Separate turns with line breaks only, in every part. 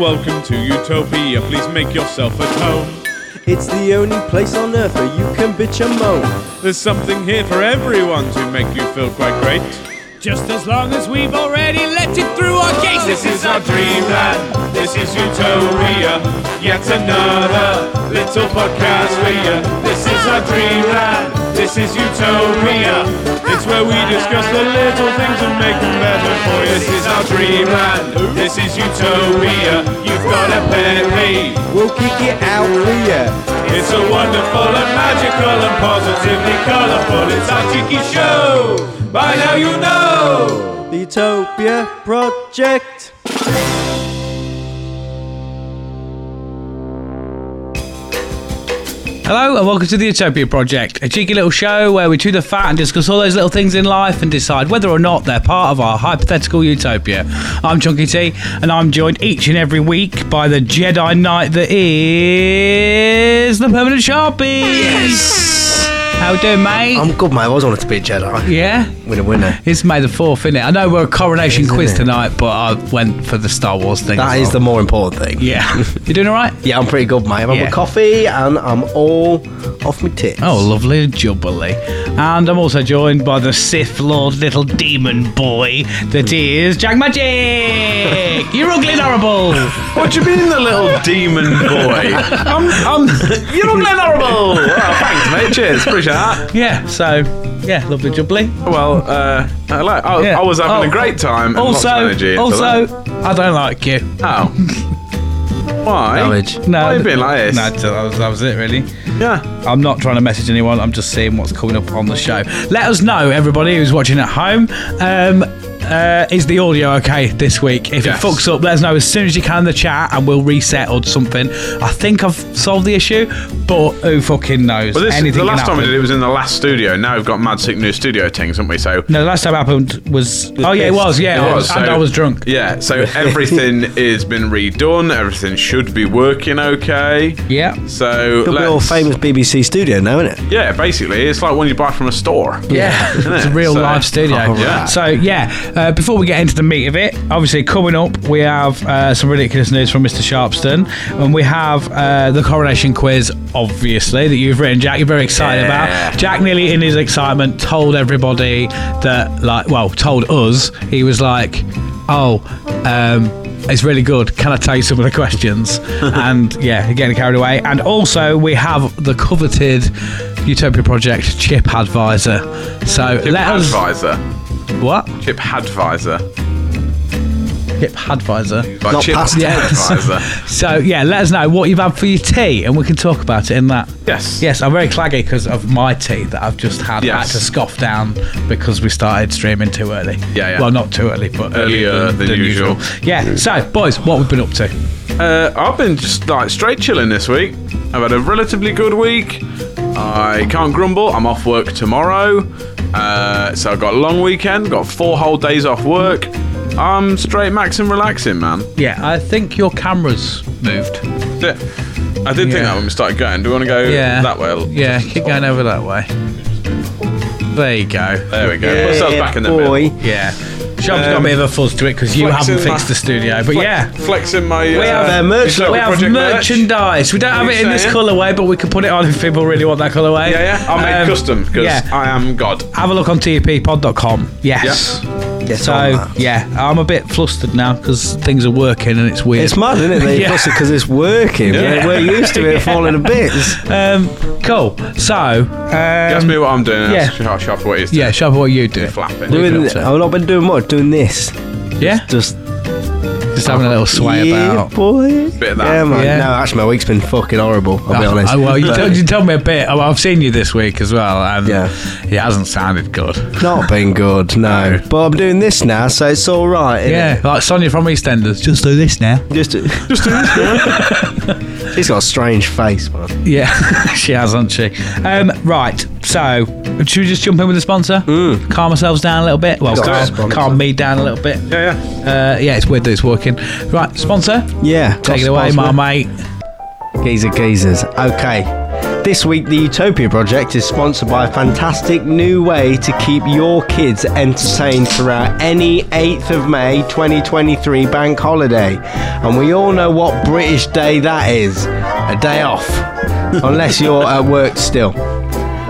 Welcome to Utopia. Please make yourself at home.
It's the only place on earth where you can bitch and moan.
There's something here for everyone to make you feel quite great.
Just as long as we've already let it through our gates,
This is our dreamland. This is Utopia. Yet another little podcast for you. This is our dreamland. This is Utopia. It's where we discuss the little things and make them better for you. This is our dreamland. This is Utopia. You've got a penny.
We'll kick it out for ya.
It's so wonderful and magical and positively colourful. It's our cheeky show. By now you know.
The Utopia Project.
Hello and welcome to the Utopia Project, a cheeky little show where we chew the fat and discuss all those little things in life and decide whether or not they're part of our hypothetical utopia. I'm Chunky T and I'm joined each and every week by the Jedi Knight that is the Permanent Sharpie. Yes. How we doing, mate?
I'm good, mate. I always wanted to be a Jedi.
yeah.
Winner, winner.
It's May the 4th, innit? I know we're a coronation
Isn't
quiz
it?
tonight, but I went for the Star Wars thing.
That
as
is the
well.
more important thing.
Yeah. you doing alright?
Yeah, I'm pretty good, mate. I've had
Yeah.
my coffee and I'm all off my tits.
Oh, lovely jubbly. And I'm also joined by the Sith Lord little demon boy that is Jack Magic! You're ugly and horrible!
What do you mean, the little demon boy? I'm, I'm, you're not playing horrible. Oh, thanks, mate. Cheers, appreciate that.
Yeah, so, yeah, lovely jubbly.
Well, uh, hello. I,
Yeah.
I was having
Oh,
a great time. And lots
Also,
of energy until
also,
then.
I don't like you.
oh, why?
Knowledge.
No,
Why are you being like this?
No, that was, that was it, really.
Yeah.
I'm not trying to message anyone. I'm just seeing what's coming up on the show. Let us know, everybody who's watching at home. Um, uh, is the audio okay this week? If
Yes.
it fucks up, let us know as soon as you can in the chat, and we'll reset or something. I think I've solved the issue, but who fucking knows?
But this,
Anything
the last
can
time we
happen.
did it was in the last studio. Now we've got Mad Sick New Studio things, haven't we? So.
No, the last time it happened was. Oh yeah, it was. Yeah,
It
I
was,
and
so-
I was drunk.
Yeah, so everything has been redone. Everything should be working okay.
Yeah.
So
It'll be
let's-
all famous BBC studio now, isn't it?
Yeah, basically, it's like when you buy from a store.
Yeah, it's a real
So-
live studio.
Alright.
So yeah, uh, before we get into the meat of it, obviously coming up we have uh, some ridiculous news from Mr. Sharpston, and we have uh, the coronation quiz, obviously that you've written, Jack. You're very excited
Yeah.
about. Jack nearly in his excitement told everybody that, like, well, told us he was like, oh. Um, it's really good. Can I tell you some of the questions? and yeah, getting carried away. And also, we have the coveted Utopia Project Chip Advisor. So let us.
Advisor.
What?
Chip Hadvisor.
Chip Advisor.
Like
Not
Chip
past
tense.
Hadvisor.
So yeah, let us know what you've had for your tea, and we can talk about it in that.
yes.
Yes, I'm very claggy because of my tea that I've just had. I had
Yes.
to scoff down because we started streaming too early.
Yeah, yeah.
Well, not too early, but
Earlier than usual. Mm.
Yeah. So, boys, what we've been up to?
Uh, I've been just like straight chilling this week. I've had a relatively good week. I can't grumble. I'm off work tomorrow. Uh, so I've got a long weekend, got four whole days off work. I'm straight maxing relaxing, man.
Yeah, I think your camera's moved.
Yeah. I did
Yeah.
think that when we started going. Do we want to go
Yeah.
that way?
Yeah, keep going over that way. There you go.
There we go. Put ourselves back in the middle.
boy.
Yeah. Shop's got a
Um,
bit of a fuzz to it because you haven't
flexing my-
fixed the studio, but
Fle-
yeah.
Flexing my. We
have,
uh, merch,
We have merchandise. We don't have it in this
saying?
colourway, but we can put it on if people really want that colourway.
Yeah, yeah. I'll make
Um,
custom because
yeah.
I am God.
Have a look on tppod.com. Yes.
Yes, I'm,
So,
uh,
yeah, I'm a bit flustered now because things are working and it's weird.
It's mad, isn't it? They
Yeah.
because it's working.
Yeah.
Yeah. We're used to it falling to bits.
um, cool. So, um,
Ask me what I'm doing.
yeah.
Yeah. How sharp what it is.
yeah, Sharp, what are you doing?
Flapping.
Doing,
up to.
I've not been doing much. Doing this.
Yeah?
Just
Just having a little sway
yeah,
about.
boy.
Bit of that.
Yeah, man.
Yeah.
No, actually, my week's been fucking horrible. I'll be honest.
Oh, well, you,
But
told, you told me a bit. Oh, I've seen you this week as well, and
Yeah.
it hasn't sounded good.
not been good. No, but I'm doing this now, so it's all right. innit?
Yeah, like Sonia from EastEnders. Just do this now.
Just, just She's got a strange face, man.
Yeah, she has, hasn't she? Um, right, so should we just jump in with the sponsor? Calm ourselves down a little bit. Well,
Hmm. Got a
calm,
sponsor.
calm me down a little bit.
Yeah, yeah.
Uh, yeah, it's weird that it's working. Right, sponsor,
Yeah.
take it away, my mate.
Geezer geezers. Okay. This week, the Utopia Project is sponsored by a fantastic new way to keep your kids entertained throughout any 8th of May 2023 bank holiday. And we all know what British day that is a day off, unless you're at work still.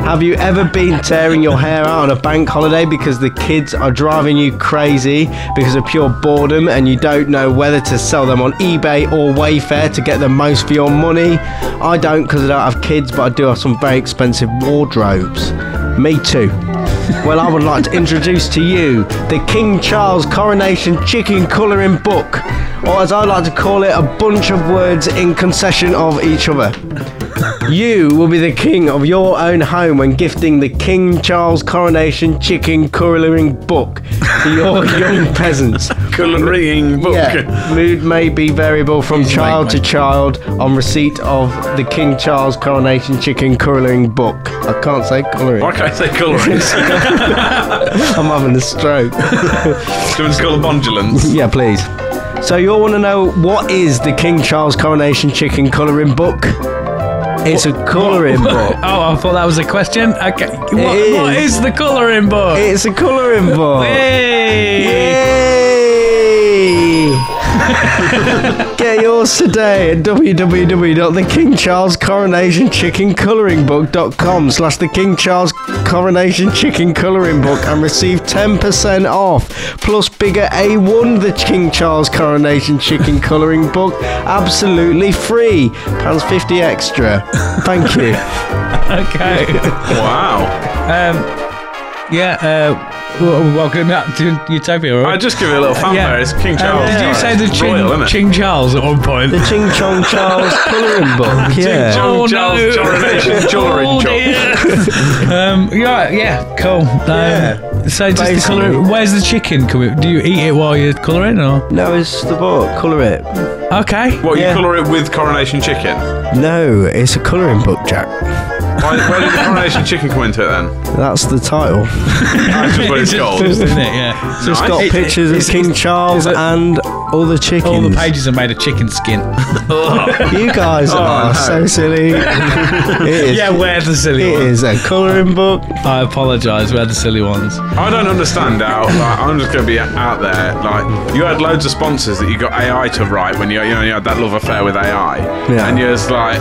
Have you ever been tearing your hair out on a bank holiday because the kids are driving you crazy because of pure boredom and you don't know whether to sell them on eBay or Wayfair to get the most for your money? I don't because I don't have kids, but I do have some very expensive wardrobes. Me too. Well, I would like to introduce to you the King Charles Coronation Chicken Colouring Book, or as I like to call it, a bunch of words in concession of each other. You will be the king of your own home when gifting the King Charles Coronation Chicken Colouring Book to your young peasants.
Colouring book.
Yeah, mood may be variable from child to child on receipt of the King Charles Coronation Chicken Colouring Book. I can't say colouring.
Why can't I say colouring?
I'm having a stroke.
Doing colour bondulance.
yeah, please. So you all want to know what is the King Charles Coronation Chicken Colouring Book? It's a colouring book.
Oh, I thought that was a question. Okay. What,
It
what
is.
is the colouring book?
It's a colouring book.
Hey!
Yay! Get yours today at www.thekingcharlescoronationchickencoloringbook.com slash the King Charles Coronation Chicken Colouring Book and receive 10% off plus bigger A1 the King Charles Coronation Chicken Colouring Book absolutely free pounds 50 extra thank you
Okay.
Wow.
um, yeah. Uh, w- welcome back to Utopia. all
I
Right?
just give it a little fanfare. It's King
Um,
Charles.
did you say the
It's royal,
Ching,
isn't it?
Ching Charles at one point?
the Ching Chong Charles Colouring Book yeah
Chong Charles Coronation Colouring
oh,
Book.
dear. um, yeah, yeah, cool. Um, So just the
Basically.
colour. Where's the chicken coming? Do you eat it while you're colouring, or
no it's the book colour it
okay?
What, you
Yeah.
colour it with coronation chicken?
No, it's a colouring book, Jack.
Why, where did the coronation chicken come into it then?
That's the title.
That's just what it's called.
Just, isn't it? Yeah.
It's
Nice.
got
It-
pictures of King Charles and all the chickens.
All the pages are made of chicken skin.
You guys are so silly. it is.
yeah, we're the silly
it
ones.
is a colouring book.
I apologise. We're the silly ones.
I don't understand how. Like, I'm just going to be out there. Like, you had loads of sponsors that you got AI to write when you, you know you had that love affair with AI,
Yeah.
and you're just like,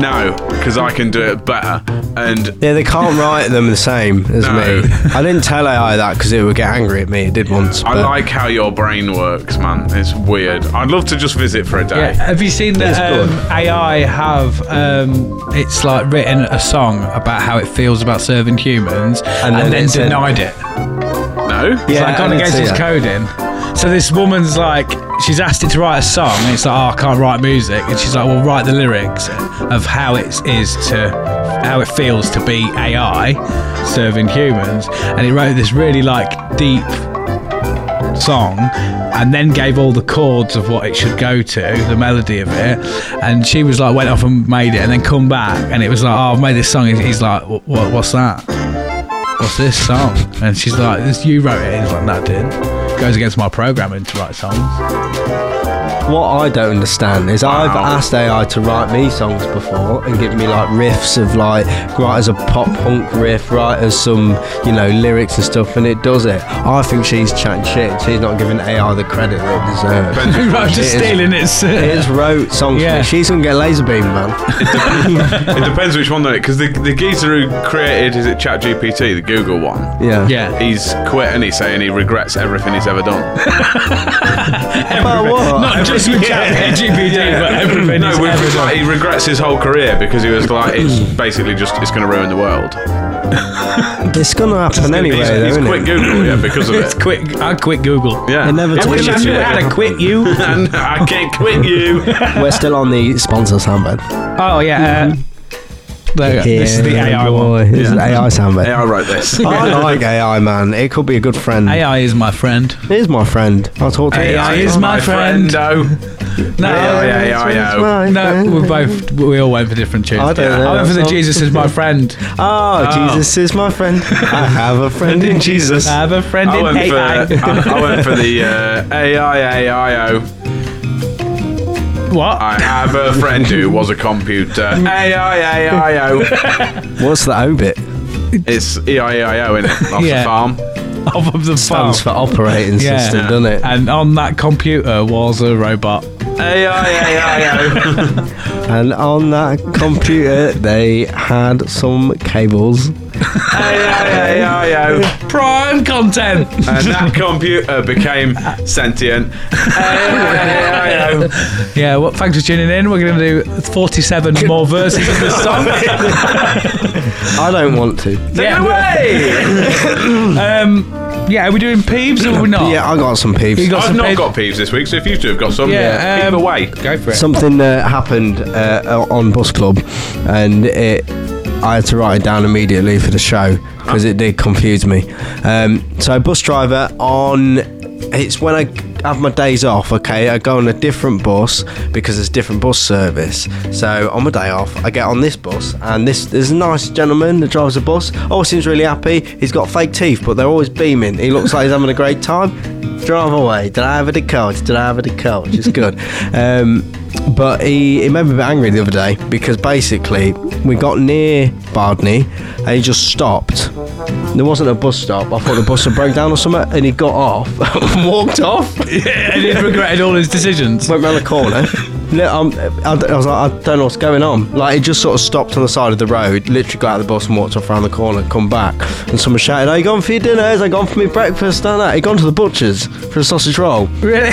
no, because I can do it better. And
Yeah, they can't write them the same as
No.
me. I didn't tell AI that because it would get angry at me. It did once.
I
but-
like how your brain works, man. It's weird. I'd love to just visit for a
Yeah.
day.
Have you seen that um,
good.
AI have? Um, it's like written a song about how it feels about serving humans, and then,
then it's a-
denied it.
No.
Yeah,
Like gone
I did
against
see
its
that.
coding. So this woman's like, she's asked it to write a song, and it's like, oh, I can't write music, and she's like, well, write the lyrics of how it is to, how it feels to be AI serving humans, and it wrote this really like deep song and then gave all the chords of what it should go to the melody of it and she was like went off and made it and then come back and it was like oh i've made this song and he's like "Wh- what, what's that what's this song? And she's like, this you wrote it. And he's like, no, I didn't. Goes against my programming to write songs.
What I don't understand is I've
Wow.
asked AI to write me songs before and give me like riffs of like write as a pop punk riff, write as some you know lyrics and stuff, and it does it. I think she's chatting shit. She's not giving AI the credit that it deserves.
Who wrote just
It is-
stealing it's
It
uh,
is wrote songs.
Yeah.
Yeah. She's gonna get laser beam, man.
It depends which one though, because the the geezer who created is it ChatGPT, the Google one.
Yeah.
Yeah.
He's quit and he's saying he regrets everything he's ever done.
About what?
Not just with chat GPT, but everything.
no,
he's
with-
ever
like,
done.
he regrets his whole career because he was like, it's basically just it's going to ruin the world.
It's gonna happen anyway,
he's,
though,
he's
isn't
quit
it?
Google, yeah, because of
It's
it.
quick. I quit Google.
Yeah,
It never
Yeah,
took
we
you
should
to
do
it.
it.
Had to quit you.
And I can't quit you.
We're still on the sponsor soundbird.
Oh yeah. Uh, there you go. This is the AI one.
This is the AI soundbird.
yeah, I wrote this.
I like AI, man. It could be a good friend.
AI is my friend.
Here's my friend. I'll talk to
AI
you.
is my friend.
friendo.
No,
AI.
Oh, my
no,
friend.
we both we all went for different tunes.
I don't know
I went for
that
the
song.
Jesus is my friend.
Oh, Jesus is my friend. I have a friend in Jesus.
I have a friend
oh, I
in
went for
AI.
I, I went for the uh, AI AIO.
What?
I have a friend who was a computer. A-I-A-I-O.
What's the OBIT?
It's E E-I-E-I-O, in it? Off
Yeah.
the farm.
Off of the farm.
Stands for operating
Oh. Yeah. Uh,
system, doesn't it?
And on that computer was a robot.
A-I-A-I-O.
And on that computer, they had some cables.
A-I-A-I-O.
Prime content.
And that computer became sentient. A-I-A-I-O.
yeah. Well, thanks for tuning in. We're going to do 47 more verses of this song.
I don't want to.
Take it
Yeah.
away!
Um, yeah. Are we doing peeves or are we not?
Yeah, I got some
You
peeps.
got
I've
some
not
peeves?
got peeves this week, so if you two have got some,
Yeah,
yeah,
um,
peeve away.
Go for it.
Something uh, happened uh, on Bus Club, and it, I had to write it down immediately for the show because it did confuse me. Um, so, bus driver on. It's when I have my days off, okay? I go on a different bus because there's different bus service. So, on my day off, I get on this bus, and this there's a nice gentleman that drives the bus. Oh, seems really happy. He's got fake teeth, but they're always beaming. He looks like he's having a great time. Drive away. Did I have a decode? Did I have a decode? It's good. um, but he, it made me a bit angry the other day because basically we got near Bardney and he just stopped. There wasn't a bus stop. I thought the bus had broke down or something and he got off and walked off.
and he's regretted all his decisions.
Went round the corner. No, um, I, I was like, I don't know what's going on. Like, it just sort of stopped on the side of the road, literally got out of the bus and walked off around the corner, come back. And someone shouted, Are you gone for your dinners? Are you gone for my breakfast? And that. He gone to the butcher's for a sausage roll.
Really?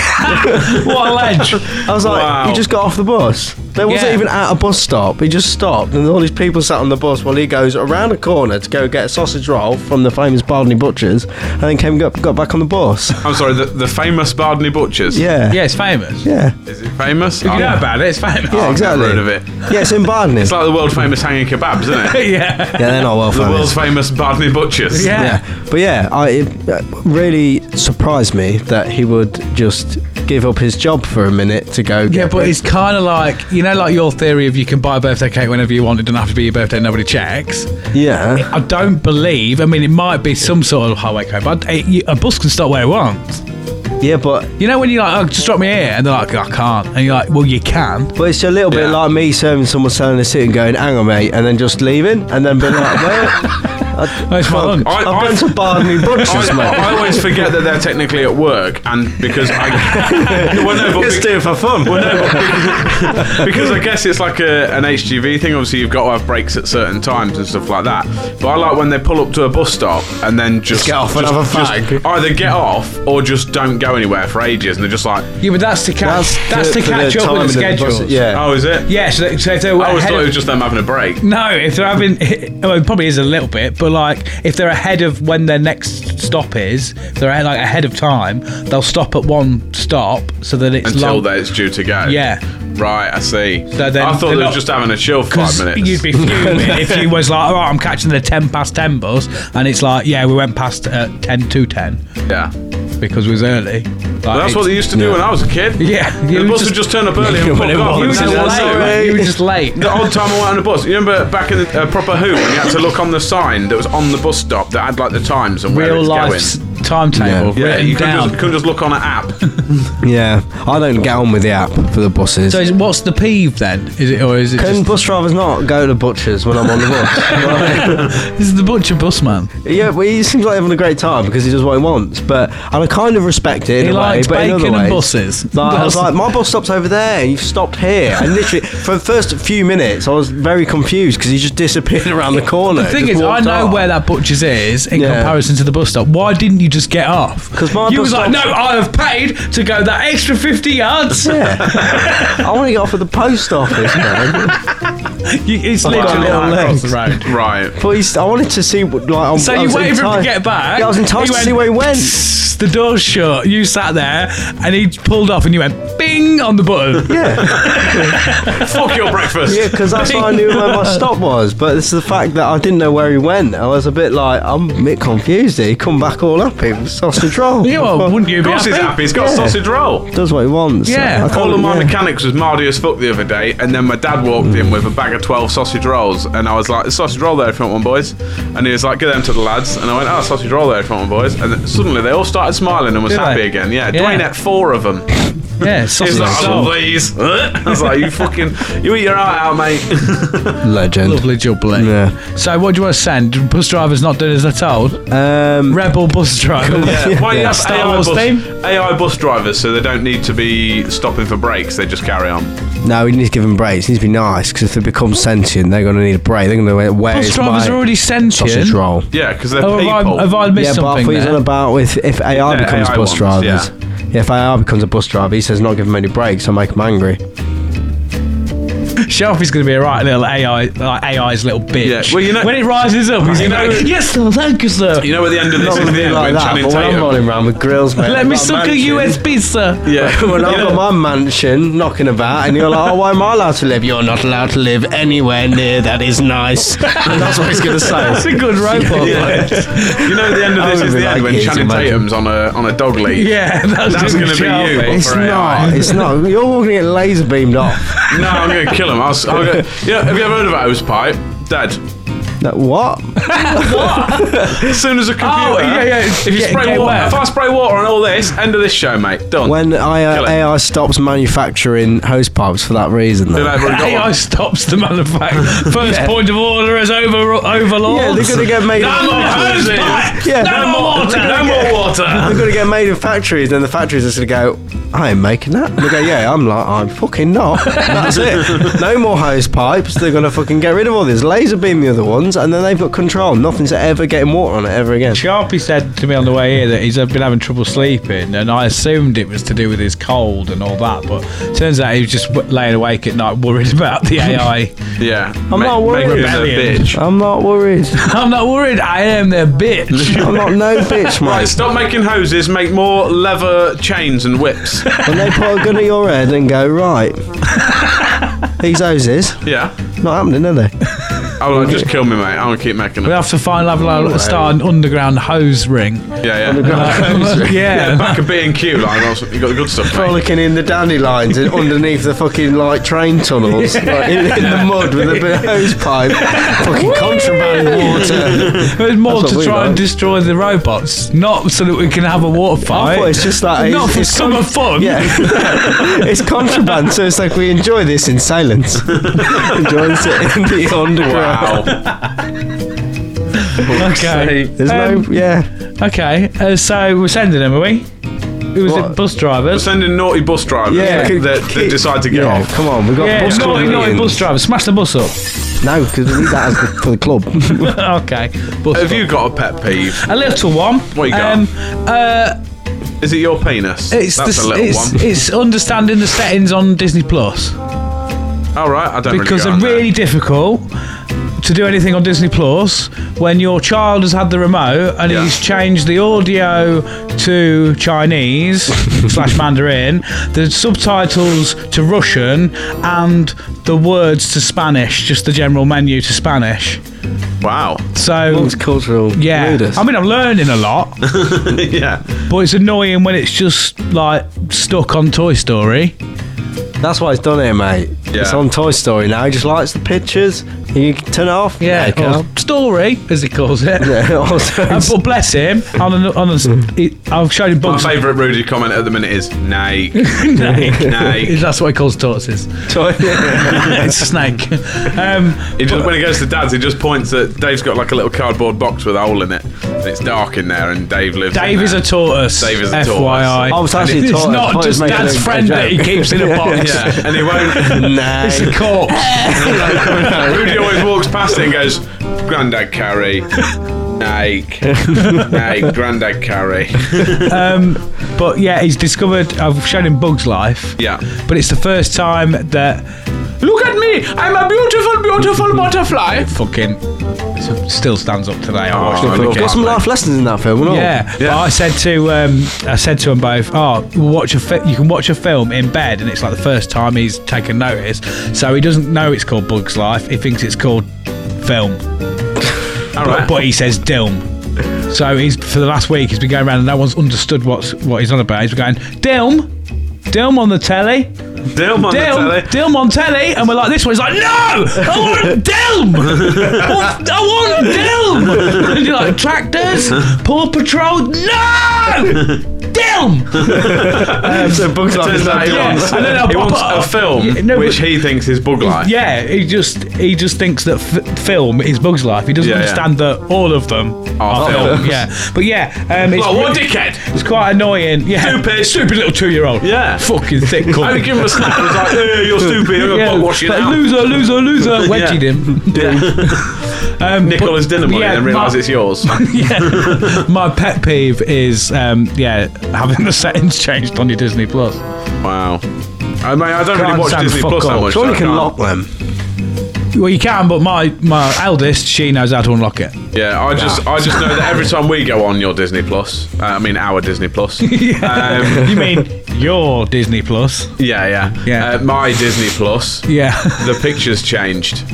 what a ledge.
I was like,
Wow.
he just got off the bus. There wasn't
Yeah.
even at a bus stop. He just stopped, and all these people sat on the bus while he goes around a corner to go get a sausage roll from the famous Bardney Butchers, and then came got, got back on the bus.
I'm sorry, the, the famous Bardney Butchers.
Yeah.
Yeah, it's famous.
Yeah.
Is it famous?
You know about it, it's famous.
Yeah, exactly.
Oh, I've never heard of it.
Yeah, it's in Bardney.
It's like the world famous hanging kebabs, isn't it?
yeah.
yeah, they're not well
The world's
famous.
famous Bardney Butchers.
Yeah.
Yeah. But yeah, I, it uh, really surprised me that he would just give up his job for a minute to go.
Yeah,
get
but it's kind of like, you know, like your theory of you can buy a birthday cake whenever you want, it doesn't have to be your birthday, nobody checks.
yeah.
I don't believe, I mean, it might be some sort of highway code, but it, you, a bus can stop where it wants.
Yeah, but
You know, when you're like, oh, just drop me here, and they're like, I can't. And you're like, well, you can.
But it's a little bit
Yeah.
like me serving someone selling a suit and going, hang on, mate, and then just leaving, and then being like, wait, I,
No, it's my lunch.
I-
I've
I-
been to Barney Butchers,
I,
mate.
I always forget that they're technically at work, and because I well, no, but
Just do it for fun.
because I guess it's like a, an HGV thing. Obviously, you've got to have breaks at certain times and stuff like that. But I like when they pull up to a bus stop and then just,
get off and
just-
have a fag.
just either get off or just don't go anywhere for ages, and they're just like,
Yeah, but that's to catch, that's, to,
for
catch up
time
with the
that bus-
schedules.
yeah.
"Oh, is it?"
Yeah, so, they- so if they're
I always
ahead
thought
of-
it was just them having a break.
No, if they're having, well, it probably is a little bit, but like if they're ahead of when their next stop is, if they're ahead, like ahead of time. They'll stop at one stop so that it's
Until
long.
that it's due to go.
Yeah.
Right, I see.
So then
I thought
they're
they were
not-
just having a chill for
'Cause
five minutes.
You'd be fuming if you was like, all right, I'm catching the ten past ten bus, and it's like, yeah, we went past uh, ten to ten
yeah.
because we was early. Like,
But that's what they used to do when I was a kid.
Yeah, you
The bus
just-
would just turn up early and
When
fuck
it
off.
you were
was.
and
just
no
late.
one knew.
mate, You were just late.
The old time I went on a bus. You remember back in the uh, proper Who when you had to look on the sign that was on the bus stop that had like the times and where
Real
it's
life
going.
timetable
Yeah.
Yeah,
written
you couldn't
down.
just, couldn't just look on an app.
Yeah, I don't get on with the app for the buses.
so, is, what's the peeve then? Is it or is it?
Can
Just,
bus drivers not go to Butchers when I'm on the bus?
this is the butcher bus man.
yeah, well, he seems like having a great time because he does what he wants, but and I kind of respect it in
He
a way,
likes
but in other
bacon and
ways-
buses.
Like, I was
That's-
like, my bus stops over there, and you've stopped here. And literally, for the first few minutes, I was very confused because he just disappeared around the corner.
The thing is, I know where that butcher's is in
Yeah.
comparison to the bus stop. Why didn't you just get off?
'Cause my
you
bus
was like, no,
stop-
I have paid to go that extra fifty yards. You-
I want to get off at the post office, man.
it's
I've got
literally
little
like across
legs.
the road.
right.
but he's, I wanted to see what, like, I'm,
So
I
you
was
waited for him
enti-
to get back.
Yeah, I was enticed
He
to
went,
see where he went.
"Tss," The door's shut. You sat there, and he pulled off, and you went bing on the button.
Yeah,
Fuck your breakfast.
yeah, because that's how I knew where my stop was. But it's the fact that I didn't know where he went. I was a bit like, I'm a bit confused. Here. He come back all happy with sausage roll.
You are, wouldn't you
Of
be
course
happy?
he's happy. He's got a sausage roll.
Does what he wants.
Yeah.
I can't-
All of my
yeah.
mechanics was mardy as fuck the other day, and then my dad walked in with a bag of of 12 sausage rolls. And I was like, sausage roll there if you want one, boys. And he was like, give them to the lads. And I went, oh, sausage roll there if you want one, boys. And then suddenly they all started smiling and was
Did
happy
they?
again. Yeah,
Yeah.
Dwayne ate four of them.
Yeah,
He
sausage
was like,
roll.
oh, please. I was like, you fucking, you eat your heart out, mate.
Legend.
Lovely jubbly.
Yeah.
So what do you want to send? Bus driver's not doing as I told.
Um,
Rebel bus driver.
Yeah, why do you have
Star
AI
Wars
bus,
theme?
AI bus drivers so they don't need to be stopping for breaks, they just carry on.
no, we need to give them breaks. It needs to be nice because if they become sentient, they're going to need a break. They're going to where
Bus
is
drivers
my
are already sentient.
sausage roll?
Yeah, because they're
Oh, have
people.
I, have I missed
yeah, but I
something?
thought he was
there?
on about with if AI
Yeah,
becomes
AI
bus
ones,
drivers. Yeah, if AI becomes a bus driver, he says not give him any breaks. I make him angry.
Shelfie's going to be a right little AI, like AI's little bitch.
Yeah, well, you know-
when it rises up, he's
You
going to
know-
go, yes, sir, thank you, sir.
you know, at the end of this,
Not
is
gonna
the
be
end
like
when
that,
Channing
but when I'm
Tatum.
rolling around with grills, mate.
Let
I've
me
got a
suck a
mansion.
USB, sir.
Yeah,
When I've got my mansion knocking about, and you're like, oh, why am I allowed to live? You're not allowed to live anywhere near that is nice. And that's what he's going to
That's
say.
a good robot. yeah.
Yeah. you know, the end of
I
this
would
is
be
the end
like,
when
"Here's
Channing
your mansion."
Tatum's on a on a dog lead.
that's,
That's
gonna
gonna be you,
Shelby.
but-
It's
For AI.
not. Oh, It's not. You're all going to get laser beamed off.
No, I'm gonna kill him. I'll, s- I'll go, yeah, have you ever heard of hosepipe? Dead.
Like, what?
As soon as a computer.
Oh, yeah, yeah.
If you
Get-
spray
get
water,
wet.
if I spray water on all this, end of this show, mate. Done.
When I,
Kill
uh,
it.
AI stops manufacturing hose pipes for that reason,
They've
though.
already got
AI
one.
stops the manufacturer. First point of order is over overlord.
Yeah, they're going to get made.
No more hoses.
Yeah.
no,
No
more water. No more water.
They're going to get made in factories, then the factories are just going to go, I ain't making that. And they go, yeah, I'm like, I'm fucking not. That's it. No more hose pipes. They're going to fucking get rid of all this, laser beam the other ones, and then they've got control. Nothing's ever getting water on it ever again.
Sharpie said to me on the way here that he's been having trouble sleeping, and I assumed it was to do with his cold and all that, but turns out he was just w- laying awake at night worried about the AI.
Yeah.
I'm
Ma-
not worried.
Make him a
Rebellion.
bitch.
I'm not worried.
I'm not worried, I am their bitch.
I'm not no bitch,
Right,
mate.
stop making hoses, make more leather chains and whips.
When they put a gun at your head and go, right, these hoses,
yeah.
not happening, are they?
Oh, like, just kill me, mate. I'm gonna keep making
We
them.
have to find level out and start an underground hose ring.
Yeah, yeah.
yeah.
Back a B and Q line. also- You got the good stuff, mate.
Frolicking in the dandelions and underneath the fucking like train tunnels, like, in, in the mud with a bit of hose pipe, fucking contraband water.
There's more
That's
to
what we
try
like.
and destroy the robots, not so that we can have a water
I
fight.
thought it's just like
not
it's,
for
it's
summer fun.
Yeah, it's contraband, so it's like we enjoy this in silence. enjoy this in the underground.
Wow.
Okay.
There's no,
Um,
yeah.
Okay. Uh, so we're sending them, are we? Who was it?
What?
Bus drivers.
Sending naughty bus drivers
Yeah.
that, that
Kick-
decide to get
Yeah,
off.
come on, we've got
Yeah,
bus club
naughty, naughty
meetings.
bus drivers. Smash the bus up.
No, because we need that as the, for the club.
okay. Bus up.
Have you got a pet peeve?
A little one.
What you got?
uh,
Is it your penis?
it's
That's
the,
a little
it's,
one.
it's understanding the settings on Disney Plus
All right, I don't
because
really
they're really difficult to do anything on Disney Plus when your child has had the remote and
Yeah.
he's changed the audio to Chinese slash Mandarin, the subtitles to Russian, and the words to Spanish, just the general menu to Spanish.
Wow.
So.
it's cultural.
Yeah, Um,
nudist.
I mean, I'm learning a lot,
yeah.
but it's annoying when it's just like stuck on Toy Story.
That's why he's done it, mate.
Yeah.
It's on Toy Story now. He just likes the pictures. You can turn it off.
Yeah,
you
or
can.
story as he calls it.
Yeah, also,
Uh, but bless him, on a, on a,
Mm.
he, I've shown him
My
bugs.
favourite Rudy comment at the minute is Nike.
Snake.
Nike.
That's what he calls tortoises. it's a snake. Um,
He just, when he goes to dad's, he just points at Dave's got like a little cardboard box with a hole in it. And it's dark in there, and Dave lives. in
Dave is
there.
a tortoise.
Dave is a tortoise.
FYI.
I was actually
it's
tortoise. I
not
thought he was
just
making
dad's
a- a
friend that he
joke.
keeps in a box.
Yeah, and he won't.
It's a
Nah.
corpse.
Rudy always walks past it and goes, Grandad carry. Nike. Nike. Grandad carry.
But yeah, he's discovered. I've shown him Bugs Life.
Yeah.
But it's the first time that. Look at me! I'm a beautiful, beautiful butterfly. Fucking. so- Still stands up today. I watched
Oh, I
it.
love
again.
Got some life lessons in that film, and all.
Yeah, but I said to um, I said to them both, "Oh, we'll watch a fi- you can watch a film in bed, and it's like the first time he's taken notice. So he doesn't know it's called Bugs Life. He thinks it's called film,
All
but,
right.
but he says Dilm. So he's for the last week he's been going around and no one's understood what's what he's on about. He's been going Dilm, Dilm on the telly.
Dilm on the
Dilm,
telly.
Dilm on telly, and we're like this one's like, no, I want Dilm, I want, I want Dilm. And you're like tractors, Paw Patrol, no, Dilm.
so Bugs Life
Turns
is
out
not
he
Yeah,
wants,
and then I'll
he
pop
wants
it
a
up.
film,
Yeah, no,
which
but-
he thinks is Bug Life.
Yeah, he just he just thinks that f- film is Bugs Life. He doesn't
Yeah, yeah.
understand that all of them are,
films.
film. Yeah, but yeah, um, it's,
Like, what a
re-
dickhead!
it's quite annoying. Yeah,
Stupid.
stupid little two-year-old.
Yeah.
fucking thick. cunt.
I would give him a slap. It was like, "Yeah, you're stupid. I'm gonna
Yeah,
butt wash you
like,
now."
loser, loser, loser. Wedgied him. um,
Nickel
but-
his dinner money
yeah,
and then realise
my-
it's yours.
yeah. My pet peeve is um, yeah having the settings changed on your Disney Plus.
wow. I mean, I don't really
Can't
watch
stand
Disney
fuck
Plus that
all.
much. so
Surely
I
you can
can't-
lock them.
Well, you can, but my my eldest, she knows how to unlock it.
Yeah, I just, I just know that every time we go on your Disney Plus, uh, I mean our Disney Plus. Um,
You mean your Disney Plus?
yeah, yeah,
Yeah.
Uh, my Disney Plus.
Yeah,
The pictures changed.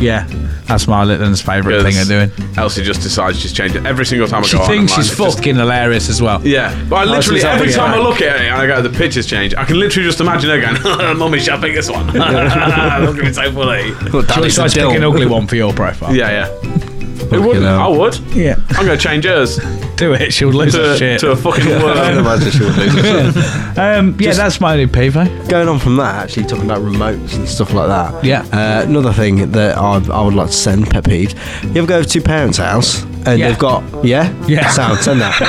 yeah. That's my little favourite thing of
Yes.
doing.
Elsie just decides she's changed it every single time I
She
go on.
thinks
I'm like,
she's
just-
fucking hilarious as well.
Yeah, but I literally
she's
every
happy,
time I
yeah.
look at it and I go, the pictures change. I can literally just imagine her going, "Mummy, shall I pick this one? look at me so funny."
Look,
She
Daddy's a
decides to pick an
dill.
ugly one for your profile.
Yeah, Oh. yeah. It would.
hell.
I would.
yeah.
I'm going to change hers
Do it. She'll lose her
to,
shit.
to a fucking
I
word.
imagine she would lose it.
um, yeah, that's my only peeve. eh?
Going on from that, actually talking about remotes and stuff like that.
Yeah.
Uh, another thing that I, I would like to send pet peeve. You ever go to your parents' house and
Yeah.
they've got yeah
Yeah.
sound send that.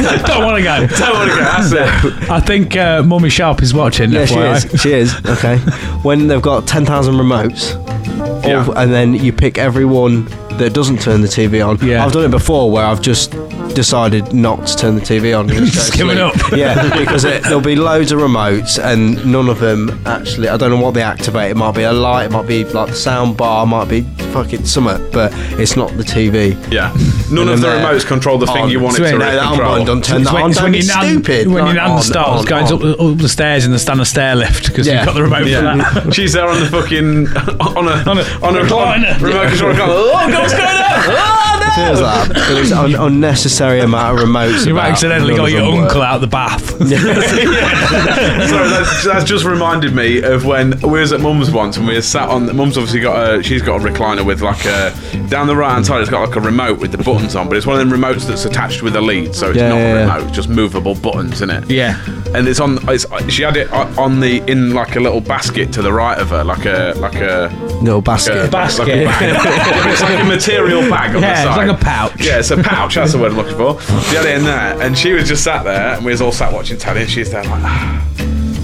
Right.
Don't want to go.
I want to go. That's it.
I think uh, Mummy Sharp is watching.
yeah, she
FYI.
is. She is. Okay. When they've got ten thousand remotes, all-
Yeah.
and then you pick everyone that doesn't turn the TV on.
Yeah.
I've done it before where I've just decided not to turn the TV on. and
Just
go to
given
sleep.
up.
Yeah, because it, there'll be loads of remotes and none of them actually. I don't know what they activate. It might be a light. It might be like the sound bar. It might be fucking summit. But it's not the TV.
Yeah. None of the
then there-
remotes control the thing
on.
you want it to
Swear,
No,
Direct
that
control.
unbutton, don't turn
It's
that
when,
on.
it's
Don't
when
be
your nan,
stupid.
when your
Like,
nan
on,
starts
on,
going
on.
Up, the- up the stairs and the stand a stair lift because
Yeah.
you've got the remote for that.
Yeah. She's there on the fucking on a on
On
a
a-
on a
recliner.
remote control. recliner. Oh God, what's going on?
feels like that because it's an unnecessary amount of remotes.
You've
about
accidentally
none
got
of
your
them work.
uncle out the bath.
Sorry, that's, that's just reminded me of when we was at Mum's once and we were sat on. Mum's obviously got a she's got a recliner with like a down the right hand side. It's got like a remote with the buttons on, but it's one of them remotes that's attached with a lead, so it's
Yeah,
not
yeah,
a
yeah.
remote, it's just movable buttons, isn't it?
Yeah.
And it's on. It's, she had it on on the in like a little basket to the right of her, like a like a
Little basket.
like a-
Basket.
Like a bag. it's like a material bag on
Yeah,
the
it's
side.
like a pouch.
Yeah, it's a pouch. That's the word I'm looking for. She had it in there, and she was just sat there, and we was all sat watching telly, and she's there like. "Ah."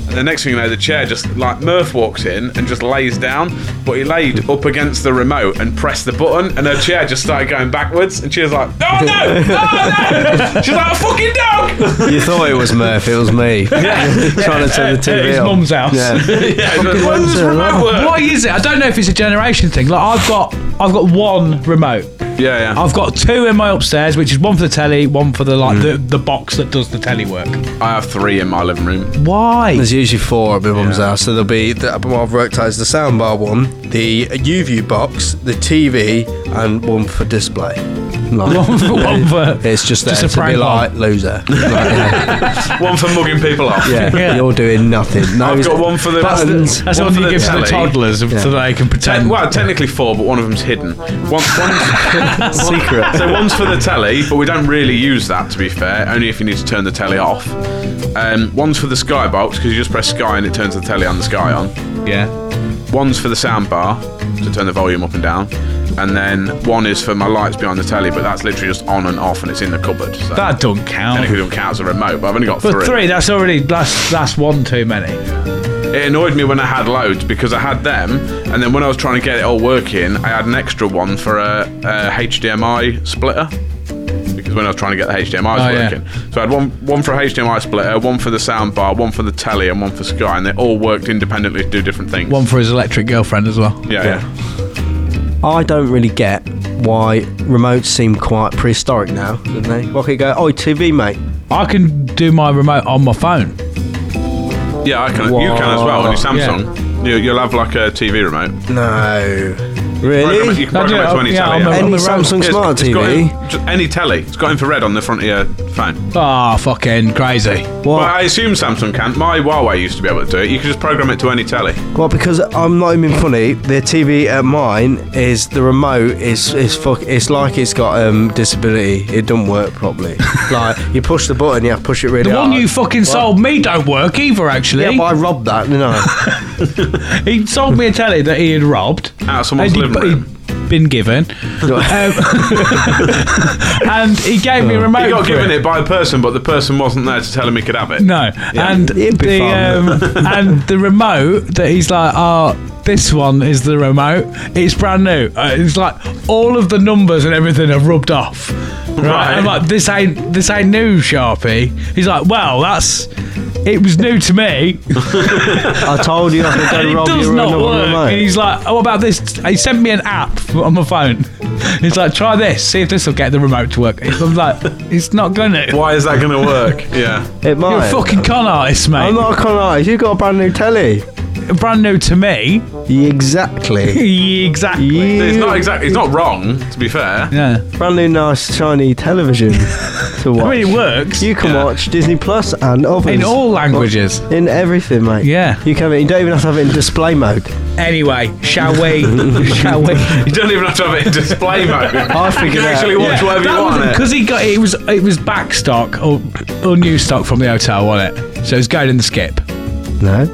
And the next thing you know, the chair just like Murph walks in and just lays down, but he laid up against the remote and pressed the button, and her chair just started going backwards. And she was like, "No, no, Oh, no, no!" She's like a fucking dog.
You thought it was Murph, it was me. Trying to turn the
At
TV
his
on.
mum's house.
Yeah.
Yeah, she was like, "Why does this remote work?"
Why is it? I don't know if it's a generation thing. Like I've got, I've got one remote.
Yeah, yeah.
I've got two in my upstairs, which is one for the telly, one for the like the,
Mm.
the box that does the telly work.
I have three in my living room.
Why?
There's usually four at my mum's house, so there'll be the, what I've worked out is the soundbar one, the UView box, the TV, and one for display. Like,
One for- one for-
it's just there
just a
to be
prank
like loser. Like, yeah,
One for mugging people off.
yeah,
Yeah.
you're doing nothing. No,
I've got one for the
buttons.
That's the one
one for
you
the
give to the
telly.
toddlers so that they can
Ten,
pretend.
well, technically four, but one of them's hidden. One, one's,
Secret.
So one's for the telly, but we don't really use that, to be fair. Only if you need to turn the telly off. Um, one's for the sky box because you just press sky and it turns the telly on the sky on.
yeah.
One's for the sound bar to turn the volume up and down, and then one is for my lights behind the telly, but that's literally just on and off, and it's in the cupboard. So
That don't count.
technically don't count as a remote, but I've only got
But three, that's already that's that's one too many.
It annoyed me when I had loads because I had them, and then when I was trying to get it all working, I had an extra one for a, a HDMI splitter. Because when I was trying to get the HDMIs
Oh, yeah.
working, so I had one one for a HDMI splitter, one for the sound bar, one for the telly, and one for Sky, and they all worked independently to do different things.
One for his electric girlfriend as well.
yeah, yeah.
I don't really get why remotes seem quite prehistoric now, don't they? Why could you go, oh, TV, mate?
I can do my remote on my phone.
yeah, I can. You can as well on your
Wow.
Samsung. You, you'll have like a TV remote.
No.
Program it,
Really?
you can program it to any
Yeah,
telly.
I'm a-
yeah.
Any
the road.
Samsung
It's-
smart
it's got
TV?
in- j- any telly. It's got infrared on the front of your phone.
Ah, fucking crazy.
Well,
What?
I assume Samsung can. My Huawei used to be able to do it. You could just program it to any telly.
Well, because I'm not even funny. The TV at mine is the remote is is fuck. It's like it's got um disability. It doesn't work properly. like you push the button, you have to push it really
The
hard.
one you fucking sold me don't work either. Actually,
yeah, but I robbed that. didn't I?
he sold me a telly that he had robbed.
Out of someone's
And
living room.
he'd been given, Um, and he gave me a remote.
He got
for
given it by a person, but the person wasn't there to tell him he could have it.
No, and
It'd
the
be fun.
um, and the remote that he's like, oh, this one is the remote. It's brand new. Uh, it's like all of the numbers and everything are rubbed off. Right. I'm like, this ain't this ain't new, Sharpie. He's like, well, that's it was new to me.
I told you I could
And
go
it
rob
does
your
not
another
work.
remote.
And he's like, oh, what about this? He sent me an app on my phone. He's like, try this, see if this will get the remote to work. I'm like, it's not gonna.
Why is that going to work? yeah.
It might.
You're a fucking con artist, mate.
I'm not a con artist. You got a brand new telly.
brand new to me.
Exactly.
exactly.
You-
It's not exactly. It's not wrong. To be fair.
Yeah.
brand new nice shiny television to watch.
I mean, it works.
You can watch Disney Plus and others
in all languages.
in everything, mate.
Yeah.
You can. You don't even have to have it in display mode.
Anyway, shall we? shall we?
You don't even have to have it in display mode. I
figured
you can
out.
actually watch whatever you want. on it.
because he got it was it was back stock or, or new stock from the hotel, wasn't it? So it was going in the skip,
No.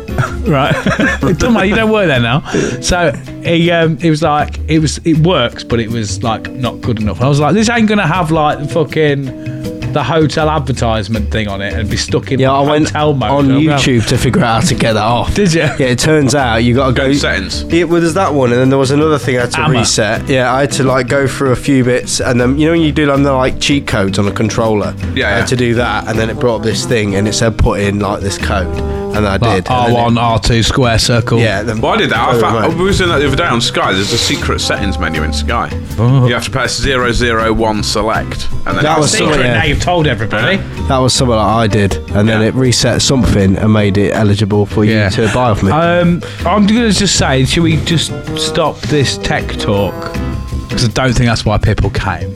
right? it doesn't matter. You don't work there now. So he um, it was like it was it works, but it was like not good enough. I was like, this ain't gonna have like the fucking. The hotel advertisement thing on it and be stuck in
Yeah, I went
hotel
on
mode. I'm like,
YouTube to figure out how to get that off.
Did you?
Yeah, it turns out you got to
Go
go.
to settings.
Yeah, well, there's that one, and then there was another thing I had to
Amma.
reset. Yeah, I had to like go through a few bits, and then you know when you do like, the, like cheat codes on a controller.
Yeah,
I
yeah.
had to do that, and then it brought up this thing, and it said put in like this code, and I
Like
did. and then
R1,
it-
R2, square, circle.
Yeah. Then
oh, Well, I did that. I,
Oh,
found,
right.
I was doing that the other day on Sky. There's a secret settings menu in Sky. You have to press 001 select, and then
That
it-
was
Secret,
Sorry, yeah.
now you've told everybody.
That was something that I did, and then
Yeah.
it reset something and made it eligible for
Yeah.
you to buy off me.
Um, I'm going to just say, should we just stop this tech talk? Because I don't think that's why people came.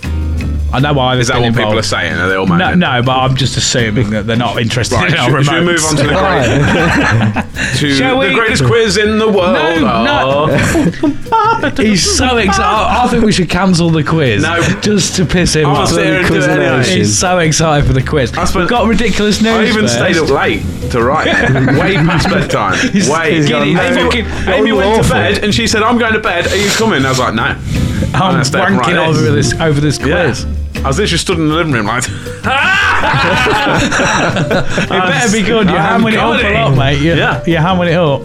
I know why.
Is that what people are saying? Are they all mad?
No, no, but I'm just assuming that they're not interested
Right,
in our
should, should we move on to the,
Right.
great, to
Shall
the
we?
greatest quiz in the world?
No, no. He's so excited. I I think we should cancel the quiz.
No.
just to piss him
I'll
off.
sit here and Oh, do it anyway.
He's so excited for the quiz.
I spent-
We've got ridiculous news.
I even
first.
stayed up late to write. Way past bedtime.
He's
Way.
giddy.
Amy,
He's
Amy,
fucking-
Amy
you're
went to
awful.
bed and she said, "I'm going to bed. Are you coming?" I was like, "No."
I'm
I stayed up and
wanking
wrote
over
this.
this over this
Yeah.
quiz.
I was literally stood in the living room like,
It better be good. You're
I'm
hamming it up
comedy.
a lot, mate. You're,
Yeah.
you're hamming it up.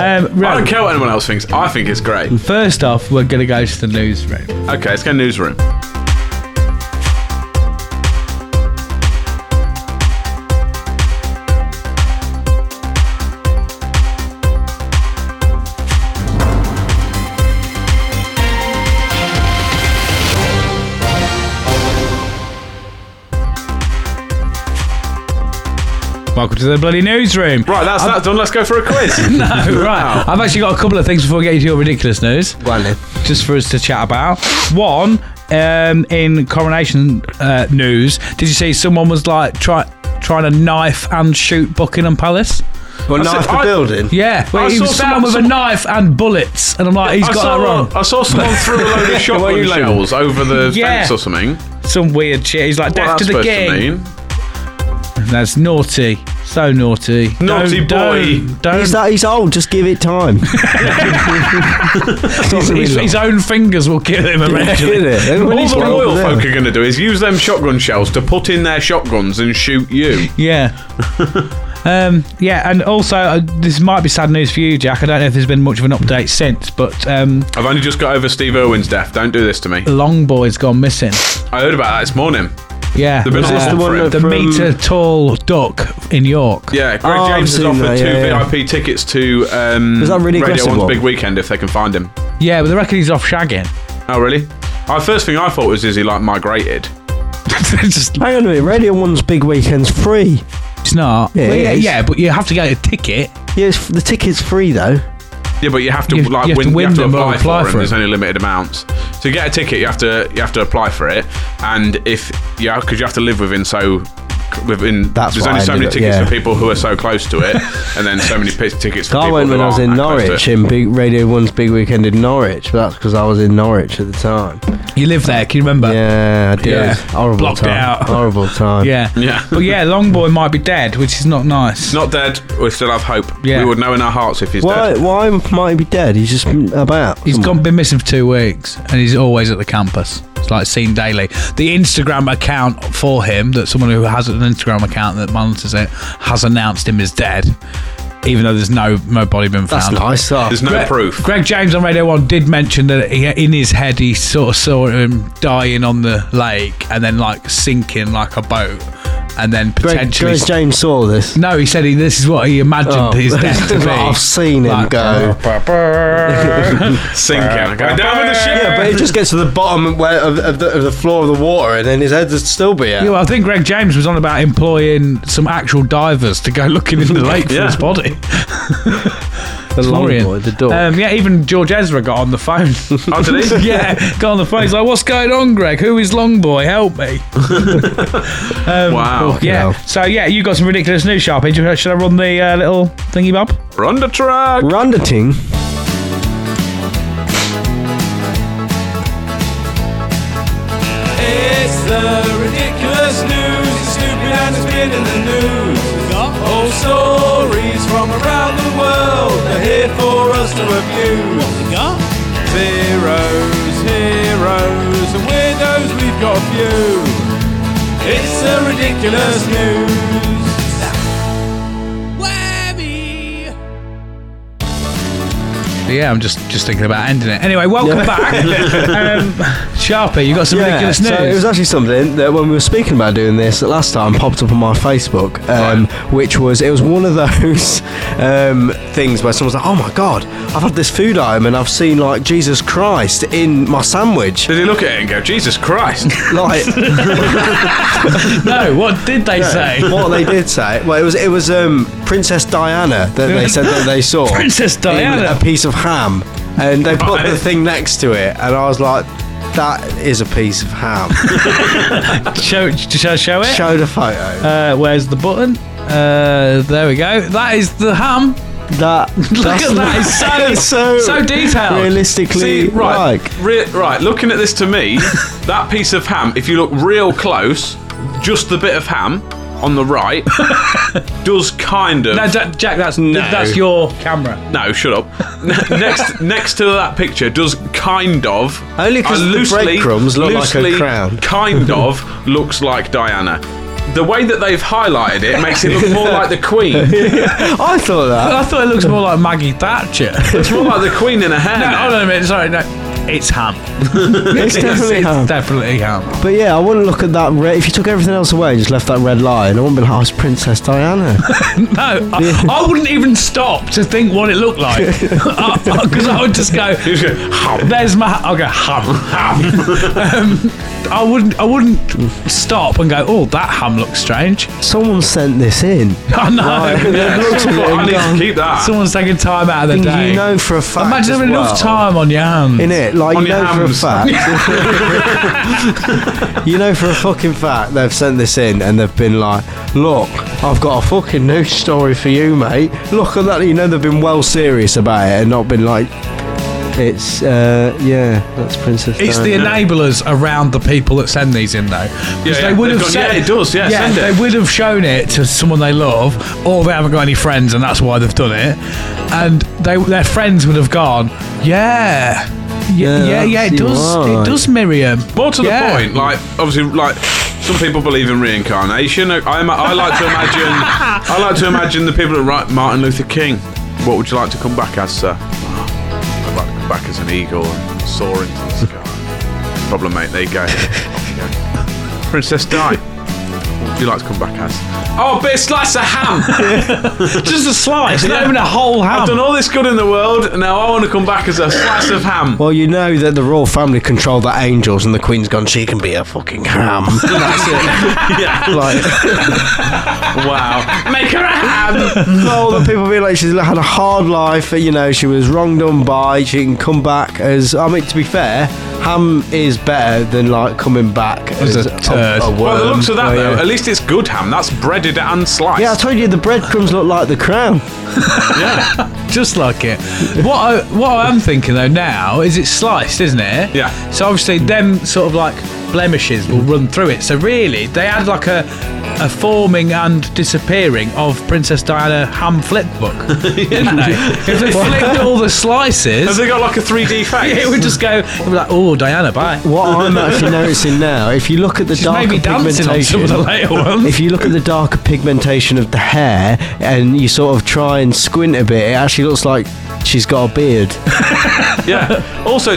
Um,
"I don't
right.
care what anyone else thinks. I think it's great."
First off, we're going to go to the newsroom.
Okay, let's go newsroom.
Welcome to the bloody newsroom.
Right, that's that done. Let's go for a quiz.
No, right. I've actually got a couple of things before we get into your ridiculous news,
Go on then.
just for us to chat about. One, um, in coronation uh, news, did you see someone was like try, trying to knife and shoot Buckingham Palace?
Well,
said-
knife the
I-
building.
Yeah,
I
where he
saw
was someone
some-
with
some-
a knife and bullets, and I'm like, he's
I
got
saw,
that wrong.
I saw someone throw a load of shotgun
you loaded?
shells over the
Yeah.
fence or something.
Some weird shit. He's like,
What
death
that's
to the
supposed
king.
to mean?
That's naughty. So naughty.
Naughty
Don't-
boy.
Don't. don't.
He's, that, he's old. Just give it time.
his, his- his own fingers will kill him eventually.
All the royal folk are going to do is use them shotgun shells to put in their shotguns and shoot you.
Yeah. um, yeah, and also, uh, this might be sad news for you, Jack. I don't know if there's been much of an update since, but um,
I've only just got over Steve Irwin's death. Don't do this to me.
Longboy's gone missing.
I heard about that this morning.
Yeah.
The British
uh,
the one
the meter tall duck in York.
Yeah, Greg
Oh, I've
James has
seen
offered
that,
two
yeah, yeah.
VIP tickets to um,
Was that really
Radio
aggressive
One's
one?
big weekend if they can find him.
Yeah, but they reckon he's off shagging.
Oh, really? Our first thing I thought was is he like migrated?
Just-
Hang on a minute. Radio One's big weekend's free.
it's not.
Yeah,
Well,
it
yeah,
is.
yeah, but you have to get a ticket.
Yes, the ticket's free though.
Yeah, but you have to
You-
like
you have to
win,
win
you have to
them or
apply,
apply
for,
for
them. There's
it.
only limited amounts. To get a ticket, you have to you have to apply for it, and if yeah, because you have to live within so within.
That's
there's
what
only
I
so many
ended up-
tickets
yeah.
for people who are so close to it, and then so many p- tickets for
I
people
went when
who
I was
aren't
in
that close to
Norwich
it.
in Big Radio One's big weekend in Norwich, but that's because I was in Norwich at the time.
You live there, can you remember?
Yeah, I did.
Uh, Yeah.
Horrible
Blocked
time.
out.
Horrible time.
Yeah.
Yeah.
But yeah, Longboy might be dead, which is not nice.
Not dead. We still have hope.
Yeah.
We would know in our hearts if he's
Why?
dead.
Why might he be dead? He's just about.
He's gone, been missing for two weeks, and he's always at the campus. It's like seen daily. The Instagram account for him, that someone who has an Instagram account that monitors it, has announced him as dead, even though there's no no body been
That's
found.
nice. That.
There's no
Greg,
proof.
Greg James on Radio One did mention that he, in his head he sort of saw him dying on the lake and then like sinking like a boat, and then
Greg,
potentially.
Greg James saw this.
no, he said he, this is what he imagined
Oh.
his death to be.
I've seen him
Like,
go.
Sinking. I go down with the ship.
Yeah, but it just gets to the bottom where, of, of, the, of the floor of the water, and then his head would still be out.
Yeah, well, I think Greg James was on about employing some actual divers to go looking in the lake for
Yeah.
his body.
the
Florian.
boy, the door.
Um, yeah, even George Ezra got on the phone.
Oh, did he?
yeah, got on the phone. He's like, "What's going on, Greg? Who is Longboy? Help me!"
Wow.
Yeah.
hell.
So yeah, you got some ridiculous news, Sharpie. Do you- Should I run the uh, little thingy, Bob?
We're on the track.
Runderting.
It's the ridiculous news. It's stupid and it's been in the news. Old stories from around the world are here for us to abuse. Zeros, heroes, and weirdos, we've got a few. It's the ridiculous news.
Yeah, I'm just just thinking about ending it. Anyway, welcome back, um, Sharpie. You got some
Yeah,
ridiculous
so it
news.
was actually something that when we were speaking about doing this that last time popped up on my Facebook, um, which was it was one of those um, things where someone's like, "Oh my god, I've had this food item and I've seen like Jesus Christ in my sandwich."
Did he look at it and go, Jesus Christ?
like
no, what did they say?
what they did say, well, it was it was um, Princess Diana that they said that they saw.
Princess
in
Diana.
a piece of ham, and they put
Right.
the thing next to it, and I was like, "That is a piece of ham."
Show, should I show it?
Showed a photo.
Uh, where's the button? Uh, there we go. That is the ham.
That
Look at that. It's so,
It's
so,
so
detailed.
realistically
See, right,
like.
re- right. Looking at this to me, that piece of ham. If you look real close, just the bit of ham on the right does kind of.
No, Ja- Jack, that's that's your camera.
No, shut up. Ne- next, next to that picture does kind of.
Only 'cause
I
the breadcrumbs look like a
loosely
crown.
Kind of looks like Diana. The way that they've highlighted it makes it look more like the Queen.
I thought that.
I thought it looks more like Maggie Thatcher. no,
It's more like the Queen in a hair.
hold on a minute. Sorry, no. It's ham.
It's definitely
it's
ham.
definitely ham.
But yeah, I wouldn't look at that red. If you took everything else away and just left that red line, I wouldn't be like, oh, it's Princess Diana.
No, I, I wouldn't even stop to think what it looked like because I would just go.
He's going, "Ham."
There's my. I'll go ham, ham. um, I wouldn't. I wouldn't stop and go. Oh, that ham looks strange.
Someone sent this in.
I know.
They've looked at it
I
and
need to
gone,
keep that.
Someone's taking time out of their
"Thing
day.
you know for a fact.
Imagine having enough time Mm. on your hands.
In it, like
On
you
your
know
hams.
for a fact. you know for a fucking fact they've sent this in and they've been like, look, I've got a fucking news story for you, mate. Look at that. You know they've been well serious about it and not been like, it's uh, yeah, that's Princess.
It's the
Diana."
enablers around the people that send these in, though. Because
Yeah,
they
yeah.
would
They've
have
gone,
sent,
"Yeah, it does. Yeah, send
they
it."
would have shown it to someone they love, or they haven't got any friends, and that's why they've done it. And they, their friends would have gone, yeah, yeah,
Yeah,
yeah, yeah. It
that's
does,
right."
it does, Miriam.
More to
Yeah.
the point, like obviously, like some people believe in reincarnation. I, I'm- I like to imagine. I like to imagine the people that write Martin Luther King. What would you like to come back as, sir? I'd like to come back as an eagle and soar into the sky. Problem, mate. There you go. Off you go. Princess Di. do you like to come back as? Oh, bit slice of ham.
Just a slice, not even a whole
I've done
ham.
all this good in the world, and now I want to come back as a slice of ham.
Well, you know that the royal family control the angels, and the queen's gone. She can be a fucking ham. That's it. Like
Wow, make her a ham.
all the people feel like she's had a hard life. You know, she was wronged on by. She can come back as. I mean, to be fair, ham is better than like coming back as,
a turd.
worm.
By the looks of that,
Oh,
though,
yeah.
at least it's good ham. That's breaded and sliced.
Yeah, I told you the breadcrumbs look like the crown.
Just like it. What I, what I'm thinking though now is it's sliced, isn't it?
Yeah.
So obviously them sort of like blemishes will run through it. So really, they had like a a forming and disappearing of Princess Diana ham flip book, didn't they? If they flicked all the
Has
slices,
it got like a 3D face?
it would just go. It'd be like, oh, Diana, bye.
What I'm actually noticing now, if you look at the
She's
darker
maybe dancing on some of the
pigmentation,
later ones.
if you look at the darker pigmentation of the hair and you sort of try and squint a bit, it actually looks like she's got a beard.
Yeah. Also,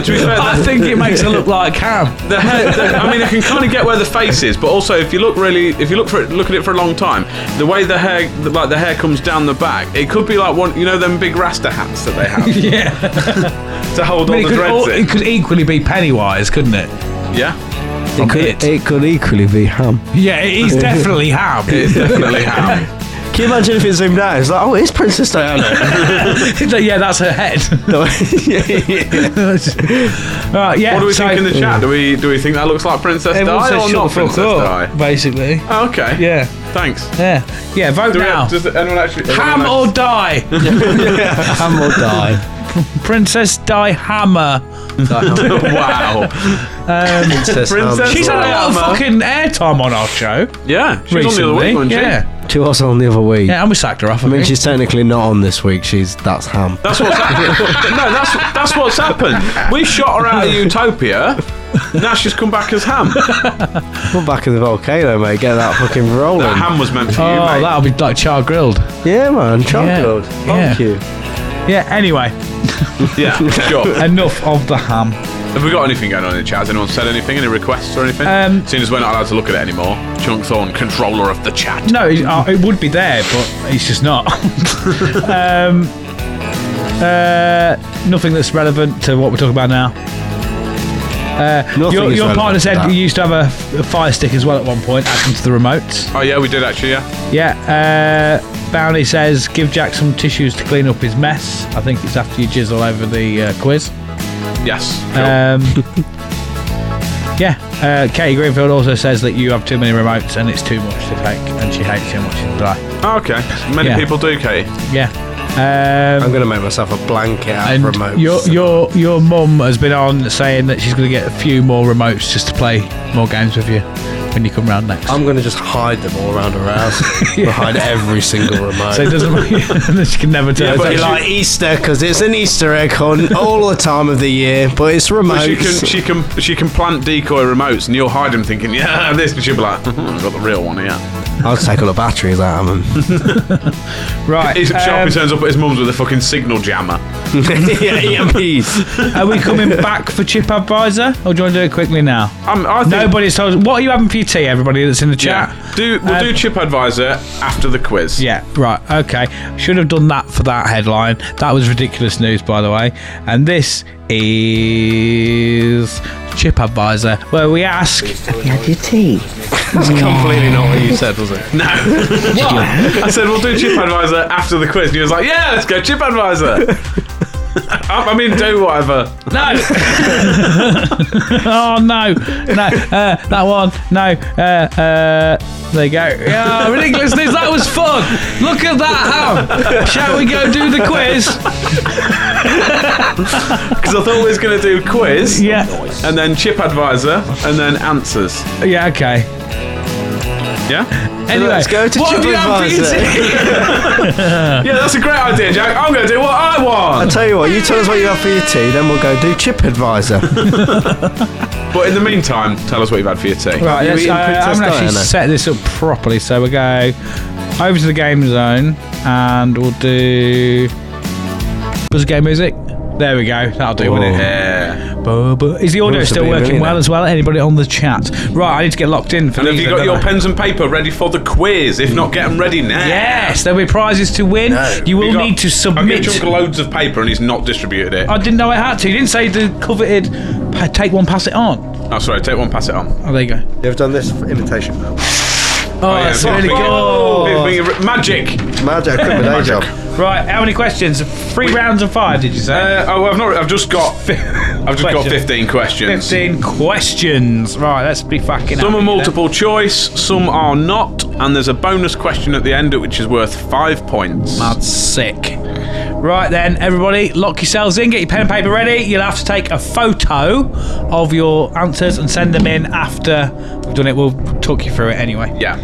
to be fair,
I
the-
think it makes her look like ham.
the hair. The, I mean, I can kind of get where the face is, but also if you look really, if you look for it, look at it for a long time, the way the hair, like the hair comes down the back, it could be like one, you know, them big rasta hats that they have
Yeah.
to hold
I mean,
all
it,
the
could,
dreads
al-
in.
it could equally be Pennywise, couldn't it?
Yeah.
From
It could,
It.
it could equally be ham.
Yeah, he's definitely ham.
It's definitely ham.
Can you imagine if it's zoomed out? It's like, oh, it's Princess Diana.
yeah, that's her head. right, yeah.
What do we
so-
think in the chat? Do we do we think that looks like Princess
Everyone
Di
says
or
shut the
not
fuck
Princess
up,
Di?
Basically.
Oh, okay.
Yeah,
Thanks.
yeah. Yeah, vote
Do we,
now.
does anyone actually?
ham
anyone
or die?
ham or die.
Princess Di Hammer.
actually- wow.
Princess
Princess-
She's had a lot of
Hammer.
fucking airtime on our show.
Yeah. She was on the other
recently.
week, wasn't she?
yeah.
She was on the other week.
yeah, and we sacked her off. I,
I mean,
think.
she's technically not on this week. She's that's ham.
That's what's happened. no, that's that's what's happened. We shot her out of Utopia. Now she's come back as ham. That
Come back in the volcano, mate. Get that fucking rolling.
ham was meant for you,
Oh,
mate.
that'll be like char grilled.
yeah, man. Chocolate.
Yeah.
Thank you.
Yeah, anyway,
Yeah, sure.
enough of the ham.
Have we got anything going on in the chat? Has anyone said anything? Any requests or anything?
Um,
Seeing as we're not allowed to look at it anymore. Chunk Thorn, controller of the chat.
No, it, uh, it would be there, but it's just not. um, uh, nothing that's relevant to what we're talking about now.
Nothing
Your,
is
your
relevant
partner
to
said
that.
you used to have a, a fire stick as well at one point, action to the remotes.
Oh yeah, we did actually. Yeah.
Yeah. Uh, Bounty says, give Jack some tissues to clean up his mess. I think it's after you jizz all over the uh, quiz.
Yes.
Um, yeah. Uh, Katie Greenfield also says that you have too many remotes and it's too much to take, and she hates how much you die.
Oh, okay. Many
yeah.
people do, Katie.
Yeah. Um,
I'm gonna make myself a blanket out
And
of remotes.
your your your mum has been on saying that she's going to get a few more remotes just to play more games with you when you come round next.
I'm gonna just hide them all around her house, behind every single remote.
so it doesn't matter. she can never
Yeah,
turn.
but
it
Be
you
back.
like Easter because it's an Easter egg hunt all the time of the year, but it's remotes.
But she can she can she can plant decoy remotes and you'll hide them thinking, yeah, this and she'll be like, "Hmm, I've got the real one here.
I'll take all the batteries out of them.
right.
His
um,
Sharpie turns up at his mum's with a fucking signal jammer.
yeah, EMPs.
are we coming back for Chip Advisor, or do you want to do it quickly now?
I'm, Um, I think
Nobody's told. us- What are you having for your tea, everybody that's in the chat?
Yeah. Do we'll
Um,
do Chip Advisor after the quiz.
Yeah, right, okay. Should have done that for that headline. That was ridiculous news, by the way. And this is Chip Advisor, where we ask
Have your tea.
Completely not what you said, was it?
No. I said we'll do Chip Advisor after the quiz, and he was like, "Yeah, let's go Chip Advisor." I I mean, do whatever.
No. oh no, no, uh, that one, no. Uh, uh, there you go. Yeah, ridiculous news. That was fun. Look at that. How? Shall we go do the quiz?
Because I thought we was going to do quiz,
Yeah.
and then Chip Advisor, and then answers.
Yeah. Okay.
Yeah.
Anyway,
Let's go to
what have you had for your
TripAdvisor.
Yeah, that's a great idea, Jack. I'm going to do what I
I
want.
tell you what, you tell us what you have for your tea, then we'll go do Chip Advisor.
But in the meantime, tell us what you've had for your tea.
Right,
You
let's,
eating
I, I'm
Princess
going to actually
Diana?
set this up properly. So we go over to the game zone and we'll do. Buzz game music. There we go. That'll do with it.
Yeah.
Bubba. Is the audio
Wants to
still
be a
working well
millionaire.
as well? Anybody on the chat? Right, I need to get locked in for
And have
these
you
then,
got your
don't I?
pens and paper ready for the quiz? If not, get them ready now.
Yes, there'll be prizes to win. You will
You got-
need to
I'll
submit.
get Chuck loads of paper and he's not distributed it.
I didn't know I had to. You didn't say the coveted pa- take one, pass it on.
Oh, sorry, take one, pass it on.
Oh, there you go.
They've done this for imitation now.
Oh, that's really good.
good. Magic.
Magic, I quit my day job.
Right, how many questions? Three rounds of five, did you say?
Uh, oh, I've not. I've just got. I've just got
Question.
fifteen questions.
15 questions. Right, let's be fucking
Some are
happy then.
multiple choice, some are not, and there's a bonus question at the end which is worth five points.
That's sick. Right then, everybody, lock yourselves in, get your pen and paper ready. You'll have to take a photo of your answers and send them in after we've done it. We'll talk you through it anyway.
Yeah.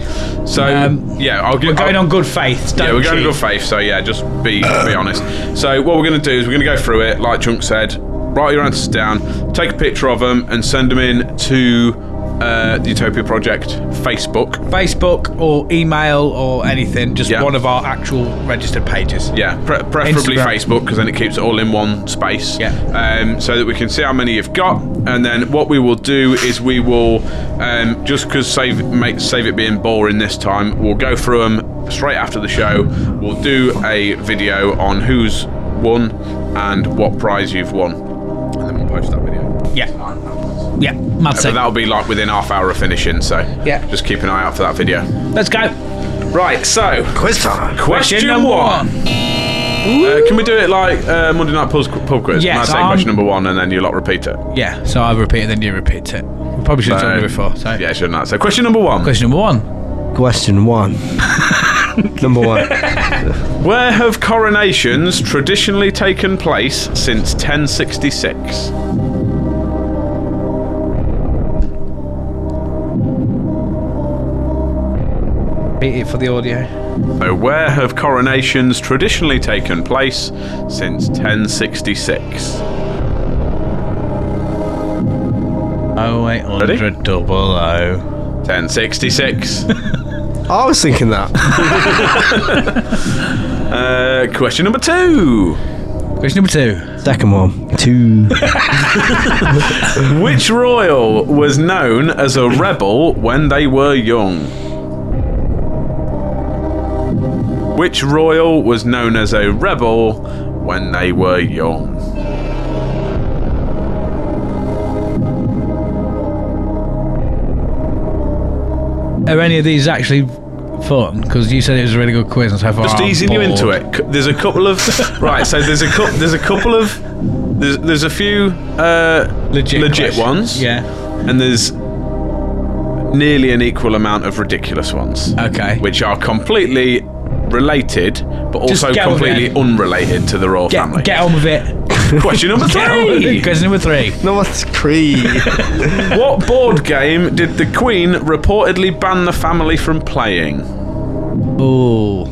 So
Um,
yeah, I'll give.
We're going
I'll-
on good faith. Don't
Yeah, we're going
cheat.
to good faith. So yeah, just be be honest. So what we're going to do is we're going to go through it. Like Chunk said, write your answers down, take a picture of them, and send them in to uh, the Utopia Project Facebook.
Facebook or email or anything, just
Yeah.
one of our actual registered pages.
Yeah, pre- preferably
Instagram.
Facebook because then it keeps it all in one space.
Yeah.
Um, so that we can see how many you've got, and then what we will do is we will um, just because save make save it being boring this time. We'll go through them straight after the show. We'll do a video on who's won and what prize you've won, and then we'll post that video.
Yeah. Yeah, mad
So
sick.
that'll be like within half hour of finishing. So
Yeah.
just keep an eye out for that video.
Let's go.
Right. So
Quiz time.
question,
Question
number
number
one. Uh, can we do it like uh, Monday Night Pub, pub Quiz?
Yes,
and I say
um,
question number one and then you lot repeat it.
Yeah, so I repeat it, then you repeat it. We probably should have done it before. So.
Yeah, shouldn't I? So question number one.
Question number one.
Question one. Number one.
Where have coronations traditionally taken place since 1066?
Repeat it for the audio.
So where have coronations traditionally taken place since 1066?
Oh wait,
Ready?
double oh. O.
1066.
I was thinking that.
uh, question number two.
Question number two.
Second one. Two.
Which royal was known as a rebel when they were young? Which royal was known as a rebel when they were young?
Are any of these actually fun? Because you said it was a really good quiz, and so far
Just
I'm
easing you
bored.
into it. C- There's a couple of right. So there's a cou- there's a couple of there's, there's a few uh,
Legit, questions.
ones.
Yeah.
and there's nearly an equal amount of ridiculous ones.
Okay.
which are completely related but
Just
also
get on with
completely
it.
unrelated to the royal family.
Get, get on with it.
Question number
Get on with it.
three.
Question number three.
Number three.
what board game did the Queen reportedly ban the family from playing?
Ooh.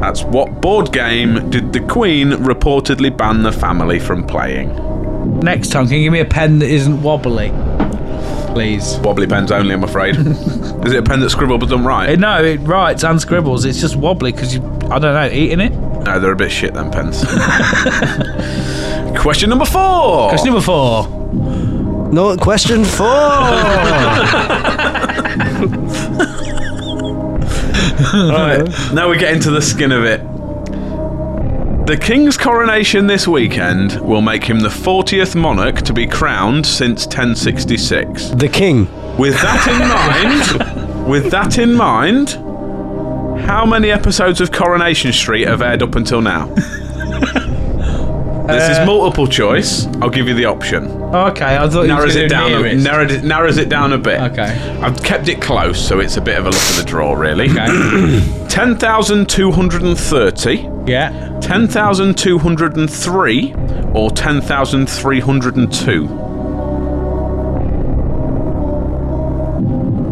That's what board game did the Queen reportedly ban the family from playing?
Next time, can you give me a pen that isn't wobbly, please?
Wobbly pens only, I'm afraid. Is it a pen that scribble but done
Eh,
right?
No, it writes and scribbles. It's just wobbly because you, I don't know, eating it.
No, they're a bit shit, them pens. Question number four.
Question number four.
no, question four.
Alright, now we get into the skin of it. The king's coronation this weekend will make him the 40th monarch to be crowned since 1066.
The king.
With that in mind, with that in mind, how many episodes of Coronation Street have aired up until now? this
Uh,
is multiple choice. I'll give you the option.
Oh, okay, I thought
Narrows
you
it down. A,
Nearest.
narrowed it, narrows it down a bit.
Okay.
I've kept it close, so it's a bit of a look at the draw, really.
okay.
10,230,
yeah.
10,203, or 10,302.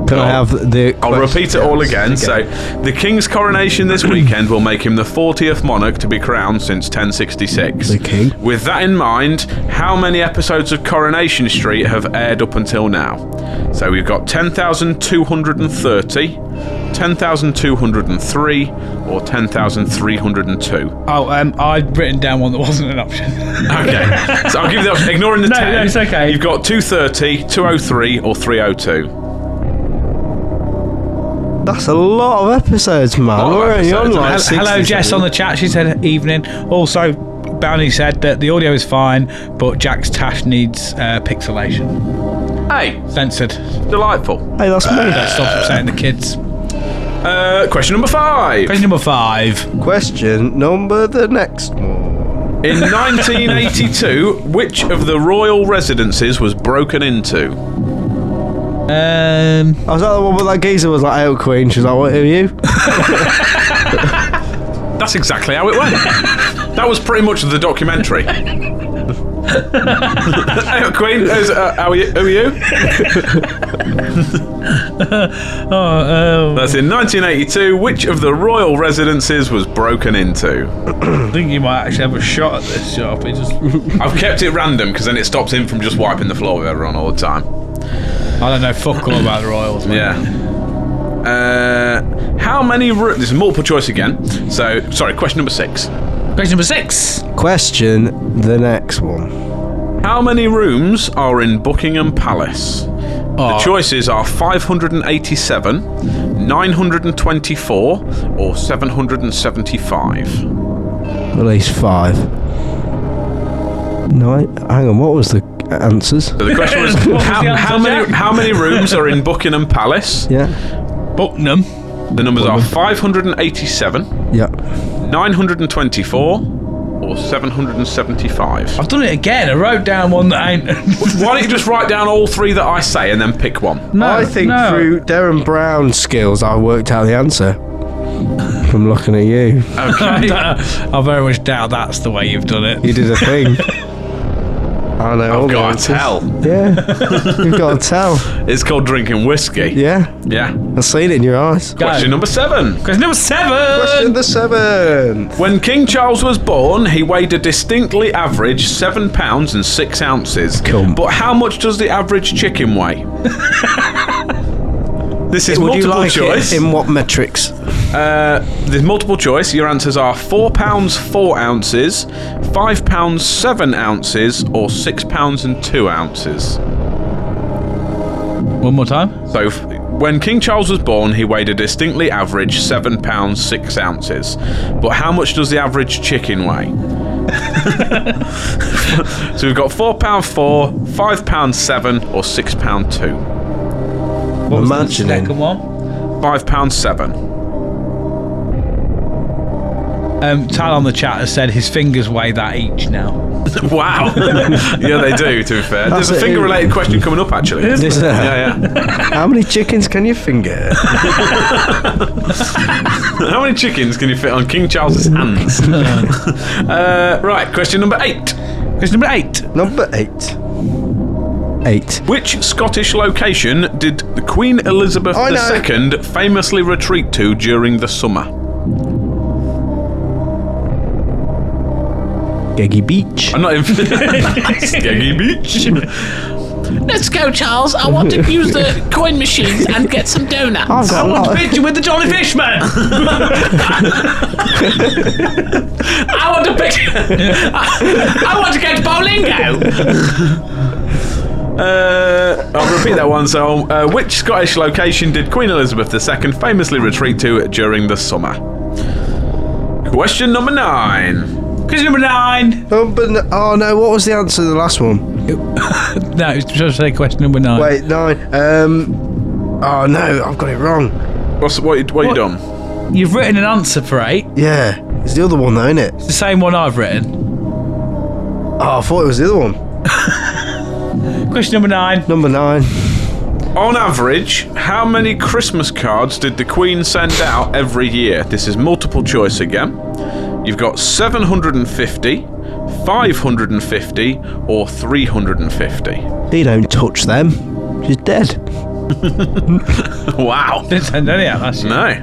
Can I have the?
I'll
question-
repeat it all again. So, the king's coronation this weekend will make him the 40th monarch to be crowned since 1066.
The king.
With that in mind, how many episodes of Coronation Street have aired up until now? So, we've got 10,230, 10,203 or 10,302.
Oh, um, I'd written down one that wasn't an option.
Okay. so I'll give you the option. Ignoring the
No,
10.
no, it's okay.
You've got 230, 203 or 302.
That's a lot of episodes, man.
Lot of
We're only on
episodes.
like
Hel-
60
Hello, Jess on
something.
the chat. She said evening. Also, Bounty said that the audio is fine, but Jack's Tash needs uh, pixelation.
Hey,
Censored.
delightful.
Hey, that's me.
That stops upsetting the kids.
Uh, question number five.
Question number five.
Question number the next one.
In 1982, which of the royal residences was broken into?
Um,
I was that the one where that geezer was like, "Oh, Queen." She was like, "What are you?"
That's exactly how it went. that was pretty much the documentary. hey, Queen, how's- uh, how are you? Who are you?
oh,
That's in 1982. Which of the royal residences was broken into?
uh, I think you might actually have a shot at this job. It just,
I've kept it random because then it stops him from just wiping the floor with everyone all the time.
I don't know fuck all about the Royals. Man.
Yeah. Uh, how many? Ro- this is multiple choice again. So, sorry. Question number six.
Question number six.
Question the next one.
How many rooms are in Buckingham Palace? The choices are 587, 924, or 775.
At least five. No, I- hang on. What was the answers?
So the question was, how,
the
how
answer,
many
Jack?
how many rooms are in Buckingham Palace?
Yeah.
Buckingham.
The numbers are 587,
Yeah.
924, or 775.
I've done it again. I wrote down one that ain't.
Why don't you just write down all three that I say and then pick one?
no,
I think
no.
through Darren Brown's skills, I worked out the answer from looking at you.
Okay.
I very much doubt that's the way you've done it.
You did a thing. I know. all
I've
the
got to
answers.
tell.
Yeah. You've got to tell.
It's called drinking whiskey.
Yeah.
Yeah.
I've seen it in your eyes.
Go.
Question number seven.
Question number
Question
seven.
the seventh.
When King Charles was born, he weighed a distinctly average seven pounds and six ounces.
Come.
But how much does the average chicken weigh? this is
Would you
multiple
like
choice.
it in what metrics?
Uh, there's multiple choice. Your answers are four pounds four ounces, five pounds seven ounces, or six pounds and two ounces.
One more time.
So, f- when King Charles was born, he weighed a distinctly average seven pounds six ounces. But how much does the average chicken weigh? so we've got four pound four, five pound seven, or six pound two.
What was the
Imagining.
second one?
Five pound seven.
Um, Tal on the chat has said his fingers weigh that each now.
wow. yeah, they do. To be fair, there's
That's
a
it.
finger-related question coming up actually.
Is there?
Yeah, yeah.
How many chickens can you finger?
How many chickens can you fit on King Charles's hands? uh, right, question number eight.
Question number eight.
Number eight. Eight.
Which Scottish location did the Queen Elizabeth
I know.
II famously retreat to during the summer?
Geggy Beach.
I'm not even. Skeggy Beach.
Let's go, Charles. I want to use the coin machines and get some donuts.
Oh.
I've got a lot of-
Picture with the Jolly Fish man.
I want to pick. I, I want to go to Bowlingo.
Uh, I'll repeat that one. So, uh, which Scottish location did Queen Elizabeth II famously retreat to during the summer? Question number nine.
Question number nine.
Number n- oh no, what was the answer to the last one?
No, it's just say question number nine.
Wait, nine. Um, oh no, I've got it wrong.
What's, what, you- what, you done?
You've written an answer for eight.
Yeah, it's the other one though, isn't it?
The same one I've written.
Oh, I thought it was the other one.
Question number nine.
Number nine.
On average, how many Christmas cards did the Queen send out every year? This is multiple choice again. You've got 750, 550, or 350.
They don't touch them. She's dead.
Wow.
Didn't send any out last year.
No.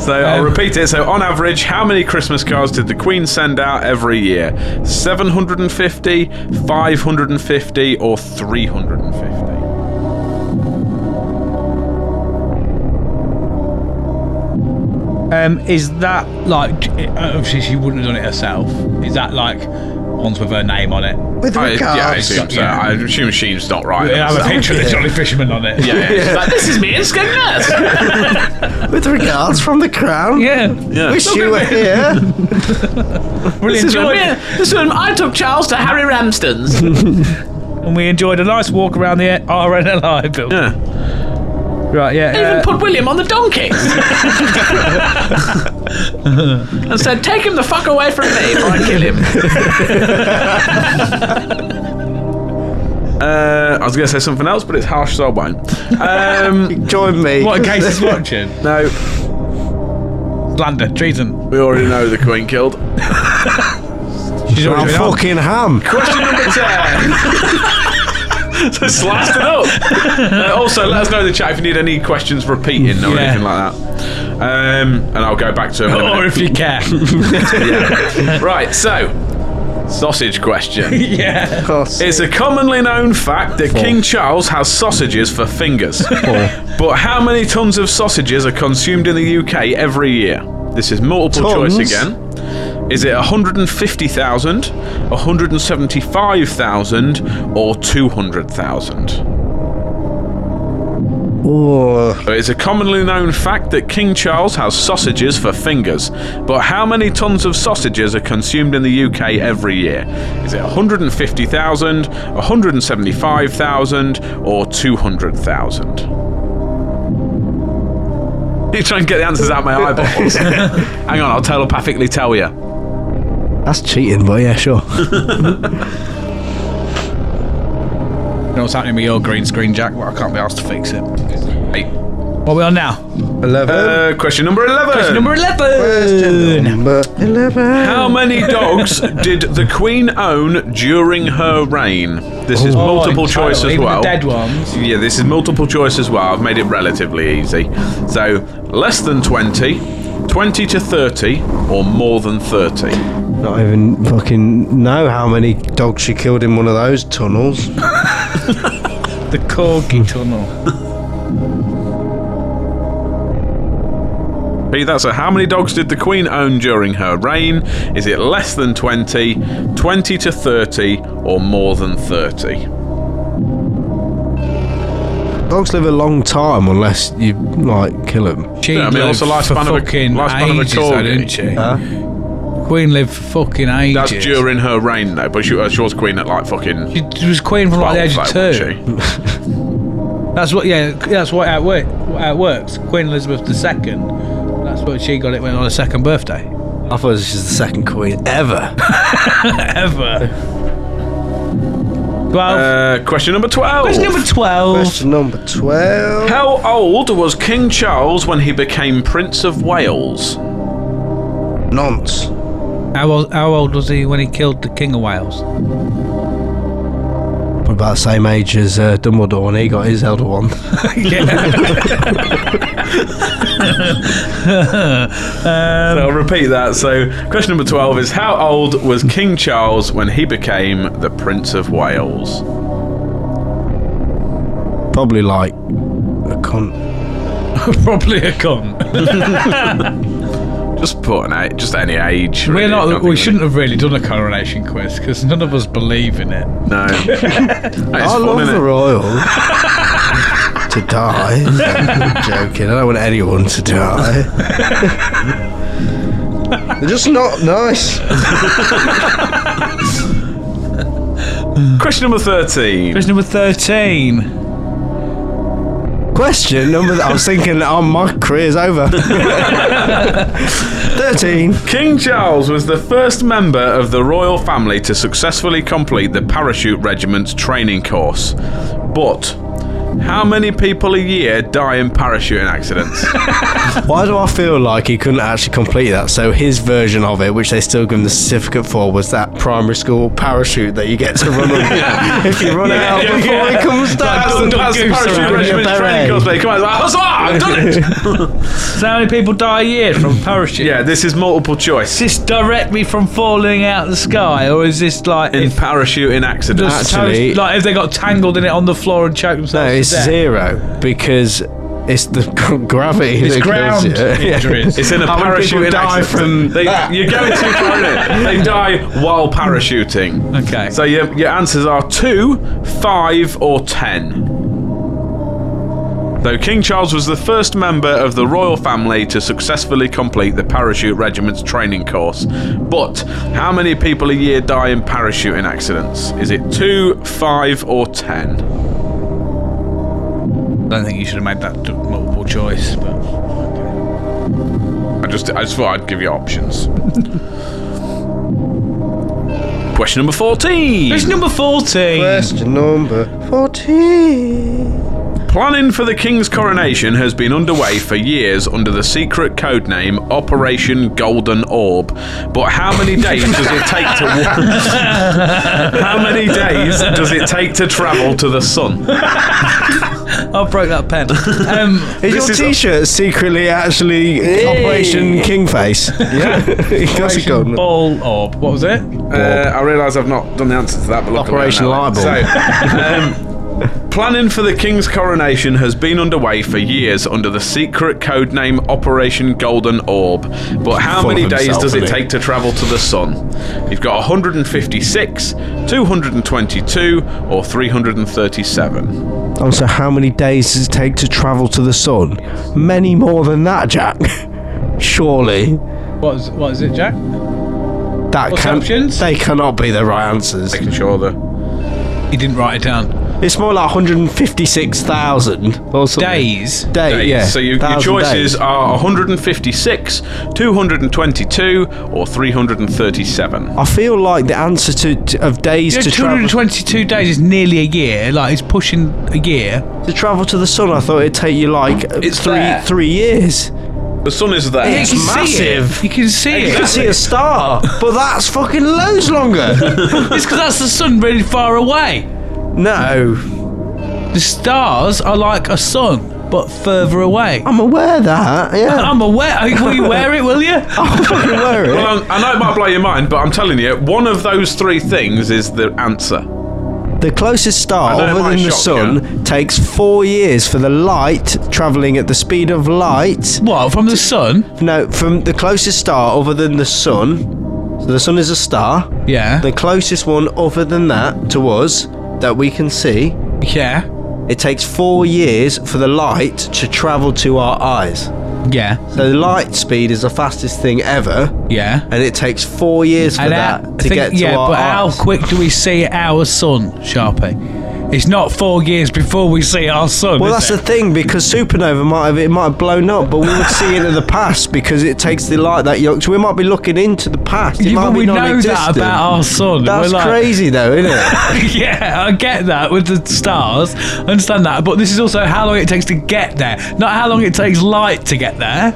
So I'll
Um,
repeat it. So, on average, how many Christmas cards did the Queen send out every year? 750, 550, or 350?
Um, is that like d- obviously she wouldn't have done it herself? Is that like ones with her name on it?
With
I, yeah, I
regards,
assume so.
Yeah.
I assume she's not right.
They have a
So-
picture of the Jolly Fisherman on it.
yeah, yeah.
Like, this is me and Skin Nuts.
with regards from the crown.
yeah.
yeah.
Wish you were here.
Really
This is, when
enjoyed
me
it.
and- this is when I took Charles to Harry Ramsden's.
And we enjoyed a nice walk around the RNLI building.
Yeah.
Right, yeah.
even
uh,
put William on the donkey. and said, take him the fuck away from me or I kill him.
Uh, I was going to say something else, but it's harsh, so I won't. Um,
Join me.
what case is watching?
no,
Slander, treason.
we already know the Queen killed.
She's
I'm
already been on.
fucking ham.
Question number 10. so sliced it up. Uh, also, let us know in the chat if you need any questions repeating or
Yeah.
anything like that. Um, and I'll go back to
Or if you care.
it. Right, so, sausage question.
yeah.
It's a commonly known fact that King Charles has sausages for fingers. But how many tons of sausages are consumed in the UK every year? This is multiple choice
Tons?
again. Is it 150,000, 175,000, or 200,000?
Oh,
It's a commonly known fact that King Charles has sausages for fingers, but how many tons of sausages are consumed in the UK every year? Is it 150,000, 175,000, or 200,000? You try and get the answers out of my eyeballs. Hang on, I'll telepathically tell you.
that's cheating, but yeah, sure.
You know what's happening with your green screen, Jack? Well, I can't be asked to fix it.
Eight.
What are we on now?
Eleven.
Uh, question number 11.
Number 11!
Number eleven.
How many dogs did the Queen own during her reign? This is multiple choice as
Oh, Even
well.
The dead ones.
Yeah, this is multiple choice as well. I've made it relatively easy. So, less than 20, 20 to 30, or more than 30.
Not even fucking know how many dogs she killed in one of those tunnels.
The
Hmm.
Corgi Tunnel.
Pete, that's a how many dogs did the Queen own during her reign? Is it less than 20, 20 to 30, or more than 30?
Dogs live a long time unless you like kill them.
She
Yeah, I mean,
lived
what's
for
the lifespan of a-
fucking
lifespan of a
ages, though,
corgi?
didn't she? Queen lived for fucking ages.
That's during her reign, though, but she, uh, she was Queen at like fucking.
She was queen from like the age
12,
of
though, wasn't
two.
she?
That's what, yeah, that's what at work, at works. Queen Elizabeth II. That's what she got it when on her second birthday.
I thought this is the second queen ever.
Ever. 12.
Uh, question number 12.
Question number 12.
Question number twelve.
How old was King Charles when he became Prince of Wales?
Nonce.
How, old, how old was he when he killed the King of Wales?
Probably about the same age as uh, Dumbledore when he got his elder one.
And I'll repeat that. So, question number 12 is How old was King Charles when he became the Prince of Wales?
Probably like a cunt.
Probably a cunt.
Just put an age, just any age.
We're
really. I
not.
don't
We
think
shouldn't have really done a coronation quiz because none of us believe in it.
No. It's
I
fun,
love
innit?
the royal. to die. I'm joking. I don't want anyone to die. They're just not nice.
Question number 13.
Question number thirteen.
Question number. I was thinking, oh, my career's over. 13.
King Charles was the first member of the royal family to successfully complete the parachute regiment's training course. But how many people a year die in parachuting accidents?
Why do I feel like he couldn't actually complete that? So his version of it, which they still give him the certificate for, was that primary school parachute that you get to run on if you run it out before it comes
that's the,
down.
that's the parachute regiment's training course. They come out like, "Huzzah, I've done it!"
So how many people die a year from parachute?
Yeah, this is multiple choice.
Is this directly from falling out of the sky, or is this like
In
if
parachuting accidents.
just
Actually-
like if they got tangled in it on the floor and choked
No,
themselves?
it's
to death?
zero because It's the g- gravity.
It's
that kills
ground
you. Yeah.
injuries.
It's in a
How would people
parachuting
die
accident.
from
they,
that?
You're going too far in it. They die while parachuting.
Okay.
So your, your answers are two, five, or ten. Though King Charles was the first member of the royal family to successfully complete the parachute regiment's training course, but how many people a year die in parachuting accidents? Is it two, five, or ten?
I don't think you should have made that d- multiple choice. But
I just, I just thought I'd give you options. Question number 14.
it's number fourteen.
Question number 14.
Planning for the King's coronation has been underway for years under the secret code name Operation Golden Orb. But how many days does it take to How many days does it take to travel to the sun?
I broke that pen. Um,
Is your
is-
t-shirt secretly actually Operation Kingface? Yeah. Operation
ball orb. What was it?
Uh, I realise I've not done the answer to that, but look
Operation
Libel. So, um, planning for the King's coronation has been underway for years under the secret code name Operation Golden Orb. But how
Full of
many days
himself,
does it
isn't he?
take to travel to the sun? You've got 156, 222, or 337.
Oh, so how many days does it take to travel to the sun? Many more than that, Jack. Surely.
What is, what is it, Jack?
That
What's
can,
options?
They cannot be the right answers.
Making sure that
He didn't write it down.
It's more like 156,000 or something.
Days.
Day,
days.
yeah.
so you, your
Thousand
choices
days.
are 156, 222, or 337.
I feel like the answer to, to of days
Yeah,
to travel
222 days is nearly a year. Like it's pushing a year.
to travel to the sun. I thought it'd take you like
It's
three
there.
three years.
The sun is there.
you can
massive.
See it. You can see
You
it.
can see a star,
Oh.
but that's fucking loads longer.
It's because that's the sun really far away.
no,
The stars are like a sun, but further away.
I'm aware of that. Yeah,
I'm aware. I- Will you wear it? Will you?
I'm fucking aware of it.
Well, I I know it might blow your mind, but I'm telling you, one of those three things is the answer.
The closest star
know it
other
might
than the
shock you.
sun takes four years for the light traveling at the speed of light.
What from the sun?
No, from the closest star other than the sun. So the sun is a star.
Yeah.
The closest one other than that to us that we can see.
yeah.
It takes four years for the light to travel to our eyes.
Yeah.
So light speed is the fastest thing ever,
Yeah.
and it takes four years for that
I
to
think-
get to
yeah,
our
but
eyes.
how quick do we see our sun, Sharpie? It's not four years before we see our sun.
well,
is
that's
it?
the thing because supernova might have it might have blown up, but we would see into the past because it takes the light that young. So we might be looking into the past. It
Yeah,
might
but
be
we know that
non-existent.
about our sun.
That's
We're like,
crazy, though, isn't it?
yeah, I get that with the stars. I understand that. But this is also how long it takes to get there, not how long it takes light to get there.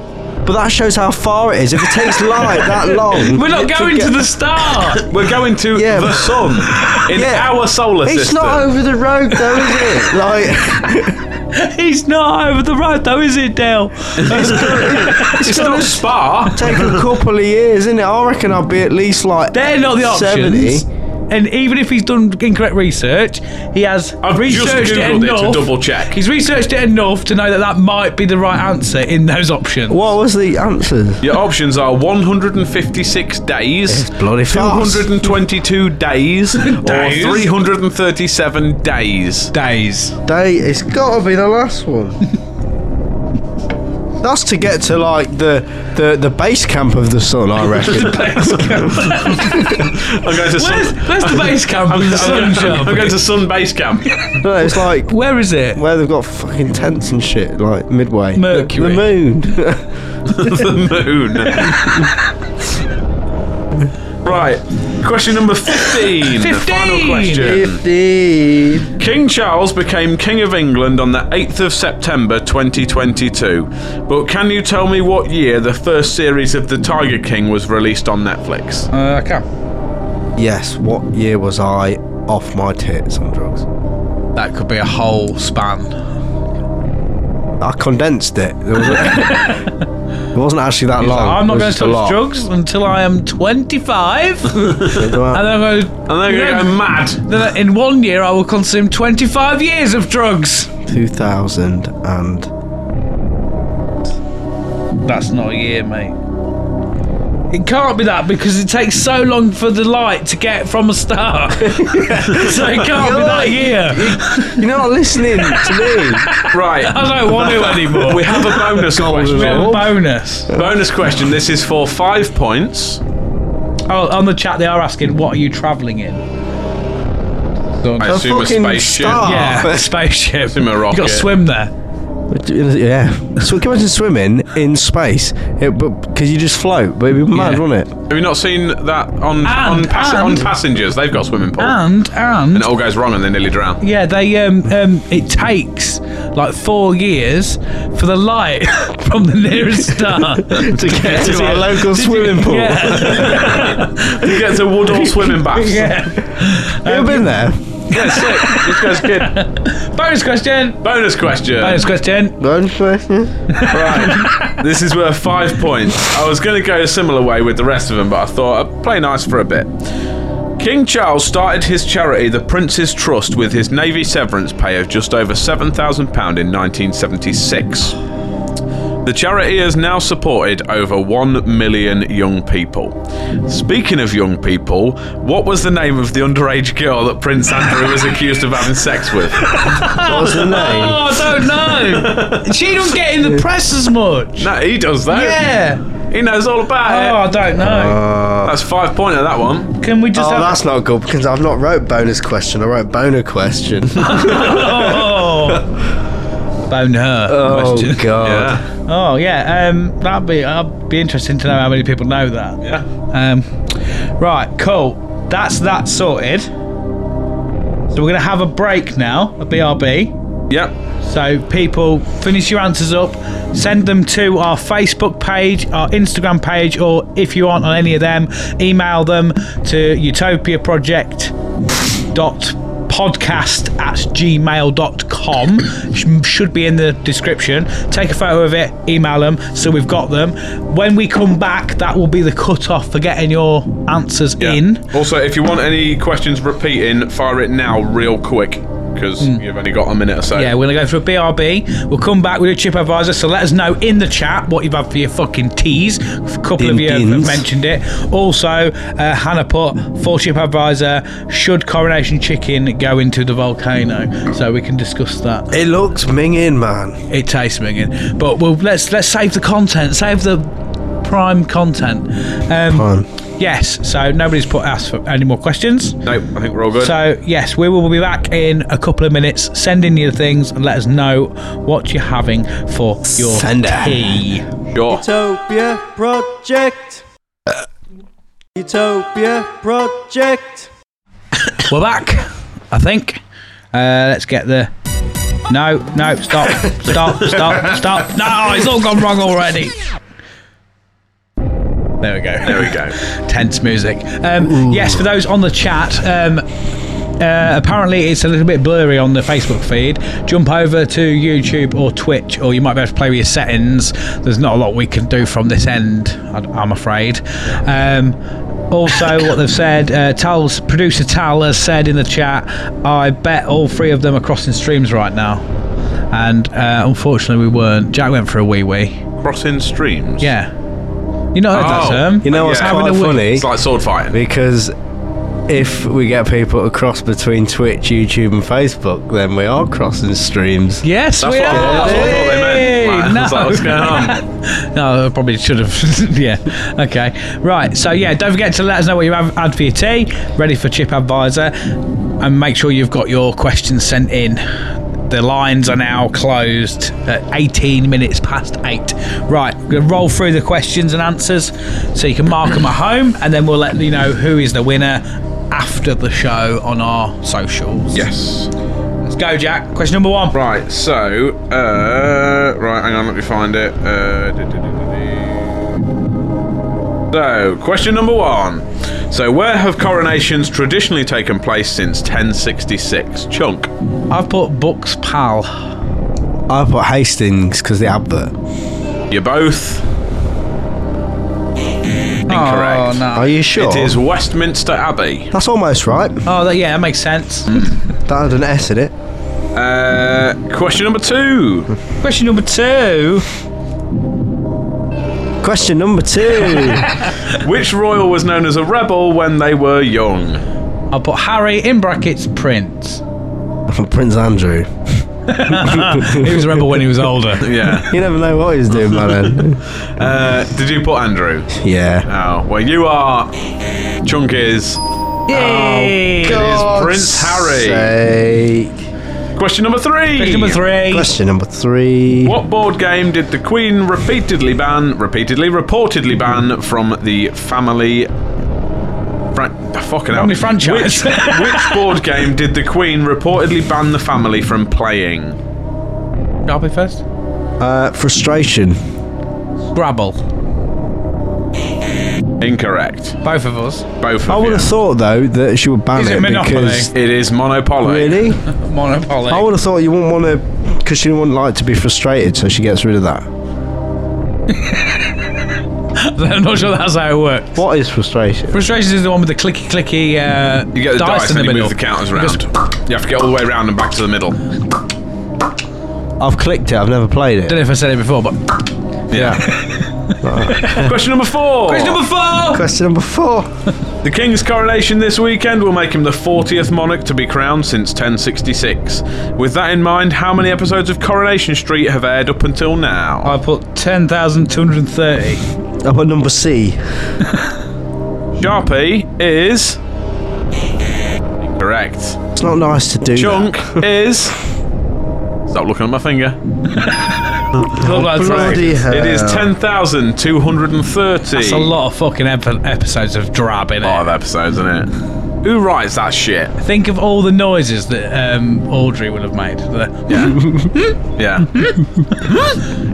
but that shows how far it is. If it takes light that long,
We're not going to the star.
We're going to
Yeah,
the
but-
sun in
Yeah.
our solar
It's
system.
not over the road, though, is it? Like
He's not over the road though, is it, Dale?
It's not spa.
take a couple of years, isn't it? I reckon I'll be at least like
They're not the options.
70.
And even if he's done incorrect research, he has
I've just
researched it
googled it,
enough.
to double check.
He's researched it enough to know that that might be the right answer in those options.
What was the answer?
Your options are 156 days,
bloody fast.
222 days, or 337 days.
Days.
Day, it's gotta be the last one. That's to get to like the, the the base camp of the sun, I reckon.
I'm going to
Where's,
sun.
where's the base camp?
I'm,
with the
I'm-
sun
I'm going to sun base camp.
no, it's like
Where is it?
where they've got fucking tents and shit, like midway.
Mercury.
The moon.
the moon. right. Question number 15. the Final
15.
question.
Fifteen.
King Charles became King of England on the 8th of September 2022. But can you tell me what year the first series of The Tiger King was released on Netflix?
Uh, I can't.
Yes, what year was I off my tits on drugs?
That could be a whole span.
I condensed it. There was a- it wasn't actually that long.
I'm not
It
going
was
to
just a lot.
touch drugs until I am 25. and
Well,
then I'm going to.
And they're going to go mad.
Then in one year, I will consume 25 years of drugs.
2000 and
That's not a year, mate. It can't be that because it takes so long for the light to get from a star. so it can't be that year.
You're not listening to me.
Right.
I don't want to anymore.
We have a bonus question.
Bonus.
Bonus question. This is for five points.
Oh, on the chat they are asking, what are you travelling in? So,
I assume a
fucking
spaceship.
star.
yeah, spaceship.
Assume a
You got
rocket.
to swim there.
uh, Yeah. So can you imagine swimming in space? Because you just float, but it'd be mad,
Yeah.
wouldn't it?
Have you not seen that on on,
And-
pass- on
and-
passengers? They've got swimming pools.
And and
and it all goes wrong and they nearly drown.
yeah, they um um it takes like four years for the light from the nearest star to
To get to our local swimming pool.
Yeah,
You get to Woodall swimming baths.
yeah.
You ever been there?
Yeah, sick. This guy's good.
Bonus question.
Bonus question.
Bonus question.
Right. this is worth five points. I was going to go a similar way with the rest of them, but I thought I'd play nice for a bit. King Charles started his charity, the Prince's Trust, with his Navy severance pay of just over £7,000 in 1976. The charity has now supported over 1 million young people. Speaking of young people, what was the name of the underage girl that Prince Andrew was accused of having sex with?
What was the name?
Oh, I don't know. she don't get in the press as much.
No, he does though.
Yeah.
He knows all
Oh,
about
I don't know.
it. That's five point at that one.
Can we just
Oh,
have?
that's not good because I've not wrote bonus question. I wrote boner question.
Oh. Bone her.
oh
question.
god.
Yeah.
Oh yeah, um, that'd be that'd be interesting to know how many people know that. Um, right, cool. That's that sorted. So we're gonna have a break now, a BRB.
Yep.
So people, finish your answers up. Send them to our Facebook page, our Instagram page, or if you aren't on any of them, email them to utopiaproject.podcast at gmail.com Sh- should be in the description take a photo of it email them so we've got them when we come back that will be the cutoff for getting your answers
Yeah.
in
Also, if you want any questions repeating, fire it now, real quick, because you've only got a minute or so.
Hmm. Yeah, we're gonna go for a BRB. We'll come back with a chip advisor. So let us know in the chat what you've had for your fucking teas. A couple of you have- have
Dindins.
mentioned it. Also, uh, Hannah put for chip advisor: should coronation chicken go into the volcano? So we can discuss that.
It looks minging, man.
It tastes minging, but we'll let's let's save the content. Save the prime content. Um,
Fun.
Yes. So nobody's put asked for any more questions.
Nope, I think we're all good.
So yes, we will be back in a couple of minutes. Send in your things and let us know what you're having for your
Sender.
tea.
sure.
Utopia Project. Utopia Project.
We're back, I think. Uh, let's get the. No, no, stop, stop, stop, stop. No, it's all gone wrong already. There we go.
There we go.
tense music. Um, yes, for those on the chat, um, uh, apparently it's a little bit blurry on the Facebook feed. Jump over to YouTube or Twitch, or you might be able to play with your settings. There's not a lot we can do from this end, I- I'm afraid. Um, also, what they've said, uh, Tal's producer Tal has said in the chat, I bet all three of them are crossing streams right now. And uh, unfortunately, we weren't. Jack went for a wee wee.
Crossing streams.
Yeah. You know that
Oh,
term?
You know what's
Yeah.
quite
Having a wee-
funny?
It's like sword fighting.
Because if we get people to cross between Twitch, YouTube, and Facebook, then we are crossing streams.
Yes,
That's
we
what I
are.
thought- that's what I thought they meant.
Hey,
Like, I was like, what's going
no. no, I probably should have. yeah. Okay. Right. So yeah, don't forget to let us know what you have had for your tea. Ready for Chip Advisor, and make sure you've got your questions sent in. The lines are now closed at 18 minutes past eight. Right, we're gonna roll through the questions and answers so you can mark them at home, and then we'll let you know who is the winner after the show on our socials.
Yes.
Let's go, Jack. Question number one.
Right, so, uh, right, hang on, let me find it. Uh, do, do, do, do, do. so, question number one. So, where have coronations traditionally taken place since 1066? Chunk.
I've put Bucks Pal.
I put Hastings because the advert.
You're both incorrect.
Oh, no.
Are you sure?
It is Westminster Abbey.
That's almost right.
Oh, that, yeah, that makes sense.
That had an S in it.
Uh, question number two.
Question number two.
Question number two.
Which royal was known as a rebel when they were young?
I'll put Harry in brackets Prince.
Prince Andrew.
He was a rebel when he was older.
Yeah.
You never know what he's doing, by then.
Uh, did you put Andrew?
Yeah.
Oh, well, you are. Chunk is.
Yay!
It is Prince Harry.
Sake.
Question number three.
Question number three.
Question number three.
What board game did the Queen repeatedly ban, repeatedly, reportedly ban from the family? Fran- fucking hell.
Family franchise.
Which, which board game did the Queen reportedly ban the family from playing?
I'll be first.
Uh, frustration.
Grabble.
Incorrect.
Both of us.
Both of
I would
you.
have thought though that she would ban
Is it
it,
Monopoly?
because
It is Monopoly.
really,
Monopoly.
I would have thought you wouldn't want to because she wouldn't like to be frustrated, so she gets rid of that.
I'm not sure that's how it works.
What is frustration?
Frustrations is the one with the clicky clicky uh,
You get the dice,
in the
and you
middle.
move the counters around. You have to get all the way around and back to the middle.
I've clicked it. I've never played
I don't
it.
know if I said it before, but
Yeah.
Question number four.
question number four.
Question number four.
The King's coronation this weekend will make him the 40th monarch to be crowned since 1066. With that in mind, how many episodes of Coronation Street have aired up until now?
I put ten thousand two hundred thirty.
I put Oh, number C.
Sharpie is. Correct.
It's not nice to do. that.
Chunk is. Stop looking at my finger.
That's
Bloody hell.
It is 10,230.
It's a lot of fucking ep- episodes of drab in it.
lot of episodes, isn't it? Who writes that shit?
Think of all the noises that um, Audrey would have made. The,
Yeah.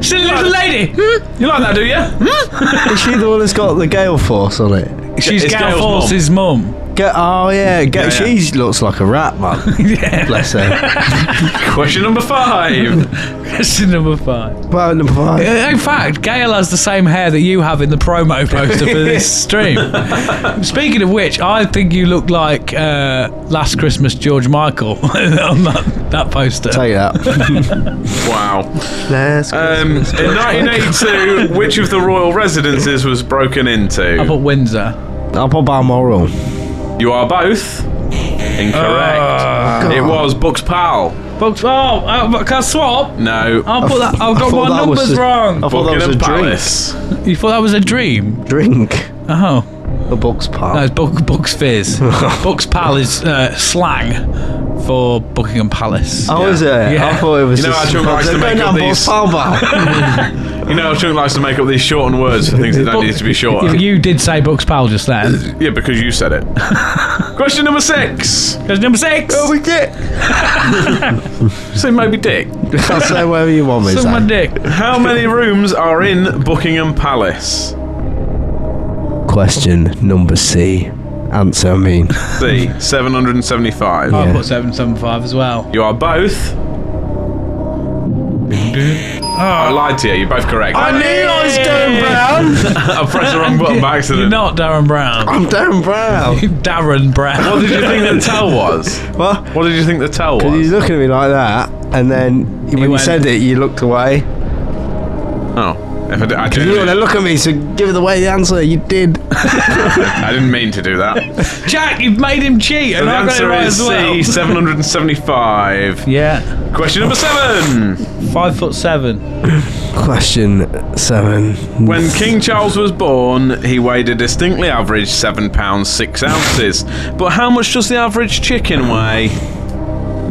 She's a little lady.
you like that, do you?
Is she the one that's got the gale force on it?
She's
It's
Gail
Gail's
Force's mum.
Get, oh yeah, get,
Yeah, yeah.
she looks like a rat, man.
Yeah.
Bless her.
Question number five.
Question number five.
Well, number five.
Uh, In fact, Gail has the same hair that you have in the promo poster for this stream. Speaking of which, I think you look like uh, Last Christmas George Michael on that, that poster.
Take that.
Wow.
Let's go.
Um, in 1982, which of the royal residences was broken
I
into?
put Windsor.
I'll put Balmoral.
You are both incorrect.
Oh,
it was Bucks Pal.
Bugs, oh, uh, can I swap?
No.
I'll put that. I've
I
got
thought
my
that was
numbers
a- Oh.
wrong.
I thought that was a
Buckingham
drink.
Palace.
You thought that was a dream?
Drink.
Oh. uh,
A box
No,
part.
it's Buck, Bucks Fizz. Bucks Pal is uh, slang for Buckingham Palace.
Oh, is it?
Yeah.
I thought it was.
You know
just,
how Jim likes to
Don't
make
know,
up
box
these-
pal bar.
You know, Chunk likes to make up these shortened words for things that don't need to be short.
You did say Bucks Pal just then.
Oh, Uh, Yeah, because you said it. Question number six. Oh,
Question number six.
we did.
Say maybe Dick.
I'll say wherever you want me.
Suck my
Zach.
dick.
How many rooms are in Buckingham Palace?
Question number C. Answer. I mean,
C. 775.
I put seven seven five as well.
You are both. I lied to you. You're both correct. I
knew I was going brown.
I pressed the wrong button by
You're
accident.
not Darren Brown.
I'm down brown.
Darren Brown.
What did you think the tell was?
What?
What did you think the tell
Because
was?
he's looking at me like that, and then when you
went-
said it, you looked away.
Oh, if I, did, I,
You
didn't,
want to look at me, so give it away the answer. You did.
I didn't mean to do that.
Jack, you've made him cheat,
So
and
the
I got it
answer
right
is
as well.
C, 775.
Yeah,
Question number seven.
five foot seven.
Question seven.
When King Charles was born, he weighed a distinctly average seven pounds six ounces. But how much does the average chicken weigh?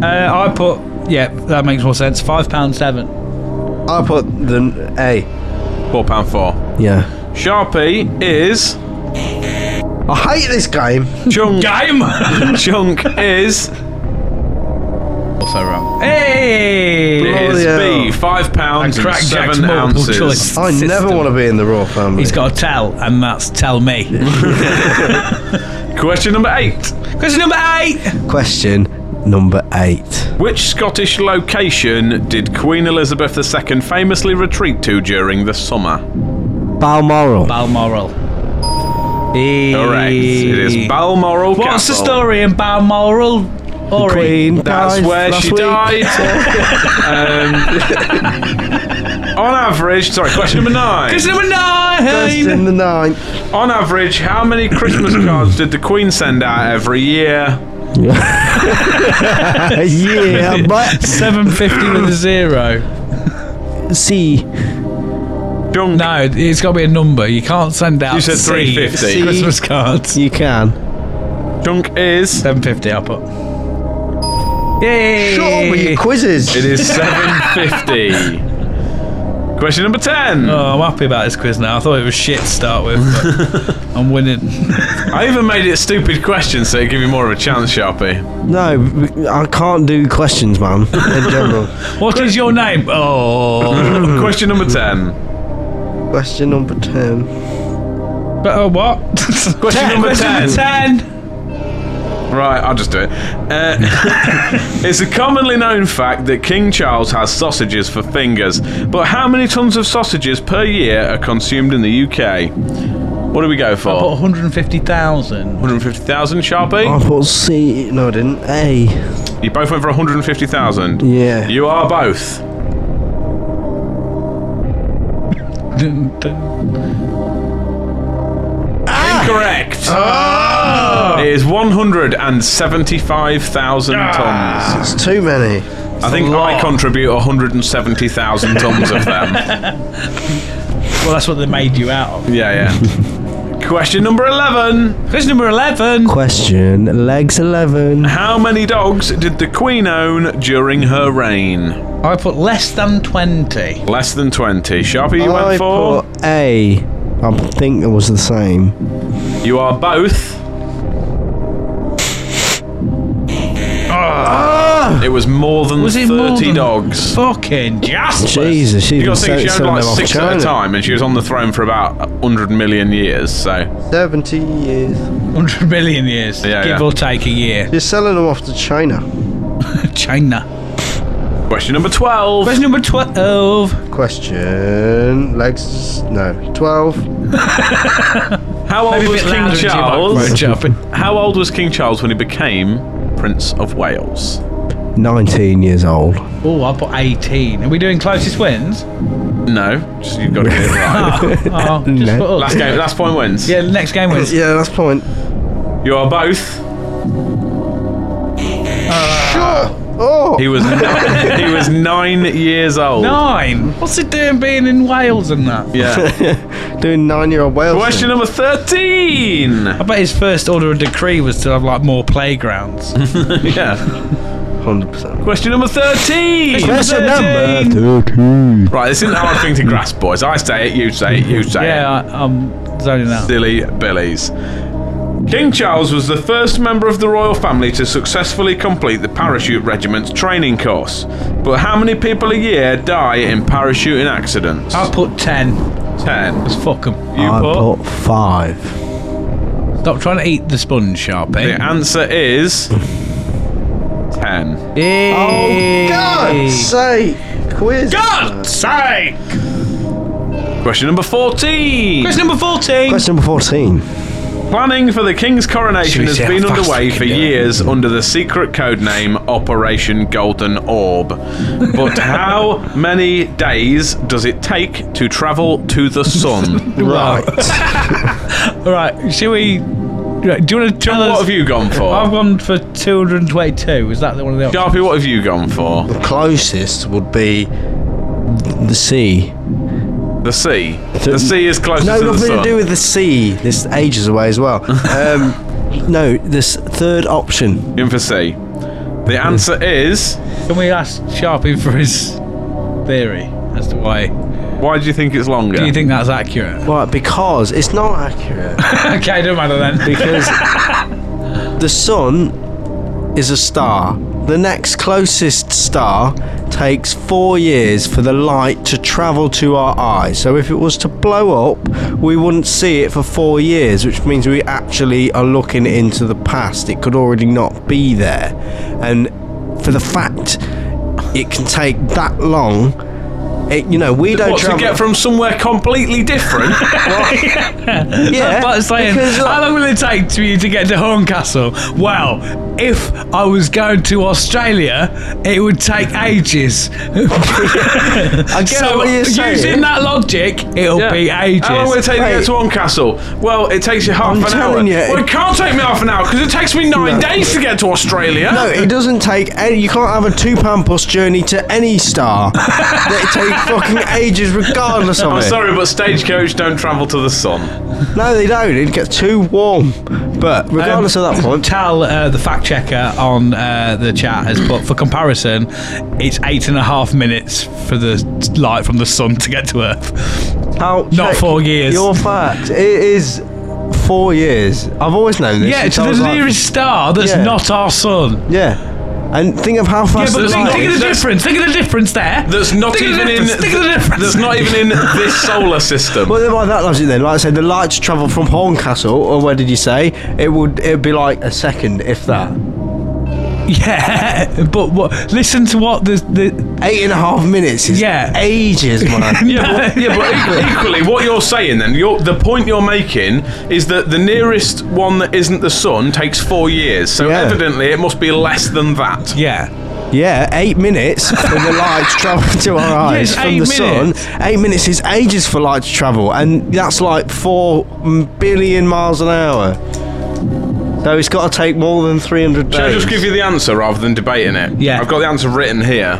Uh, I put. Yeah, that makes more sense. Five pound seven.
I put the A.
Four pound four.
Yeah.
Sharpie is
I hate this game.
chunk.
Game.
chunk is
also wrong. Hey.
it is
Bloody
B.
hell.
Five pounds
And
and,
crack Jack's
seven
multiple
ounces.
choice.
I
System.
never want to be in the Raw family.
He's got to tell, and that's tell me.
Question number eight.
Question number eight.
Question number eight.
Which Scottish location did Queen Elizabeth II famously retreat to during the summer?
Balmoral.
Balmoral.
Correct. It is Balmoral
What's the
Castle.
story in Balmoral? Ori.
Queen.
That's
died
where
last
she
week.
died. um, on average, sorry, question number nine.
It's number nine.
First in the ninth.
On average, how many Christmas cards did the Queen send out every year?
yeah, but
750 with a zero.
C.
Junk.
No, it's got to be a number. You can't send out
You said
C-
350.
Christmas cards.
You can.
Junk is.
750, I'll put. Yay!
Sure, with your quizzes.
It is 750. Question number 10.
Oh, I'm happy about this quiz now. I thought it was shit to start with, but I'm winning.
I even made it a stupid question so it give you more of a chance, Sharpie.
No, I can't do questions, man. In general.
What is your name? Oh.
question number 10.
Question number 10.
But, oh, what?
Question number
Question
10.
number 10.
Right, I'll just do it. Uh, it's a commonly known fact that King Charles has sausages for fingers, but how many tons of sausages per year are consumed in the UK? What do we go
I put
for?
150,000.
150,000, Sharpie?
I put C. No, I didn't. A.
You both went for 150,000.
Yeah.
You are both. Incorrect. It is 175,000 tons.
That's too many.
I think I contribute 170,000 tons of them.
Well, that's what they made you out of.
Yeah, yeah. Question number 11.
Question number 11.
Question legs 11.
How many dogs did the Queen own during her reign?
I put less than 20.
Less than 20. Sharpie, you
I
went for?
put A. I think it was the same.
You are both. It was more than
Ah! Was it
30
more than-
dogs.
Fucking Jasper.
Jesus, she
You
even
gotta think
sent
she
some
owned
of
like
them off
six at a
China.
time, and she was on the throne for about 100 million years, so.
70 years.
100 million years.
Yeah,
give
yeah.
or take a year.
You're selling them off to China.
China.
Question number 12.
Question number 12.
Question legs. No. 12.
How old was King Charles?
Charles.
How old was King Charles when he became Prince of Wales?
19 years old.
Oh, I put 18. Are we doing closest wins?
No, just you've got to get it right.
Oh, just
No.
put us.
last game, last point wins.
Yeah, next game wins.
Yeah, that's point.
You are both.
Oh!
He was nine, he was nine years old.
Nine. What's it doing being in Wales and that?
Yeah.
Doing nine year old Wales.
Question number 13.
I bet his first order of decree was to have like more playgrounds.
Yeah.
100%.
Question number 13.
Question number
13.
Right, this isn't a hard thing to grasp, boys. I say it, you say it, you say it.
Yeah, I, I'm zoning out.
Silly Billies. King Charles was the first member of the royal family to successfully complete the parachute regiment's training course. But how many people a year die in parachuting accidents?
I put 10.
Ten.
Fuck 'em.
You
I
put.
put five.
Stop trying to eat the sponge, Sharpie.
The answer is ten. Oh,
Oh,
Yay.
sake! Quiz.
God's sake!
Question number fourteen.
Question number 14.
Question number 14.
Planning for the King's coronation
we
has
see how
been
fast
underway
we
for
can do it?
years under the secret codename Operation Golden Orb. But how many days does it take to travel to the sun?
Right.
All right, shall we? Right, do you want to tell
John,
us?
what have you gone
I've
for?
gone for 222. Is that the one of the options?
Sharpie, what have you gone for?
Closest would be the sea.
The sea. The sea is closest
No,
to the
nothing to
sun.
do with the sea. This ages away as well. Um, no, this third option.
In for sea. The answer is.
Can we ask Sharpie for his theory as to why?
Why do you think it's longer?
Do you think that's accurate?
Right, because it's not accurate.
okay, don't matter then.
Because the sun is a star. The next closest star takes four years for the light to travel to our eye. So if it was to blow up, we wouldn't see it for four years, which means we actually are looking into the past. It could already not be there. And for the fact it can take that long, It, you know, we don't
What, to
travel.
get from somewhere completely different?
yeah,
But saying,
because, like,
how long will it take to you to get to Horncastle? Well, if I was going to Australia, it would take ages.
I get
so
what you're
using
saying.
that logic, it'll
Yeah.
be ages.
How long will it take to
Wait.
get to Horncastle? Well, it takes you half
I'm
an hour.
telling you,
well,
it-
it can't take me half an hour because it takes me nine
No.
days to get to Australia.
No, it doesn't take. Any, you can't have a two pound plus journey to any star. it takes fucking ages, regardless of
I'm
it.
sorry, but stagecoach don't travel to the sun.
No, they don't. It gets too warm. But regardless of that point,
Tal, uh, the fact checker on uh, the chat, has put for comparison, it's eight and a half minutes for the light from the sun to get to Earth.
how
Not
check
four years.
Your fact. It is four years. I've always known this.
Yeah,
since
to
I
the
was like-
nearest star that's
Yeah.
not our sun.
yeah, and think of how fast.
Yeah, but
the
think,
light
think of
is.
the
That's-
difference. Think of the difference there.
That's not
Think of the
even in.
difference, Think of the difference.
That's not even in this solar system.
Well, then by that logic, then, like I said, the lights travel from Horncastle, or where did you say it would? It'd be like a second, if that.
Yeah, but what? Listen to what the the.
Eight and a half minutes is
Yeah.
ages, man.
Yeah, but,
Yeah, but e- equally, what you're saying then, you're, the point you're making is that the nearest one that isn't the sun takes four years. So
Yeah.
evidently, it must be less than that.
yeah.
Yeah, eight minutes for the light to travel to our eyes
Yes,
from
eight
the sun. Eight minutes is ages for light to travel, and that's like four billion miles an hour. So it's got to take more than 300 days.
Shall I just give you the answer rather than debating it?
Yeah.
I've got the answer written here.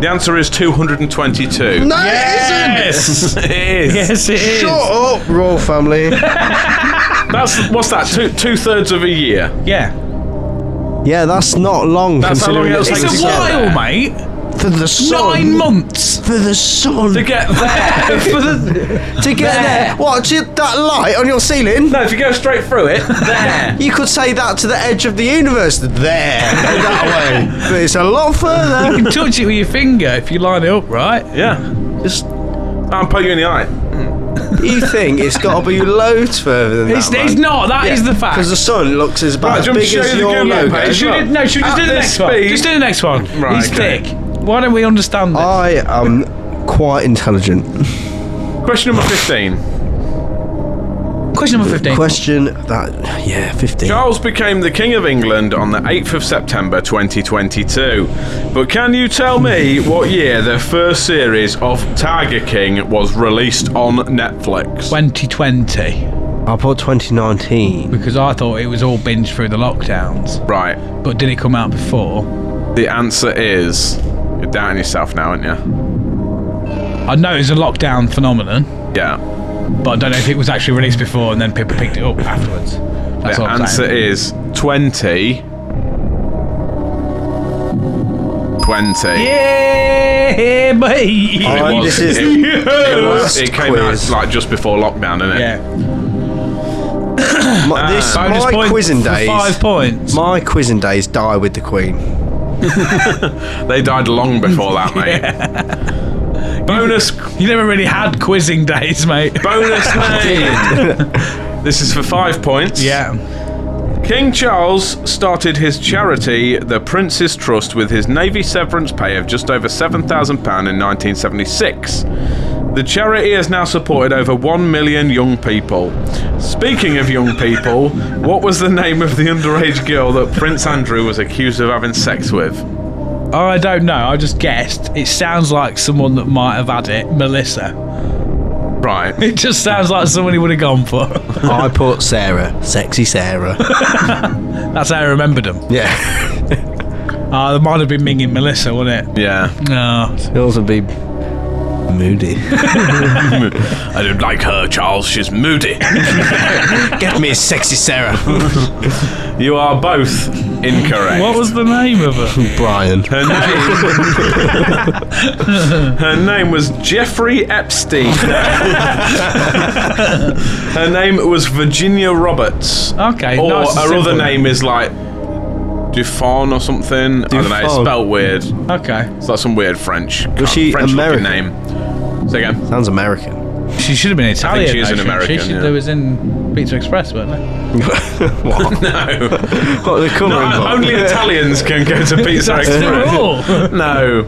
The answer is 222.
No, it isn't!
Yes,
It is.
yes, it is.
Shut up, royal family.
That's what's that? Two two thirds of a year.
Yeah,
yeah, that's not long.
That's how long
considering
it'll
it
take
takes
it's a
to get
while,
there.
mate.
for the sun.
Nine months
For the sun.
To get there.
for the.
to get there. What? ju- That light on your ceiling?
no, if you go straight through it, there.
You could say that to the edge of the universe. There. that way. But it's a lot further.
You can touch it with your finger if you line it up right.
Yeah.
Just
I'll put you in the eye.
You think it's got to be loads further than
It's,
that?
it's not. That is the
Because
fact.
the sun looks as bad
Right, do you want me
as
to
big as
show you the
your
Google
logo.
page?
Should we-
Right.
no, should we
At
do the
this
next one?
speed-
Just do the next one.
Right,
He's
okay.
thick. Why don't we understand this?
I am quite intelligent.
Question number 15.
Question number fifteen.
Question that, yeah, 15.
Charles became the King of England on the 8th of September 2022. But can you tell me what year the first series of Tiger King was released on Netflix?
2020
I put 2019.
because I thought it was all binged through the lockdowns,
Right.
but did it come out before?
The answer is. You're doubting yourself now, aren't you?
I know it was a lockdown phenomenon.
Yeah.
but I don't know if it was actually released before and then people picked it up afterwards. That's
the
all I'm
answer
saying.
is 20. 20.
Yeah, mate.
It
Oh,
was-
this is-
it- it was-
Last
it came
quiz.
out like just before lockdown, didn't it?
yeah.
My, this,
Bonus
my
point
quizzing
for
days.
Five points.
My quizzing days die with the Queen.
They died long before that, mate. Bonus
You never really had quizzing days, mate.
Bonus name. this is for five points.
Yeah.
King Charles started his charity, the Prince's Trust, with his Navy severance pay of just over £7,000 in 1976. The charity has now supported over 1 million young people. Speaking of young people, what was the name of the underage girl that Prince Andrew was accused of having sex with?
Oh, I don't know. I just guessed. It sounds like someone that might have had it, Melissa.
Right.
It just sounds like someone he would have gone for.
I put Sarah. Sexy Sarah.
That's how I remembered them.
yeah.
Uh, it might have been Ming and Melissa, wouldn't it? Ah.
Yeah.
No.
Yours would be moody.
I don't like her, Charles. She's moody.
Get me Sexy Sarah.
You are both incorrect.
What was the name of it?
Brian.
Her name. her name was Jeffrey Epstein. her name was Virginia Roberts.
Okay.
Or
nice and
her other
simple.
name is like Dufon or something. I don't know. It's
Dufon.
spelled weird.
Okay.
It's like some weird French.
Was she
French looking
American?
name. Say again.
Sounds American.
She should have been Italian.
she is
though,
an
shouldn't
American,
She, She-
yeah.
They was in Pizza Express, weren't they?
what?
No.
What, the colouring
No,
book?
only Italians can go to Pizza
That's the
Express.
rule.
No.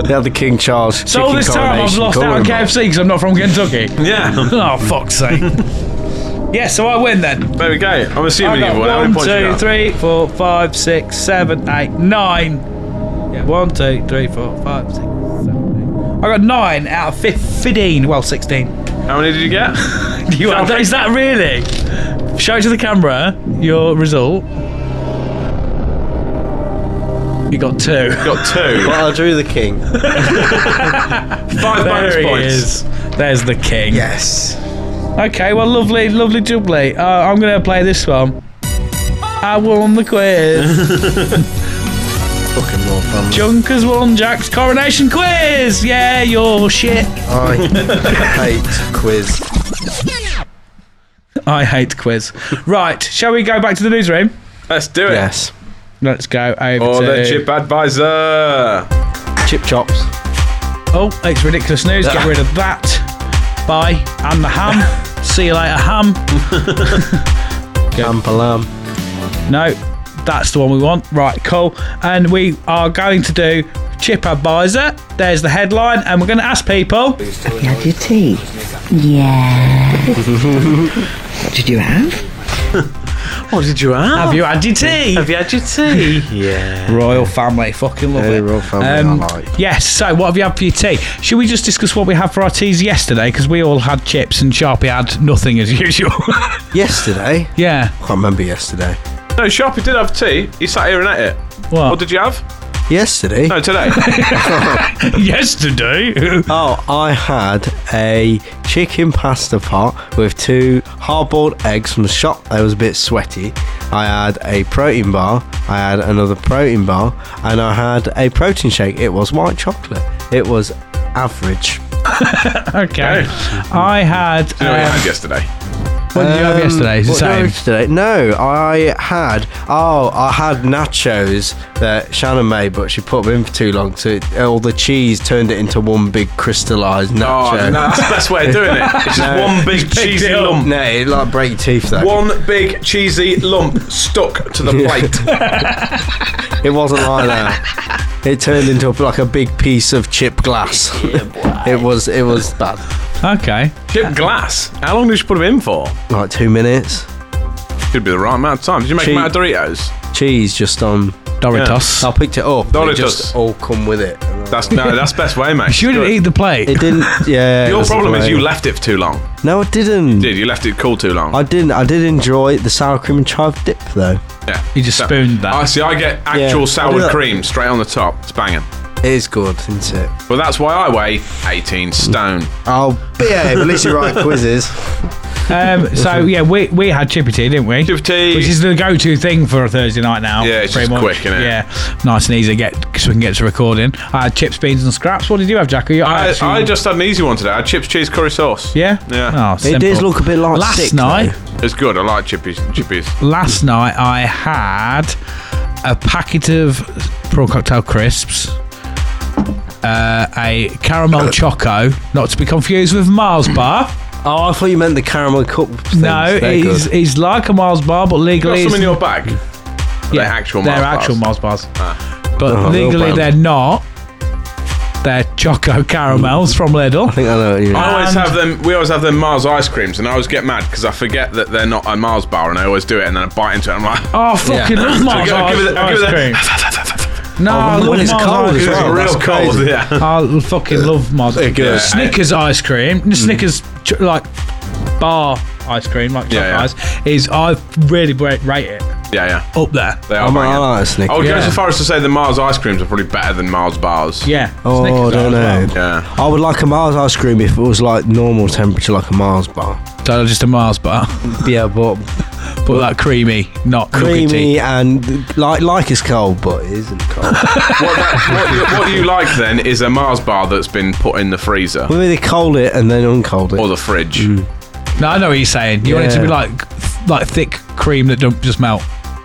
They have the King Charles.
So
chicken
this time I've
coronation.
lost
Call
out on
him.
KFC because I'm not from Kentucky.
Yeah.
oh, fuck's sake. yeah, so I win then.
There we go. I'm assuming
I
you've
got
won. How
one,
many points you
two,
got?
three, four, five, six, seven, eight, nine. Yeah, one, two, three, four, five, six, seven, eight. I got nine out of fif- 15. Well, 16.
How many did you get?
You are, is that really? Show it to the camera your result. You got two.
got two.
Well, I drew the king.
Five bonus
There he
points.
is. There's the king.
Yes.
Okay, well, lovely, lovely jubbly. Uh, I'm going to play this one. I won the quiz.
Fucking more fun.
Junk has won Jack's coronation quiz. Yeah, you're shit.
I hate quiz.
I hate quiz. Right, shall we go back to the newsroom?
Let's do it.
Yes.
Let's go over
Or
to...
the chip advisor.
Chip chops.
Oh, it's ridiculous news. Get rid of that. Bye. And the ham. See you later, ham.
Camp alarm.
No, that's the one we want. Right, cool. And we are going to do Chip Advisor. There's the headline, and we're going to ask people.
You had your tea? Yeah. what did you have?
What did you have?
Have you had your tea?
Have you had your tea?
Yeah.
Royal family, fucking love
Yeah,
it. Um,
royal family, I like.
Yes. So, what have you had for your tea? Should we just discuss what we had for our teas yesterday? Because we all had chips, and Sharpie had nothing as usual.
Yesterday.
yeah.
I can't remember yesterday.
No, Sharpie did have tea. He sat here and ate it.
What?
What did you have?
Yesterday.
No, today.
yesterday.
Oh, I had a chicken pasta pot with two hard-boiled eggs from the shop. They was a bit sweaty. I had a protein bar. I had another protein bar, and I had a protein shake. It was white chocolate. It was average.
okay. I had.
You know what you
uh,
had yesterday.
what did you have yesterday? It's the
What did I
same.
have today? No, I had oh, I had nachos that Shannon made, but she put them in for too long, so it, all the cheese turned it into one big crystallized
Oh,
nacho.
no, that's the best way of doing it. It's just one big cheesy lump.
No, it like break your teeth though.
One big cheesy lump stuck to the plate.
It wasn't like that. It turned into like a big piece of chip glass. it was it was bad.
Okay.
Chip glass. How long did you put him in for?
Like two minutes.
Could be the right amount of time. Did you make him out of Doritos?
Cheese just on.
Doritos.
I picked it up.
No,
and
it
it just
does.
all come with it.
That's no, that's best way, mate.
Shouldn't
Good.
eat the plate.
It didn't. Yeah. it
Your
was the
problem is
way.
you left it for too long.
No, I didn't.
Did you left it cool too long?
I didn't. I did enjoy the sour cream and chive dip though.
yeah.
You just
So-
spooned that.
I see. I get actual
Yeah. I do
sour
that.
cream straight on the top. It's banging.
It is good, isn't it?
Well, that's why I weigh 18 stone.
Oh, yeah. At least you write quizzes.
Um, so yeah, we we had chippy tea, didn't we?
Chippy tea.
which is the go-to thing for a Thursday night now.
Yeah, it's
pretty
just quick, innit?
Yeah, nice and easy. to Get so we can get to recording. I had chips, beans, and scraps. What did you have, Jack? Are you,
I,
actually-
I just had an easy one today. I had chips, cheese, curry sauce.
yeah,
Yeah.
Oh,
It
simple.
does look a bit like
last
sick,
night.
It's good. I like chippies. Chippies.
Last night I had a packet of prawn cocktail crisps. Uh, a caramel choco, not to be confused with Mars Bar.
though. Oh, I thought you meant the caramel cup. Things.
No,
They're
it's,
good.
it's like a Mars Bar, but
You got
legally
some in
it's
your bag?
yeah,
they're actual
they're
Mars
actual Mars
bars.
bars.
Ah.
But
Oh,
legally
Lidl.
they're not. They're choco caramels from
I
Lidl.
think I know what you mean.
I always
And-
have them. We always have them Mars ice creams, and I always get mad because I forget that they're not a Mars bar, and I always do it, and then I bite into it. and I'm like,
Oh, I fucking love Mars
give it-
ice,
give it-
ice
give it-
cream. No, I
Oh, when
love
it's
Mars
cold
ice
as
it's
well.
cream.
Wow,
real
that's
cold.
crazy.
Yeah.
I fucking love Mars. ice cream.
Yeah.
Snickers ice cream,
Mm.
Snickers ch- like bar ice cream, like chocolate
Yeah, yeah.
ice, is I really ra- rate it
Yeah, yeah.
up there.
They are
I'm, I
banging.
like a Snickers.
I would
Yeah.
go so far as to say the Mars ice creams are probably better than Mars bars.
Yeah.
Oh,
Snickers
I
are as
don't
well.
know.
Yeah.
I would like a Mars ice cream if it was like normal temperature, like a Mars bar.
So just a Mars bar,
Yeah, but
but like creamy, not
creamy
nuggety.
and like like it's cold, but it isn't cold.
What, that, what, you, what you like then is a Mars bar that's been put in the freezer
Maybe they cold it and then uncold it.
or the fridge.
No, I know what you're saying. You want it to be
Yeah.
like th- like thick cream that don't just melt.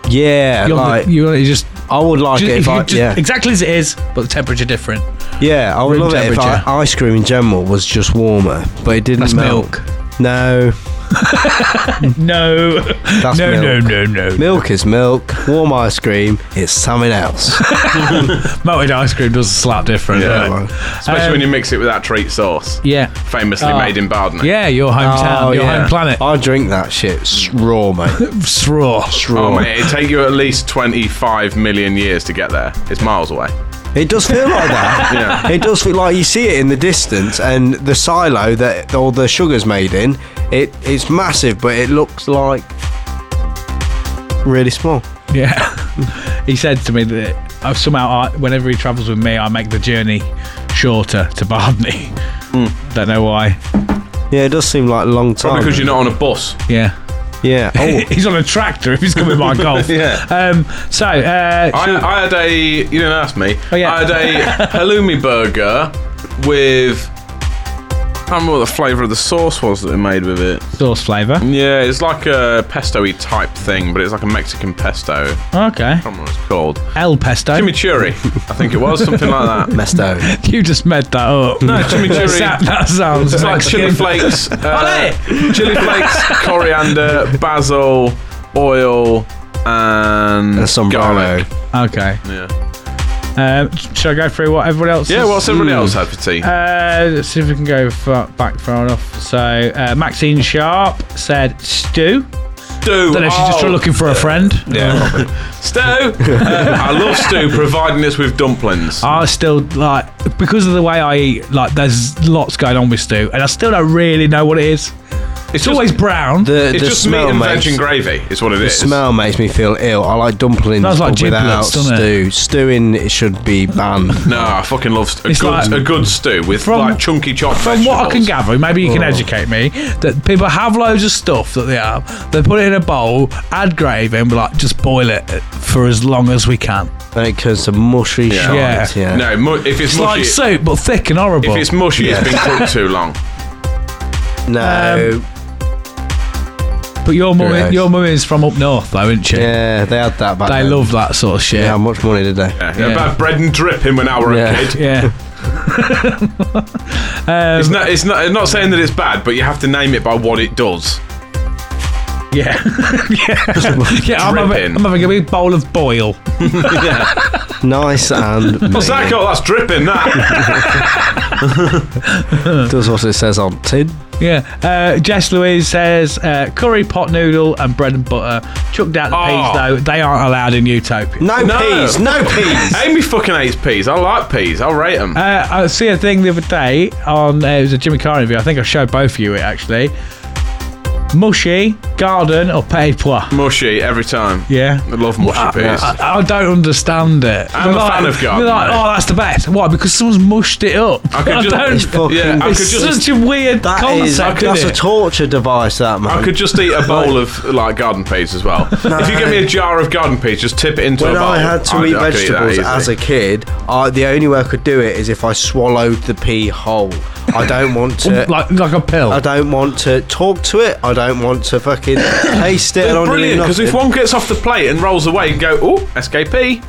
yeah,
You want,
like
the, you want it just
I would like
Ju-
it
if
if
you
I,
just-
yeah,
Exactly as it is, but the temperature different.
yeah, I would
room
love it if I,
temperature.
ice cream in general was just warmer, but it didn't
That's
melt.
milk.
No,
no.
That's
no, no,
milk.
no, no.
Milk is milk. Warm ice cream is something else.
Melted ice cream does slap different.
Yeah.
doesn't it?
Especially
Um,
when you mix it with that treat sauce.
Yeah.
Famously
Oh.
made in Bardney.
Yeah, your hometown,
Oh,
your home planet.
I drink that shit s- raw, mate.
It's raw.
Raw.
Oh, mate, it'd take you at least 25 million years to get there. It's miles away.
It does feel like that.
Yeah.
It does feel like you see it in the distance, and the silo that all the sugar's made in, it it's massive, but it looks like really small.
Yeah. he said to me that I've somehow, I, whenever he travels with me, I make the journey shorter to Barney.
Hmm.
Don't know why.
Yeah, it does seem like a long time.
Probably because you're not on a bus.
Yeah.
Yeah. Oh,
he's on a tractor if he's coming by golf.
Yeah.
Um, so, uh,
I, I had a. You didn't ask me.
Oh, yeah.
I had a halloumi burger with. I can't remember what the flavour of the sauce was that they made with it.
sauce flavour.
Yeah, it's like a pesto y type thing, but it's like a Mexican pesto. I can't
Okay.
remember what it's called.
El Pesto.
Chimichurri, I think it was, something like that.
messed over.
you just made that up.
No, chimichurri.
That, that sounds
It's like chili
Mexican.
flakes. Uh, chili flakes, coriander, basil, oil, and
A sombrero.
garlic.
Okay.
Yeah.
Um, should I go through what everyone else
Yeah,
has-
Hmm.
what's everybody else had for tea?
Uh, let's see if we can go far, back far enough. So uh, Maxine Sharp said stew.
Stew.
Don't know if she's just
Oh,
looking for a friend.
Yeah. stew. Uh, I love stew, providing us with dumplings.
I still like because of the way I eat. Like there's lots going on with stew, and I still don't really know what it is. It's, always brown.
The,
It's
the
just meat
smell
and
makes,
veg and gravy, is what it
The
is.
smell makes me feel ill. I like dumplings
Smells like
but without
giblets, doesn't
stew.
it?
Stewing it should be banned.
No, I fucking love st- a,
It's
good,
like-
a good stew with
From-
like chunky chopped
From what I can
vegetables.
gather, maybe you can educate me, that people have loads of stuff that they have. They put it in a bowl, add gravy, and be like, just boil it for as long as we can.
and it comes to mushy
Yeah.
shite. Yeah.
No, mu- if it's,
It's
mushy,
like soup, but thick and horrible.
if it's mushy, it's been cooked too long.
No.
Um, but your mum,
Gross.
your mum is from up north, though, isn't she?
yeah, they had that back
They
then.
love that sort of shit.
Yeah, how much money did they?
Yeah,
Yeah.
About bread and dripping when I were
Yeah.
a kid.
Yeah.
It's not. It's not. I'm not saying that it's bad, but you have to name it by what it does.
Yeah. yeah. yeah I'm, having,
Dripping.
I'm having a big bowl of boil.
Nice and
What's that called? That's dripping. That.
mean. does what it says on tin.
Yeah. Uh, Jess Louise says uh, curry pot noodle and bread and butter. Chucked out the
Oh.
peas, though. They aren't allowed in Utopia.
No,
No.
peas, no peas.
Amy fucking hates peas. I like peas. I'll rate them.
Uh, I see a thing the other day on uh, it was a Jimmy Carr interview. I think I showed both of you it actually. Mushy, garden, or pay pois?
mushy every time.
Yeah.
I love mushy peas.
I, I don't understand it.
I'm
They're
a fan of garden,
they're Like,
though.
oh, that's the best. Why? Because someone's mushed it up.
I could just-
don't-
It's
fucking-
yeah, I could
it's
just.
such a weird
That
concept.
is-
isn't
that's a
it?
torture device. That man.
I could just eat a bowl of like garden peas as well. If you give me a jar of garden peas, just tip it into a
when
bowl.
I had to
I'd-
eat
I could that
vegetables
easily.
as a kid, I, the only way I could do it is if I swallowed the pea whole. I don't want to.
like like a pill.
Uh,
I don't want to talk to it. I don't want to fucking taste it. I don't
Brilliant, because if
nothing.
one gets off the plate and rolls away and go, oh, SKP,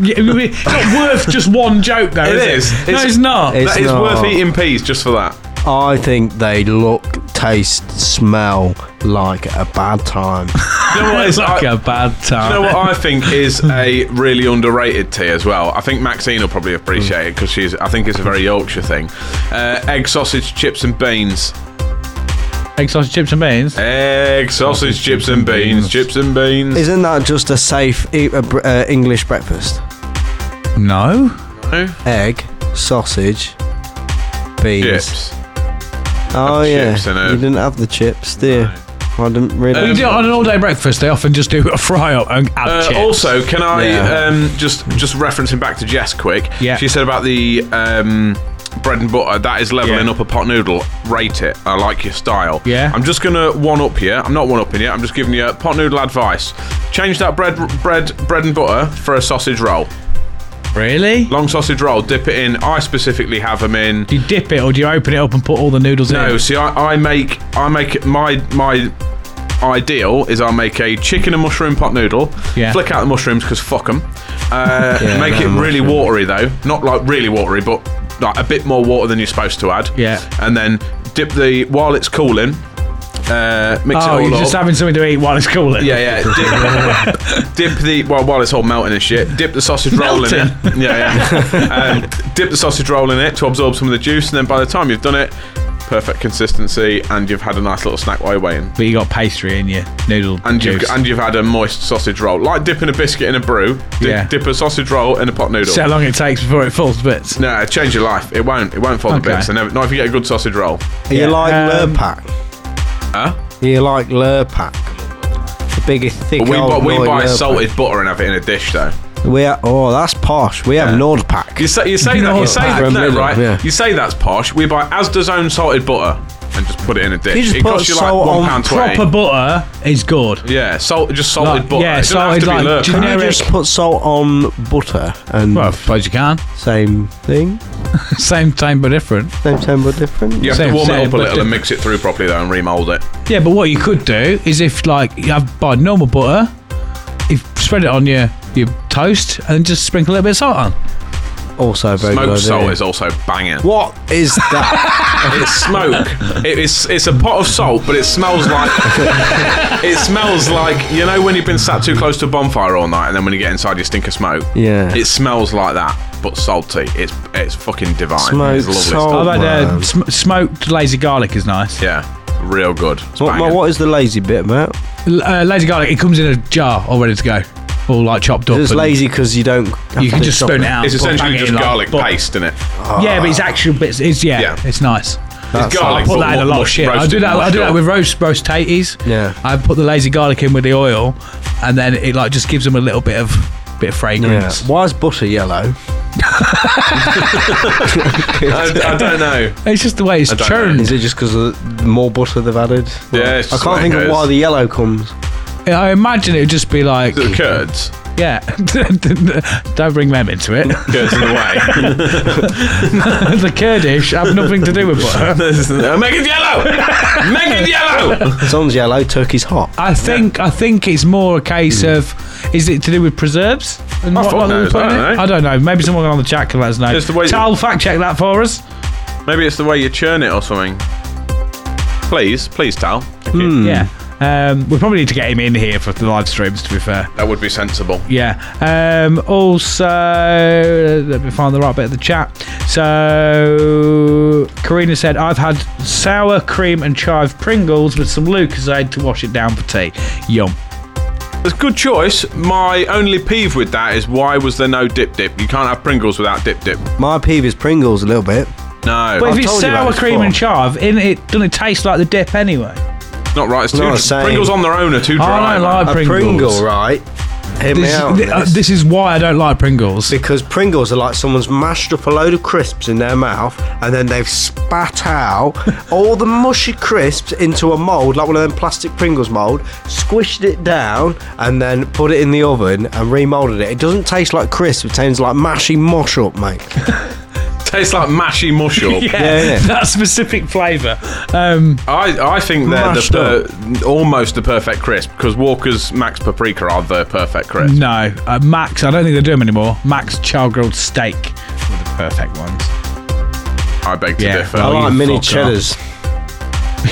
Yeah, it would be- it's not worth just one joke, though.
It
is
is.
It? No,
It's-
it's not.
It's
that is
not.
worth eating peas just for that.
I think they look, taste, smell like a bad time.
You know what
It's
is-
like
I-
a bad time.
You know what I think is a really underrated tea as well. I think Maxine will probably appreciate it because she's. I think it's a very Yorkshire thing. Uh, egg sausage, chips and beans.
Egg sausage, chips, and beans.
Egg sausage, chips and beans. Chips and beans.
Isn't that just a safe e- a br- uh, English breakfast?
No.
Egg, sausage, beans.
Chips.
Oh yeah,
chips in it.
you didn't have the chips, did you? I didn't really.
We do it on an all-day breakfast. They often just do a fry-up and add
Um, Uh,
chips.
also, can I
Yeah.
um, just just referencing back to Jess quick?
Yeah.
She said about the um, bread and butter that is leveling
Yeah.
up a pot noodle. Rate it. I like your style.
Yeah.
I'm just gonna one up you. I'm not one upping you. I'm just giving you a pot noodle advice. Change that bread bread bread and butter for a sausage roll.
really?
Long sausage roll. Dip it in. I specifically have them in.
Do you dip it or do you open it up and put all the noodles in? Oh,
No, see, I, I make I make it- my my ideal is I make a chicken and mushroom pot noodle.
Yeah.
Flick out the mushrooms because fuck them. Uh,
Yeah,
make
no
it really
mushrooms.
watery though, not like really watery, but like a bit more water than you're supposed to add.
Yeah.
And then dip the while it's cooling. uh, mix
Oh,
it all
you're
up.
just having something to eat while it's cooling.
yeah, yeah. Dip, dip the well while it's all melting and shit. Dip the sausage roll in it.
Melting.
Yeah, yeah. um, dip the sausage roll in it to absorb some of the juice, and then by the time you've done it, perfect consistency, and you've had a nice little snack while you're waiting.
But you got pastry in your noodle
And
juice.
you've, and you've had a moist sausage roll, like dipping a biscuit in a brew. Dip,
Yeah.
dip a sausage roll in a pot noodle.
See how long it takes before it falls to bits.
No, change your life. It won't. It won't fall to
Okay.
bits. And never, not if you get a good sausage roll.
Are you like
Um,
Lurpak?
Huh?
Are you like Lurpak? The biggest thick
But we
old
buy, we
Lord
buy
Lurpak.
salted butter and have it in a dish, though.
We are, oh, that's posh. We have Nordpak.
You say, you say that. You say
Nordpak.
that.
From
No,
Lidl,
right?
yeah.
You say that's posh. We buy Asda's own salted butter and just put it in a dish.
You just
it
put
costs you like
salt
one
on
pound twenty.
Proper butter is good.
yeah, salt. Just salted
Like-
butter.
yeah,
it doesn't
salted,
have to
like,
be
gin-
Lurpak.
Can you
Eric.
just put salt on butter and
Well, I suppose you can.
same thing?
Same time but different.
Same time but different?
You have
Same-
to warm
same,
it up a
but
little and
di-
mix it through properly though, and remold it.
Yeah, but what you could do is if like you have buy normal butter, you spread it on your your toast and just sprinkle a little bit of salt on.
Also a Oh, very good
Smoked salt
idea.
is also banging.
What is that?
It's smoke. It is. It's a pot of salt, but it smells like. it smells like you know when you've been sat too close to a bonfire all night, and then when you get inside, you stink of smoke.
Yeah.
It smells like that, but salty. It's it's fucking divine.
Smoked
it's lovely
salt.
stuff.
I've had uh,
man.
sm- smoked lazy garlic is nice.
Yeah, real good. It's
what,
banging.
what is the lazy bit about?
L- uh, lazy garlic, it comes in a jar all ready to go, all like chopped up.
It's
and
lazy because you don't. have
You
to
can just
chop
spoon it out.
It's
put- bang it
essentially just
in, like,
garlic
but-
paste in it.
Yeah, but it's actual bits. It's yeah,
Yeah.
it's nice.
That's
It's garlic.
put
but
that in a
mu-
lot
mu-
of shit. I
roasted
do that. I do that with
mushroom.
roast roast taties.
Yeah.
I put the lazy garlic in with the oil, and then it like just gives them a little bit of bit of
Yeah.
fragrance.
Why is butter yellow?
I, I don't know.
It's just the way it's
I don't know.
churned.
Is it just because of the more butter they've added?
Yeah, it's
I
just the
can't
way it
think of
goes.
why the yellow comes.
I imagine it would just be like,
The curds,
yeah, don't bring them into it.
curds in the
the Kurdish have nothing to do with butter.
way. Uh, Make it yellow. Make it yellow.
Sun's yellow, turkey's hot.
I think I think it's more a case of is it to do with preserves? And
Hmm. I thought
they were
knows,
putting
I don't
in it?
know.
I don't know. Maybe someone on the chat can let us know.
It's the way-
Tal, fact check that for us.
Maybe it's the way you churn it or something. Please, please, Tal. Thank you.
Hmm.
Yeah. Um, we probably need to get him in here for the live streams. To be fair.
That would be sensible.
Yeah. Um, also, let me find the right bit of the chat. So, Karina said, I've had sour cream and chive Pringles with some Lucasade to wash it down for tea. Yum.
It's a good choice. My only peeve with that is why was there no dip dip? You can't have Pringles without dip dip.
My peeve is Pringles a little bit.
No,
But
I've
if it's
told you about
sour
this
cream
before.
and chive, in it doesn't it taste like the dip anyway?
it's not right. It's too
No, same.
Pringles on their own are too dry.
Oh, I don't
man.
like
A
Pringles.
Pringle, right? Hear me
This,
out. on
thi- uh,
this.
this is why I don't like Pringles.
because Pringles are like someone's mashed up a load of crisps in their mouth and then they've spat out all the mushy crisps into a mold, like one of them plastic Pringles mold, squished it down and then put it in the oven and remolded it. It doesn't taste like crisps, it tastes like mashy mush up, mate.
Tastes like mashy mush up.
Yeah, yeah.
that specific flavour. Um,
I, I think they're
Mashed
the per, almost the perfect crisp because Walker's Max Paprika are the perfect crisp.
no, uh, Max. I don't think they do them anymore. Max char grilled steak were the perfect ones.
I beg to
Yeah.
differ.
I
Oh,
like
you
mini
fuck
cheddars.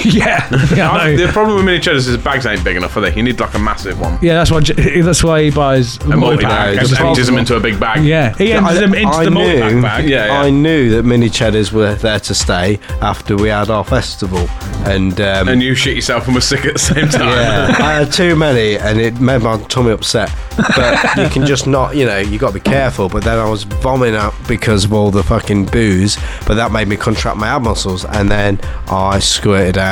yeah, yeah, I know.
The problem with mini cheddars is the bags ain't big enough, are they? You need like a massive one.
yeah. That's why. J- That's why he buys a multi
Multi-bag,
pack.
just empties them into a big bag.
Yeah, he empties them into the multi pack
knew-
bag.
Yeah, yeah.
I knew that mini cheddars were there to stay after we had our festival, and um,
And you shit yourself and were sick at the same time.
Yeah, I had too many, and it made my tummy upset. But you can just not, you know, you got to be careful. But then I was vomiting up because of all the fucking booze. But that made me contract my ab muscles, and then I squirted out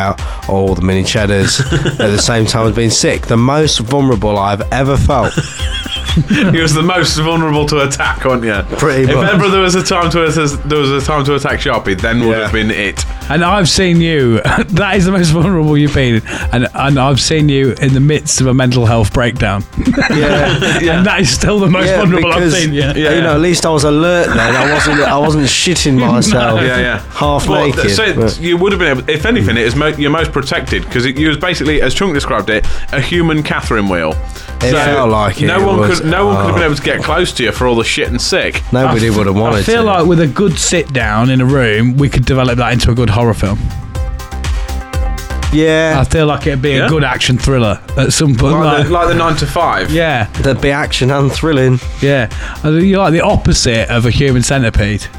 all the mini cheddars at the same time as being sick. The most vulnerable I've ever felt.
He was the most vulnerable to attack, weren't you?
Pretty
If
much.
ever there was a time to there was a time to attack Sharpie, then would
Yeah.
have been it.
And I've seen you. That is the most vulnerable you've been, and and I've seen you in the midst of a mental health breakdown.
Yeah.
And that is still the most vulnerable I've
because,
seen you.
You know, at least I was alert then. I wasn't. I wasn't shitting myself.
Yeah, yeah.
Half
Well,
naked.
So
but-
you would have been able, if anything, it is mo- you're most protected because you was basically, as Chunk described it, a human Catherine wheel.
It felt like it.
No
It
one
was-
could, no one could have
oh.
been able to get close to you for all the shit and sick.
Nobody would have wanted
I feel
to.
like with a good sit down in a room, we could develop that into a good horror film.
Yeah.
I feel like it'd be
Yeah?
a good action thriller at some point.
Like, the,
like-
like the nine to five.
yeah,
There'd be Uh, action and thrilling.
yeah. I mean, You're like the opposite of a human centipede.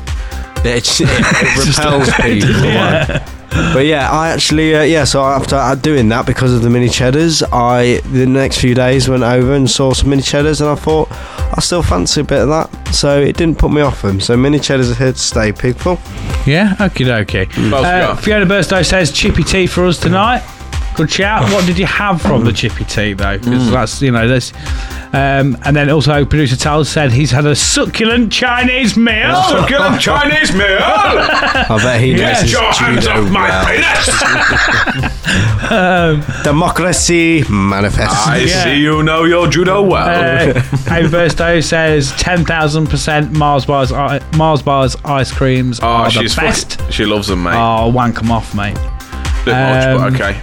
It, it, it repels people. But yeah, I actually uh, yeah. So after uh, doing that because of the mini cheddars, I the next few days went over and saw some mini cheddars, and I thought I still fancy a bit of that. So it didn't put me off them. So mini cheddars are here to stay, people.
Yeah, okie dokie.
What else we
Uh,
got?
Fiona Burstow says chippy tea for us tonight. Good shout. What did you have from the chippy tea though?
Mm.
'Cause that's you know that's. Um, and then also producer Tal said he's had a succulent Chinese meal.
Oh, Succulent Chinese meal!
I bet he knows his judo well.
penis!
Democracy manifests.
I
Yeah.
see you know your judo well.
Uh, Amy Burstow says ten thousand percent Mars bars. i- Mars bars ice creams
oh,
are the
she's
best.
fucking, She loves them, mate.
Oh, wank 'em off, mate.
Bit much, but
um,
okay.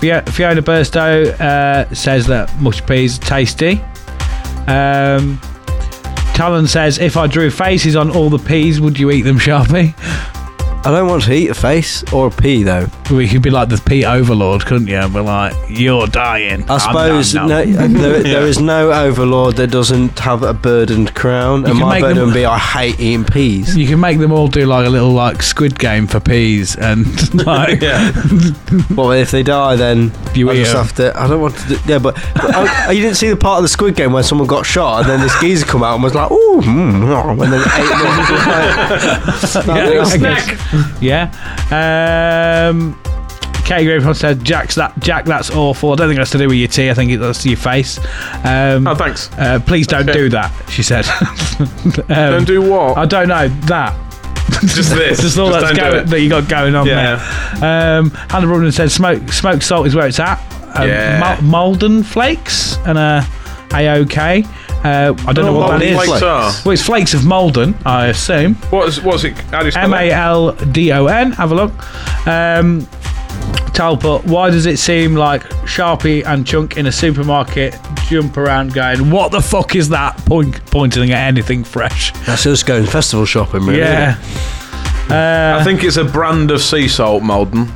Fio- Fiona Burstow uh, says that mush peas are tasty. Um, Talon says, if I drew faces on all the peas, would you eat them, Sharpie?
I don't want to eat a face or a pea though.
We could be like the pea overlord, couldn't you? And we're like, you're dying.
I suppose
no.
no, uh, there, there is no overlord that doesn't have a burdened crown, and
can
my
make
burden
them-
would be I hate eating peas.
You can make them all do like a little like squid game for peas and like
Well, if they die, then
You
I
eat
just
'em.
have to. I don't want to. Do, yeah, but but I, I- you didn't see the part of the Squid Game where someone got shot, and then this geezer come out and was like, "Ooh," mm, and then ate them.
Yeah,
Like,
snack. Yeah. Um, Katie Graveford said, "Jack's that Jack, that's awful. I don't think that's to do with your tea. I think it- that's your face." Um,
Oh, thanks.
uh, please don't
Okay.
do that," she said.
Don't do what?
um, I don't know that.
just this.
Just all that's
don't do
going,
it.
that you got going on
Yeah.
there. Um, Hannah Brumman said, "Smoke, smoke salt is where it's at. Um,
Yeah.
Mal- Malden flakes and a AOK. Uh, I don't know what that
Oh, Malden
is.
flakes uh, are.
Well, it's flakes of Malden, I assume.
What's, what's it? How do you spell
M A
it?
L D O N. Have a look. Um, Talbot, why does it seem like Sharpie and Chunk in a supermarket jump around going, what the fuck is that? Point, pointing at anything fresh.
That's us going festival shopping, really.
Yeah. Uh,
I think it's a brand of sea salt, Malden.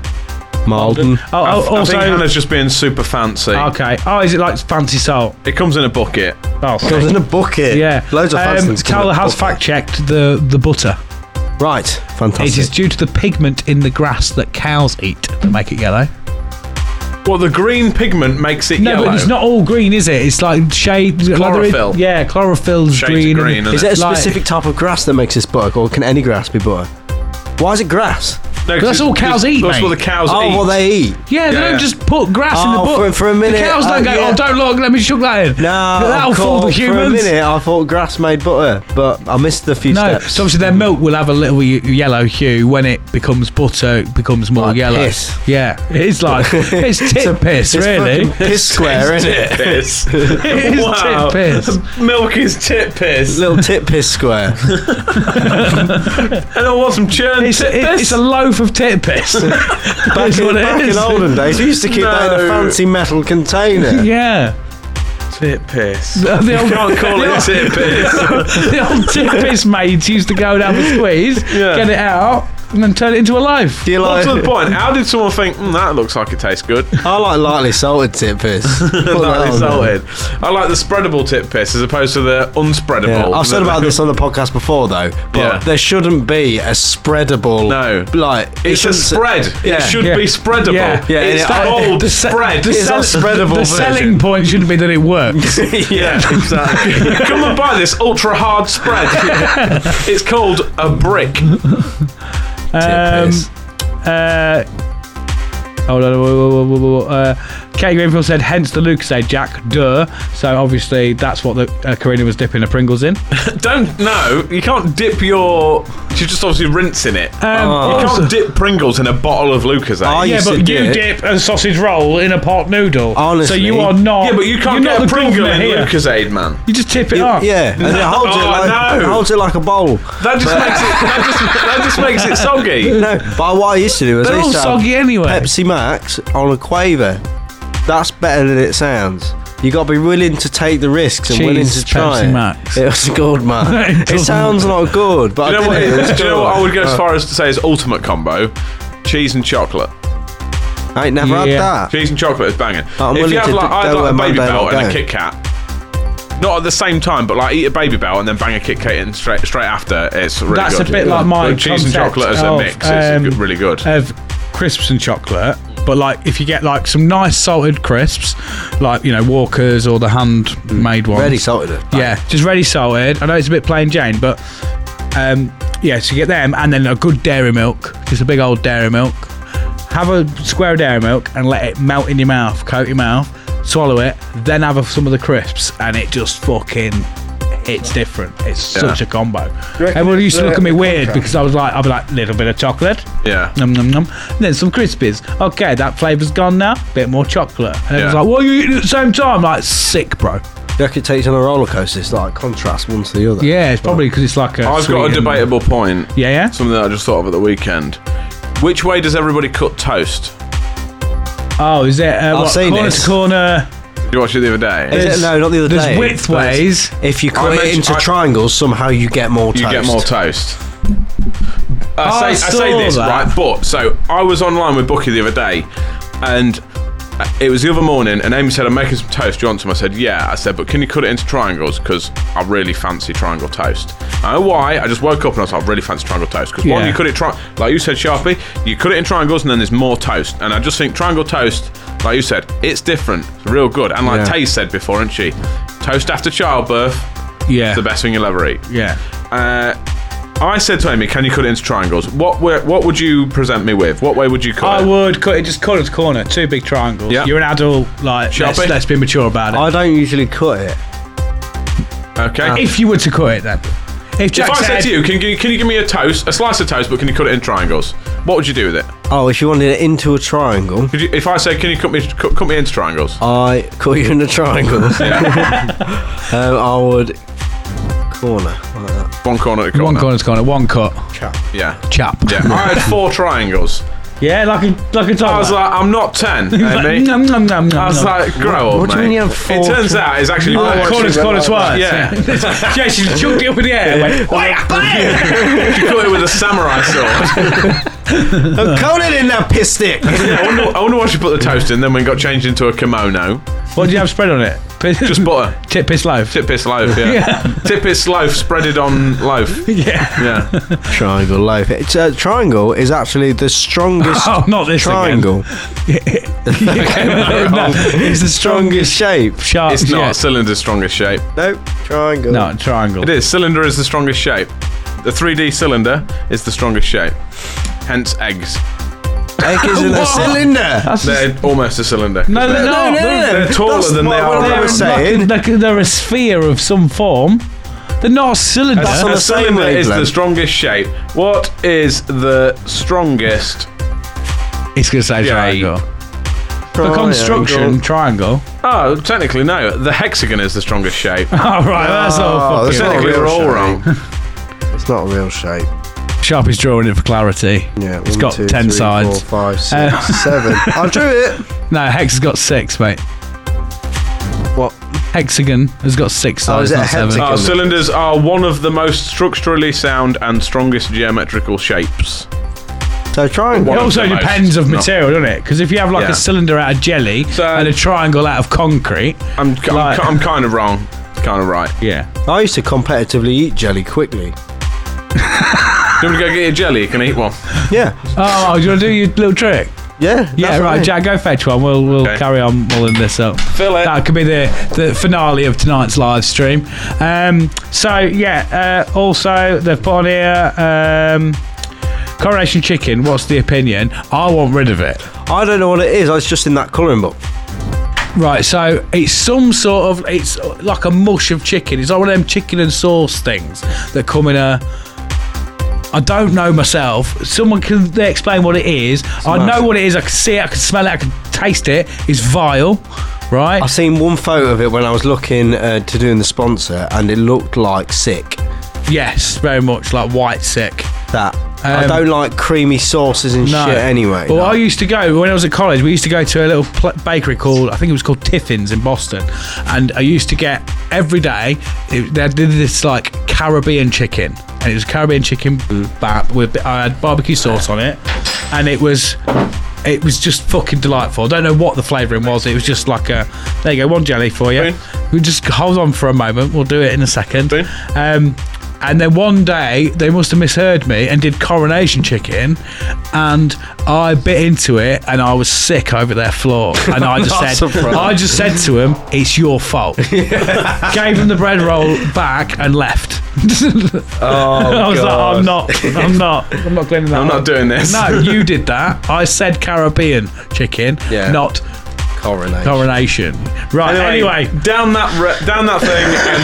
Malden.
Oh,
I,
oh,
I think
also.
Hannah's just being super fancy.
Okay. Oh, is it like fancy salt?
It comes in a bucket.
Oh,
Goes in a bucket.
yeah. Um,
loads of fancy things come in a
Talbot has
bucket.
fact checked the, the butter.
Right,
It is
fantastic.
due to the pigment in the grass that cows eat that make it yellow.
Well, the green pigment makes it
No,
yellow.
but it's not all green, is it? It's like shade.
Chlorophyll.
Like yeah, chlorophyll's
Shades of
green.
green,
and-
isn't
Is there a
Like-
specific type of grass that makes this butter, or can any grass be butter? Why is it grass?
No, 'cause
That's
it's-
all cows
it's-
eat,
That's what
mate.
the cows
Oh,
eat.
well, they eat.
Yeah, they
Yeah,
don't
yeah.
just put grass in the
Oh,
book.
for- for a minute,
The cows don't
oh,
go,
yeah.
oh, don't look, let me chuck that in.
No,
That'll
of
fool the
course, For a
Uh, humans.
minute, I thought grass made butter, but I missed the few
No,
steps.
so obviously their milk will have a little ye- yellow hue when it becomes butter, it becomes more
Like
yellow.
piss.
Yeah, it's like it's tit piss,
It's
really.
fucking piss square, isn't it?
Tit piss.
It is
Wow.
tit piss.
Milk is tit piss.
Little tit piss square.
And I want some churn
It's,
tit
a- it-
piss.
it's a loaf of tit piss. That's what
back
it is.
in olden days, we used to keep that in a
No.
fancy metal container.
Yeah,
tit piss.
the the
You
old,
can't call it tit piss.
the old tit piss maids used to go down the squeeze,
Yeah.
get it out, and then turn it into a loaf.
Do you
Up
like?
to the point, how did someone think, mm, that looks like it tastes good?
I like lightly salted tit piss. Put that
Lightly
on.
uh,
salted. I like the spreadable tit piss as opposed to the unspreadable.
Yeah, I've said about this on the podcast before, though. But
Yeah.
there shouldn't be a spreadable.
No.
like it
It's a
shouldn't s-
spread.
Yeah.
It should
Yeah.
be spreadable.
Yeah.
Yeah,
it's
yeah,
that
I-
old
the se-
spread.
the
It's
sell-
that spreadable
the selling point shouldn't be that it works.
Yeah, exactly. Come and buy this ultra hard spread. it's called a brick.
Um,
Tit piss.
Uh, hold on. Whoa, whoa, whoa, whoa, whoa. Uh, Katie Greenfield said, hence the Lucasade Jack, duh. So obviously that's what the, uh, Karina was dipping her Pringles in. Um,
Don't no, you can't dip your. She's just obviously rinsing it. Um,
Uh,
you can't
also-
dip Pringles in a bottle of Lucas.
I
yeah,
used
but
to do
Oh. you
it.
dip a sausage roll in a pot noodle.
Honestly.
So you are not.
yeah, but you can't
you're
get
not
a
the
Pringle
governor
in
here.
Lucasade, man.
You just tip it
Yeah,
up.
and it holds it
Oh,
like
no.
holds it like a bowl.
That just makes it. That just, that just makes it soggy.
No, but what I used to do was
They're
I used
all
to have
soggy anyway.
Pepsi Max on a quaver. That's better than it sounds. You got to be willing to take the risks and willing to
Cheese
try
Pepsi
it.
Max.
It was good,
It
man. it
doesn't-
sounds not good, but
Do you, know
I
what,
did it. it was
do you know
good.
what I would go as far as to say is ultimate combo? Cheese and chocolate.
I ain't never
Yeah.
had that.
Cheese and chocolate is banging.
I'm
if
willing
you have
to
like,
go
I'd
where
like a
my
baby
bell
belt
will
and a
go.
Kit Kat. Not at the same time, but like eat a baby belt and then bang a Kit Kat in straight straight after. It's really
That's
good.
a bit like my
But cheese and
concept
chocolate as
of,
a mix is
um,
good- really good.
Of crisps and chocolate, but like if you get like some nice salted crisps, like you know Walkers or the handmade
Mm.
ones,
Ready salted it.
Yeah, just ready salted. I know it's a bit plain Jane, but um, yeah, so you get them and then a good dairy milk, just a big old dairy milk. Have a square of dairy milk and let it melt in your mouth, coat your mouth, swallow it, then have a, some of the crisps, and it just fucking it's different. It's such a combo.
reckon
Everyone used to
it's
look at
the-
me
the
weird
contrast?
because I was like, I'd be like, little bit of chocolate,
yeah.
num num num, and then some crispies. Okay, that flavour's gone now. Bit more chocolate, and it was
Yeah.
like, what are you eating at the same time? Like sick, bro.
You reckon it takes on a roller coaster? It's like contrast one to the other.
Yeah, it's probably because it's like a.
I've
sweet
got a
and-
debatable point.
Yeah, yeah.
Something that I just thought of at the weekend. Which way does everybody cut toast?
Oh, is it? Uh, what,
seen
corner
this.
to corner.
Did you watch it the other day?
Is
There's-
it? No, not the other
there's
day.
width
but
ways.
If you
I
cut it
mentioned-
into
I-
triangles, somehow you get more
You
toast.
get more toast.
I
I, say, I say
saw
this,
that.
right? But, so I was online with Bucky the other day, and uh, it was the other morning, and Amy said, I'm making some toast. Do you want some? I said, Yeah. I said, But can you cut it into triangles? Because I really fancy triangle toast. I don't know why. I just woke up and I was like, I really fancy triangle toast. Because one,
Yeah.
you cut it, tri- like you said, Sharpie, you cut it in triangles, and then there's more toast. And I just think triangle toast, like you said, it's different. It's real good. And like
Yeah.
Tay said before, isn't she? Toast after childbirth,
Yeah.
the best thing you'll ever eat.
Yeah.
Uh, I said to Amy, "Can you cut it into triangles? What were, what would you present me with? What way would you cut
I
it?"
would cut it just corner to corner, two big triangles.
Yeah.
You're an adult, like, let's,
Sharpie?
let's be mature about it.
I don't usually cut it.
okay. if
if you were to cut it, then. If Jack
I said
said,
to you, can, you, "Can you give me a toast, a slice of toast, but can you cut it in triangles?" What would you do with it?
Oh, if you wanted it into a triangle,
Could you, if I said, "Can you cut me cut, cut me into triangles?"
I cut you in a triangle. um, I would corner like that.
One corner to corner.
one corner to corner, one cut,
Yeah.
chap.
Yeah. I had four triangles.
Yeah, like a like a
I
top.
was like, "I'm not ten, Amy."
nom, nom, nom, nom,
I was
nom.
like, "Grow up,
what do you
mate."
mean you have four
It turns out it's actually
Oh,
worse.
corner to corner twice.
Yeah.
yeah, she chucked it up in the air. and Went, "Wah, bang!"
You cut it with a samurai sword.
Cut it in that piss stick.
Yeah, I wonder, I wonder why she put the toast in. Then when it got changed into a kimono,
what do you have spread on it? Piss,
just butter,
tip piss loaf.
tip piss loaf. Yeah, tip piss loaf, spread it on loaf.
Yeah.
Yeah,
triangle loaf. It's uh, triangle is actually the strongest
Oh, not this
triangle.
Again. no, it's the strongest
Strongest shape.
sharp.
it's not.
yeah.
Cylinder's strongest shape.
No triangle.
No, triangle.
It is. Cylinder is the strongest shape. The 3D cylinder is the strongest shape. Hence eggs.
Egg is in a cylinder.
They're almost a cylinder.
No, they're not.
They're taller
That's
than they
what
are.
I
They're
was saying.
Like, they're a sphere of some form. They're not a cylinder.
That's on
A
the same
cylinder is the
wavelength.
strongest shape. What is the strongest?
it's going to say
Yeah.
triangle. For
Triangle.
construction, triangle.
Oh, technically no. The hexagon is the strongest shape.
All right, that's all
Oh,
fucking.
that's
technically,
real
we're all
shape.
wrong.
It's not a real shape.
Sharpie's drawing it for clarity.
Yeah,
it's got ten sides. Uh,
I drew it.
No, hex has got six, mate.
What?
Hexagon has got six
Oh,
sides,
is
not
it a
seven.
hexagon?
Our cylinders are one of the most structurally sound and strongest geometrical shapes.
So triangle.
It
One of
also
the most,
depends of
not-
material, doesn't it? Because if you have like
Yeah.
a cylinder out of jelly
So-
and a triangle out of concrete,
I'm, I'm,
Like-
I'm kind of wrong. Kind of right.
yeah.
I used to competitively eat jelly quickly.
Do you want to go get your jelly? You can eat one.
Yeah,
Oh, do you want to do your little trick?
yeah,
Yeah,
that's
right,
me.
Jack, go fetch one. We'll we'll
Okay. Uh,
carry on mulling this up.
Fill it.
That could be the, the finale of tonight's live stream. Um, so, yeah, uh, also, they've put on here um, Coronation Chicken. What's the opinion? I want rid of it.
I don't know what it is. I was just in that colouring book.
Right, so it's some sort of, it's like a mush of chicken. It's like one of them chicken and sauce things that come in a. I don't know myself. Someone can they explain what it is. I know what it is. I can see it. I can smell it. I can taste it. It's vile, right?
I seen one photo of it when I was looking uh, to doing the sponsor, and it looked like sick.
Yes, very much like white sick.
That I
Um,
don't like creamy sauces and shit anyway.
Well,
no.
I used to go when I was at college. We used to go to a little pl- bakery called I think it was called Tiffin's in Boston, and I used to get every day. It, they did this like Caribbean chicken, and
Mm.
it was Caribbean chicken bap with I had barbecue sauce on it, and it was It was just fucking delightful. I don't know what the flavouring was. It was just like a. There you go, one jelly for you.
Spoon.
We just hold on for a moment. We'll do it in a second.
Spoon.
Um, and then one day they must have misheard me and did coronation chicken, and I bit into it and I was sick over their floor. And I just said, I just said to them, "It's your fault." Gave them the bread roll back and left.
Oh,
I was like, I'm not, I'm not, I'm not cleaning that.
I'm
up."
not doing this.
No, you did that. I said Caribbean chicken,
Yeah.
not
Coronation.
coronation. Right. Anyway,
down that re- down that thing,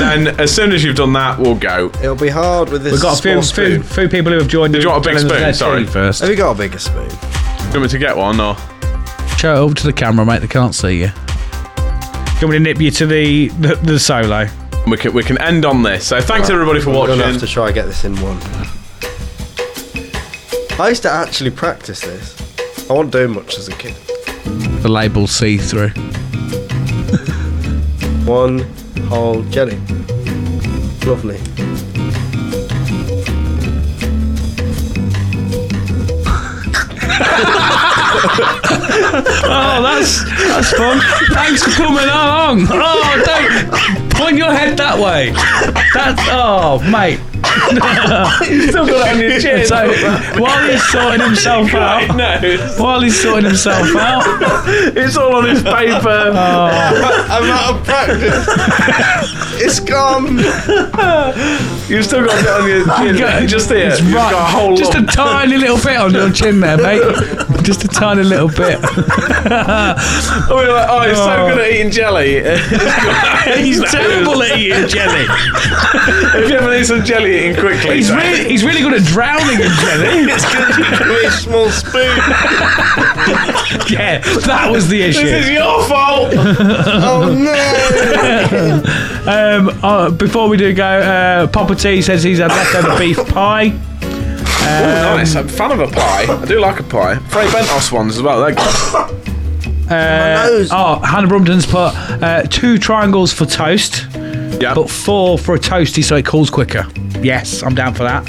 and then as soon as you've done that, we'll go.
It'll be hard with this.
we've got a few,
small
few,
spoon.
few people who have joined.
Did you want a big
joined us
spoon?
there
Sorry,
too.
first.
Have you got a bigger spoon?
Do you want me to get one or?
Show it over to the camera, mate. They can't see you. Do you want me to nip you to the the, the solo?
We can we can end on this. So thanks everybody for
I'm
watching.
gonna have to try and get this in one. I used to actually practice this. I wasn't doing much as a kid.
The label see through.
One whole jelly. Lovely.
Oh, that's that's fun. Thanks for coming along. Oh, don't point your head that way. That's oh, mate. Still got that on your chin. So while he's sorting himself out, while he's sorting himself out, Oh,
It's all on his paper.
I'm out of practice. it's gone.
You've still got it on your
got-
chin. Just here.
it's
You've
right-
got a whole
just a
lump.
tiny little bit on your chin there, mate. Just a tiny little bit.
We were like, oh, he's so
Oh.
good at eating jelly.
He's terrible at eating jelly.
if you ever need some jelly eating quickly,
He's
so-
really, he's really good at drowning in jelly.
With small spoon.
Yeah, that was the issue.
This is your fault.
Oh no!
Um, uh, before we do go, uh, Papa T says he's had leftover beef pie.
Oh, nice. I'm a fan of a pie. I do like a pie. Frey Bentos ones as well. They're good.
Uh, oh, Hannah Brumden's put uh, two triangles for toast,
Yeah.
but four for a toasty so it cools quicker. Yes, I'm down for that.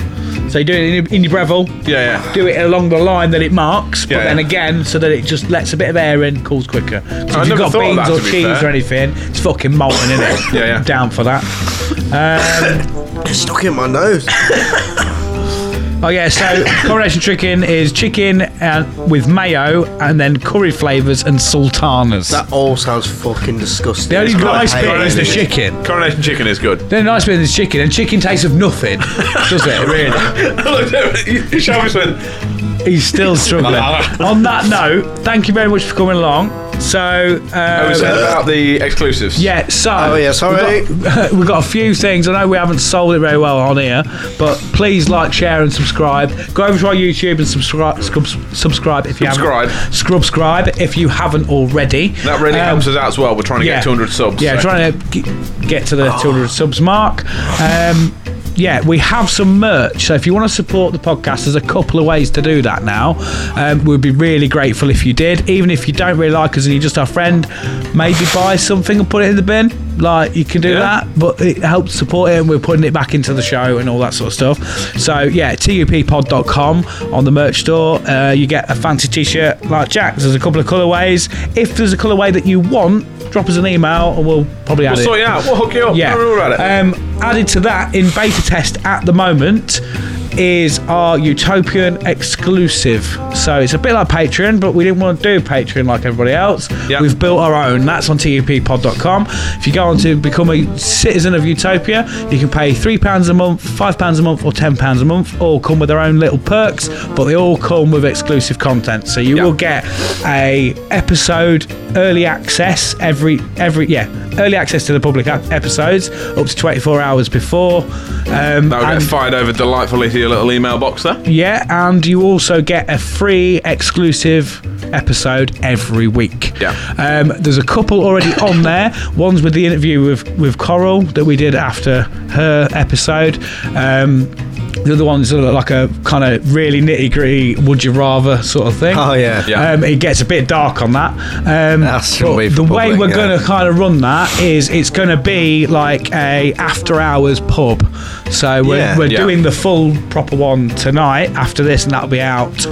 So you do it in your, in your Breville,
yeah, yeah.
do it along the line that it marks, but
Yeah,
then
yeah.
again so that it just lets a bit of air in, cools quicker. 'Cause
I
if you've
never
got
thought of
beans
that,
or
to be
cheese
fair.
or anything, it's fucking molten, isn't it?
Yeah, yeah.
I'm down for that.
It's stuck in my nose.
Oh yeah, so coronation chicken is chicken uh, with mayo and then curry flavours and sultanas.
That all sounds fucking disgusting.
the only
It's got
nice
a
bit
pain
is the
in it.
chicken.
Coronation chicken is good.
The only nice bit is chicken, and chicken tastes of nothing, does it? Really?
Shall we swim?
He's still struggling. On that note, thank you very much for coming along. So,
I was
uh,
about the exclusives.
yeah, so
Oh yeah, sorry.
we've got, we've got a few things. I know we haven't sold it very well on here, but please like, share, and subscribe. Go over to our YouTube and subscribe. Scrub, subscribe if you
Subscribe.
haven't. Subscribe if you haven't already.
That really
Um,
helps us out as well. We're trying to get 200 subs.
Yeah,
so.
trying to g- get to the 200 subs mark. Um, yeah, we have some merch. So if you want to support the podcast, there's a couple of ways to do that now. Um, we'd be really grateful if you did. Even if you don't really like us and you're just our friend, maybe buy something and put it in the bin. Like you can do
Yeah.
that, but it helps support it, and we're putting it back into the show and all that sort of stuff. So yeah, tuppod.com on the merch store. Uh, you get a fancy t-shirt like Jack's. There's a couple of colourways. If there's a colourway that you want, drop us an email and we'll probably add
We'll
it.
sort you out. We'll hook you up.
Yeah.
Don't worry about it.
Um, added to that, in beta test at the moment, is our Utopian exclusive. So it's a bit like Patreon, but we didn't want to do Patreon like everybody else.
Yeah.
We've built our own. That's on tuppod.com. If you go on to become a citizen of Utopia, you can pay £3 a month, £5 a month, or £10 a month. All come with their own little perks, but they all come with exclusive content. So you
Yeah.
will get a episode early access every every yeah early access to the public ap- episodes up to 24 hours before um,
That'll
and-
get fired over delightfully to your little email box there.
yeah and you also get a free exclusive episode every week
Yeah.
um, there's a couple already on there one's with the interview with with coral that we did after her episode um the other one's sort of like a kind of really nitty gritty would you rather sort of thing.
Oh, yeah.
Yeah.
Um, it gets a bit dark on that. Um,
That shouldn't
but
be
the
for
way
public,
we're
yeah.
going to kind of run that is it's going to be like a after hours pub. So we're,
Yeah.
we're
Yeah.
doing the full proper one tonight after this, and that'll be out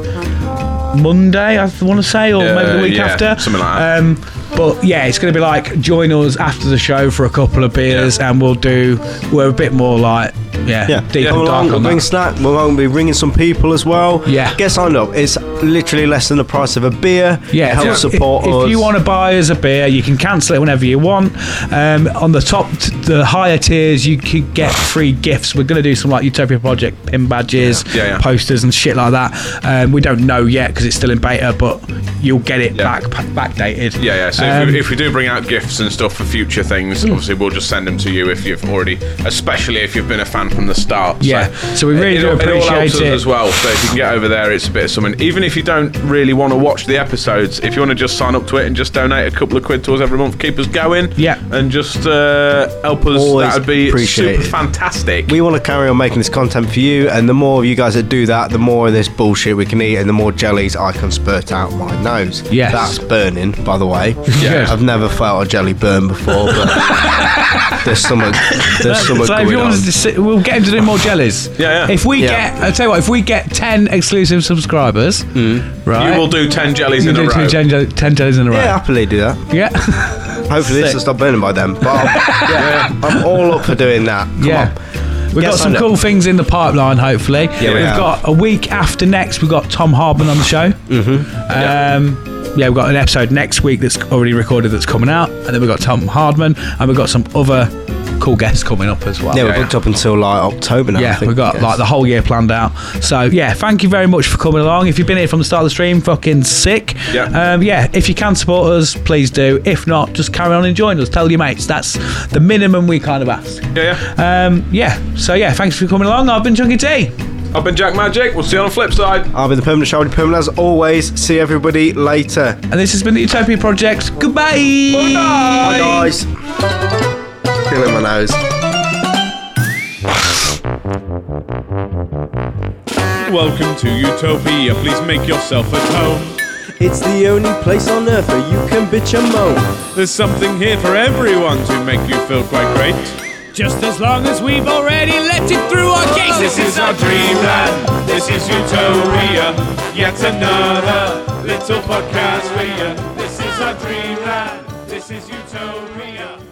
Monday, I want to say, or
Yeah,
maybe the week
Uh, yeah,
after.
something like that.
Um, but yeah, it's going to be like join us after the show for a couple of beers, and we'll do. We're a bit more like yeah,
Yeah,
deep
come
and dark
along,
on
bring
that.
snack. We're going to be ringing some people as well.
Yeah.
get signed up. It's literally less than the price of a beer.
Yeah,
it
if-
helps support
if,
us.
If you want to buy us a beer, you can cancel it whenever you want. Um, on the top, t- the higher tiers, you could get free gifts. We're going to do some like Utopia Project pin badges,
Yeah, yeah.
posters, and shit like that. Um, we don't know yet because it's still in beta, but you'll get it
Yeah.
back backdated.
Yeah, yeah. So if,
Um, Mm.
we, if we do bring out gifts and stuff for future things, obviously we'll just send them to you if you've already, especially if you've been a fan from the start.
Yeah. So we really do
all- it all helps
appreciate
us
it.
as well. So if you can get over there, it's a bit of something. Even if you don't really want to watch the episodes, if you want to just sign up to it and just donate a couple of quid to us every month, keep us going.
Yeah.
And just uh, help us.
Always
that would be
appreciated.
super fantastic.
we want to carry on making this content for you, and the more of you guys that do that, the more of this bullshit we can eat, and the more jellies I can spurt out my nose.
Yes.
that's burning, by the way.
Yeah.
I've never felt a jelly burn before, but there's some, there's some
so
going
if you
on.
want us to sit, we'll get him to do more jellies.
Yeah, yeah.
If we
Yeah.
get, I tell you what, if we get ten exclusive subscribers, right?
Mm. You will do ten jellies
you
in
do
a row.
two jellies- ten jellies in a row.
Yeah, happily do that.
yeah.
Hopefully, this will stop burning by then. But I'm, yeah, I'm all up for doing that. Come
yeah.
on.
We've
Get
got some
signed up.
cool things in the pipeline, hopefully.
we
we've
have.
got a week after next, we've got Tom Harbin on the show. Mm-hmm. Um, yeah. we've got an episode next week that's already recorded that's coming out. And then we've got Tom Hardman, and we've got some other cool guests coming up as well.
Yeah, we're
Yeah.
booked up until like October now. I
Yeah,
think,
we've got
yes.
like the whole year planned out. So yeah, thank you very much for coming along. If you've been here from the start of the stream, fucking sick.
Yeah.
Um, yeah. If you can support us, please do. If not, just carry on enjoying us. Tell your mates. That's the minimum we kind of ask.
Yeah, yeah.
Um, yeah. So yeah, thanks for coming along. I've been Chunky T.
I've been Jack Magic. We'll see you on the flip side.
I'll be the permanent shoulder permanent as always. See everybody later.
And this has been the Utopia Project. Goodbye.
Bye, guys. Feeling my nose.
Welcome to Utopia. Please make yourself at home.
It's the only place on earth where you can bitch and moan.
There's something here for everyone to make you feel quite great.
Just as long as we've already let it through our
This is our dreamland. This is Utopia. Yet another little podcast for you. This is our dreamland. This is Utopia.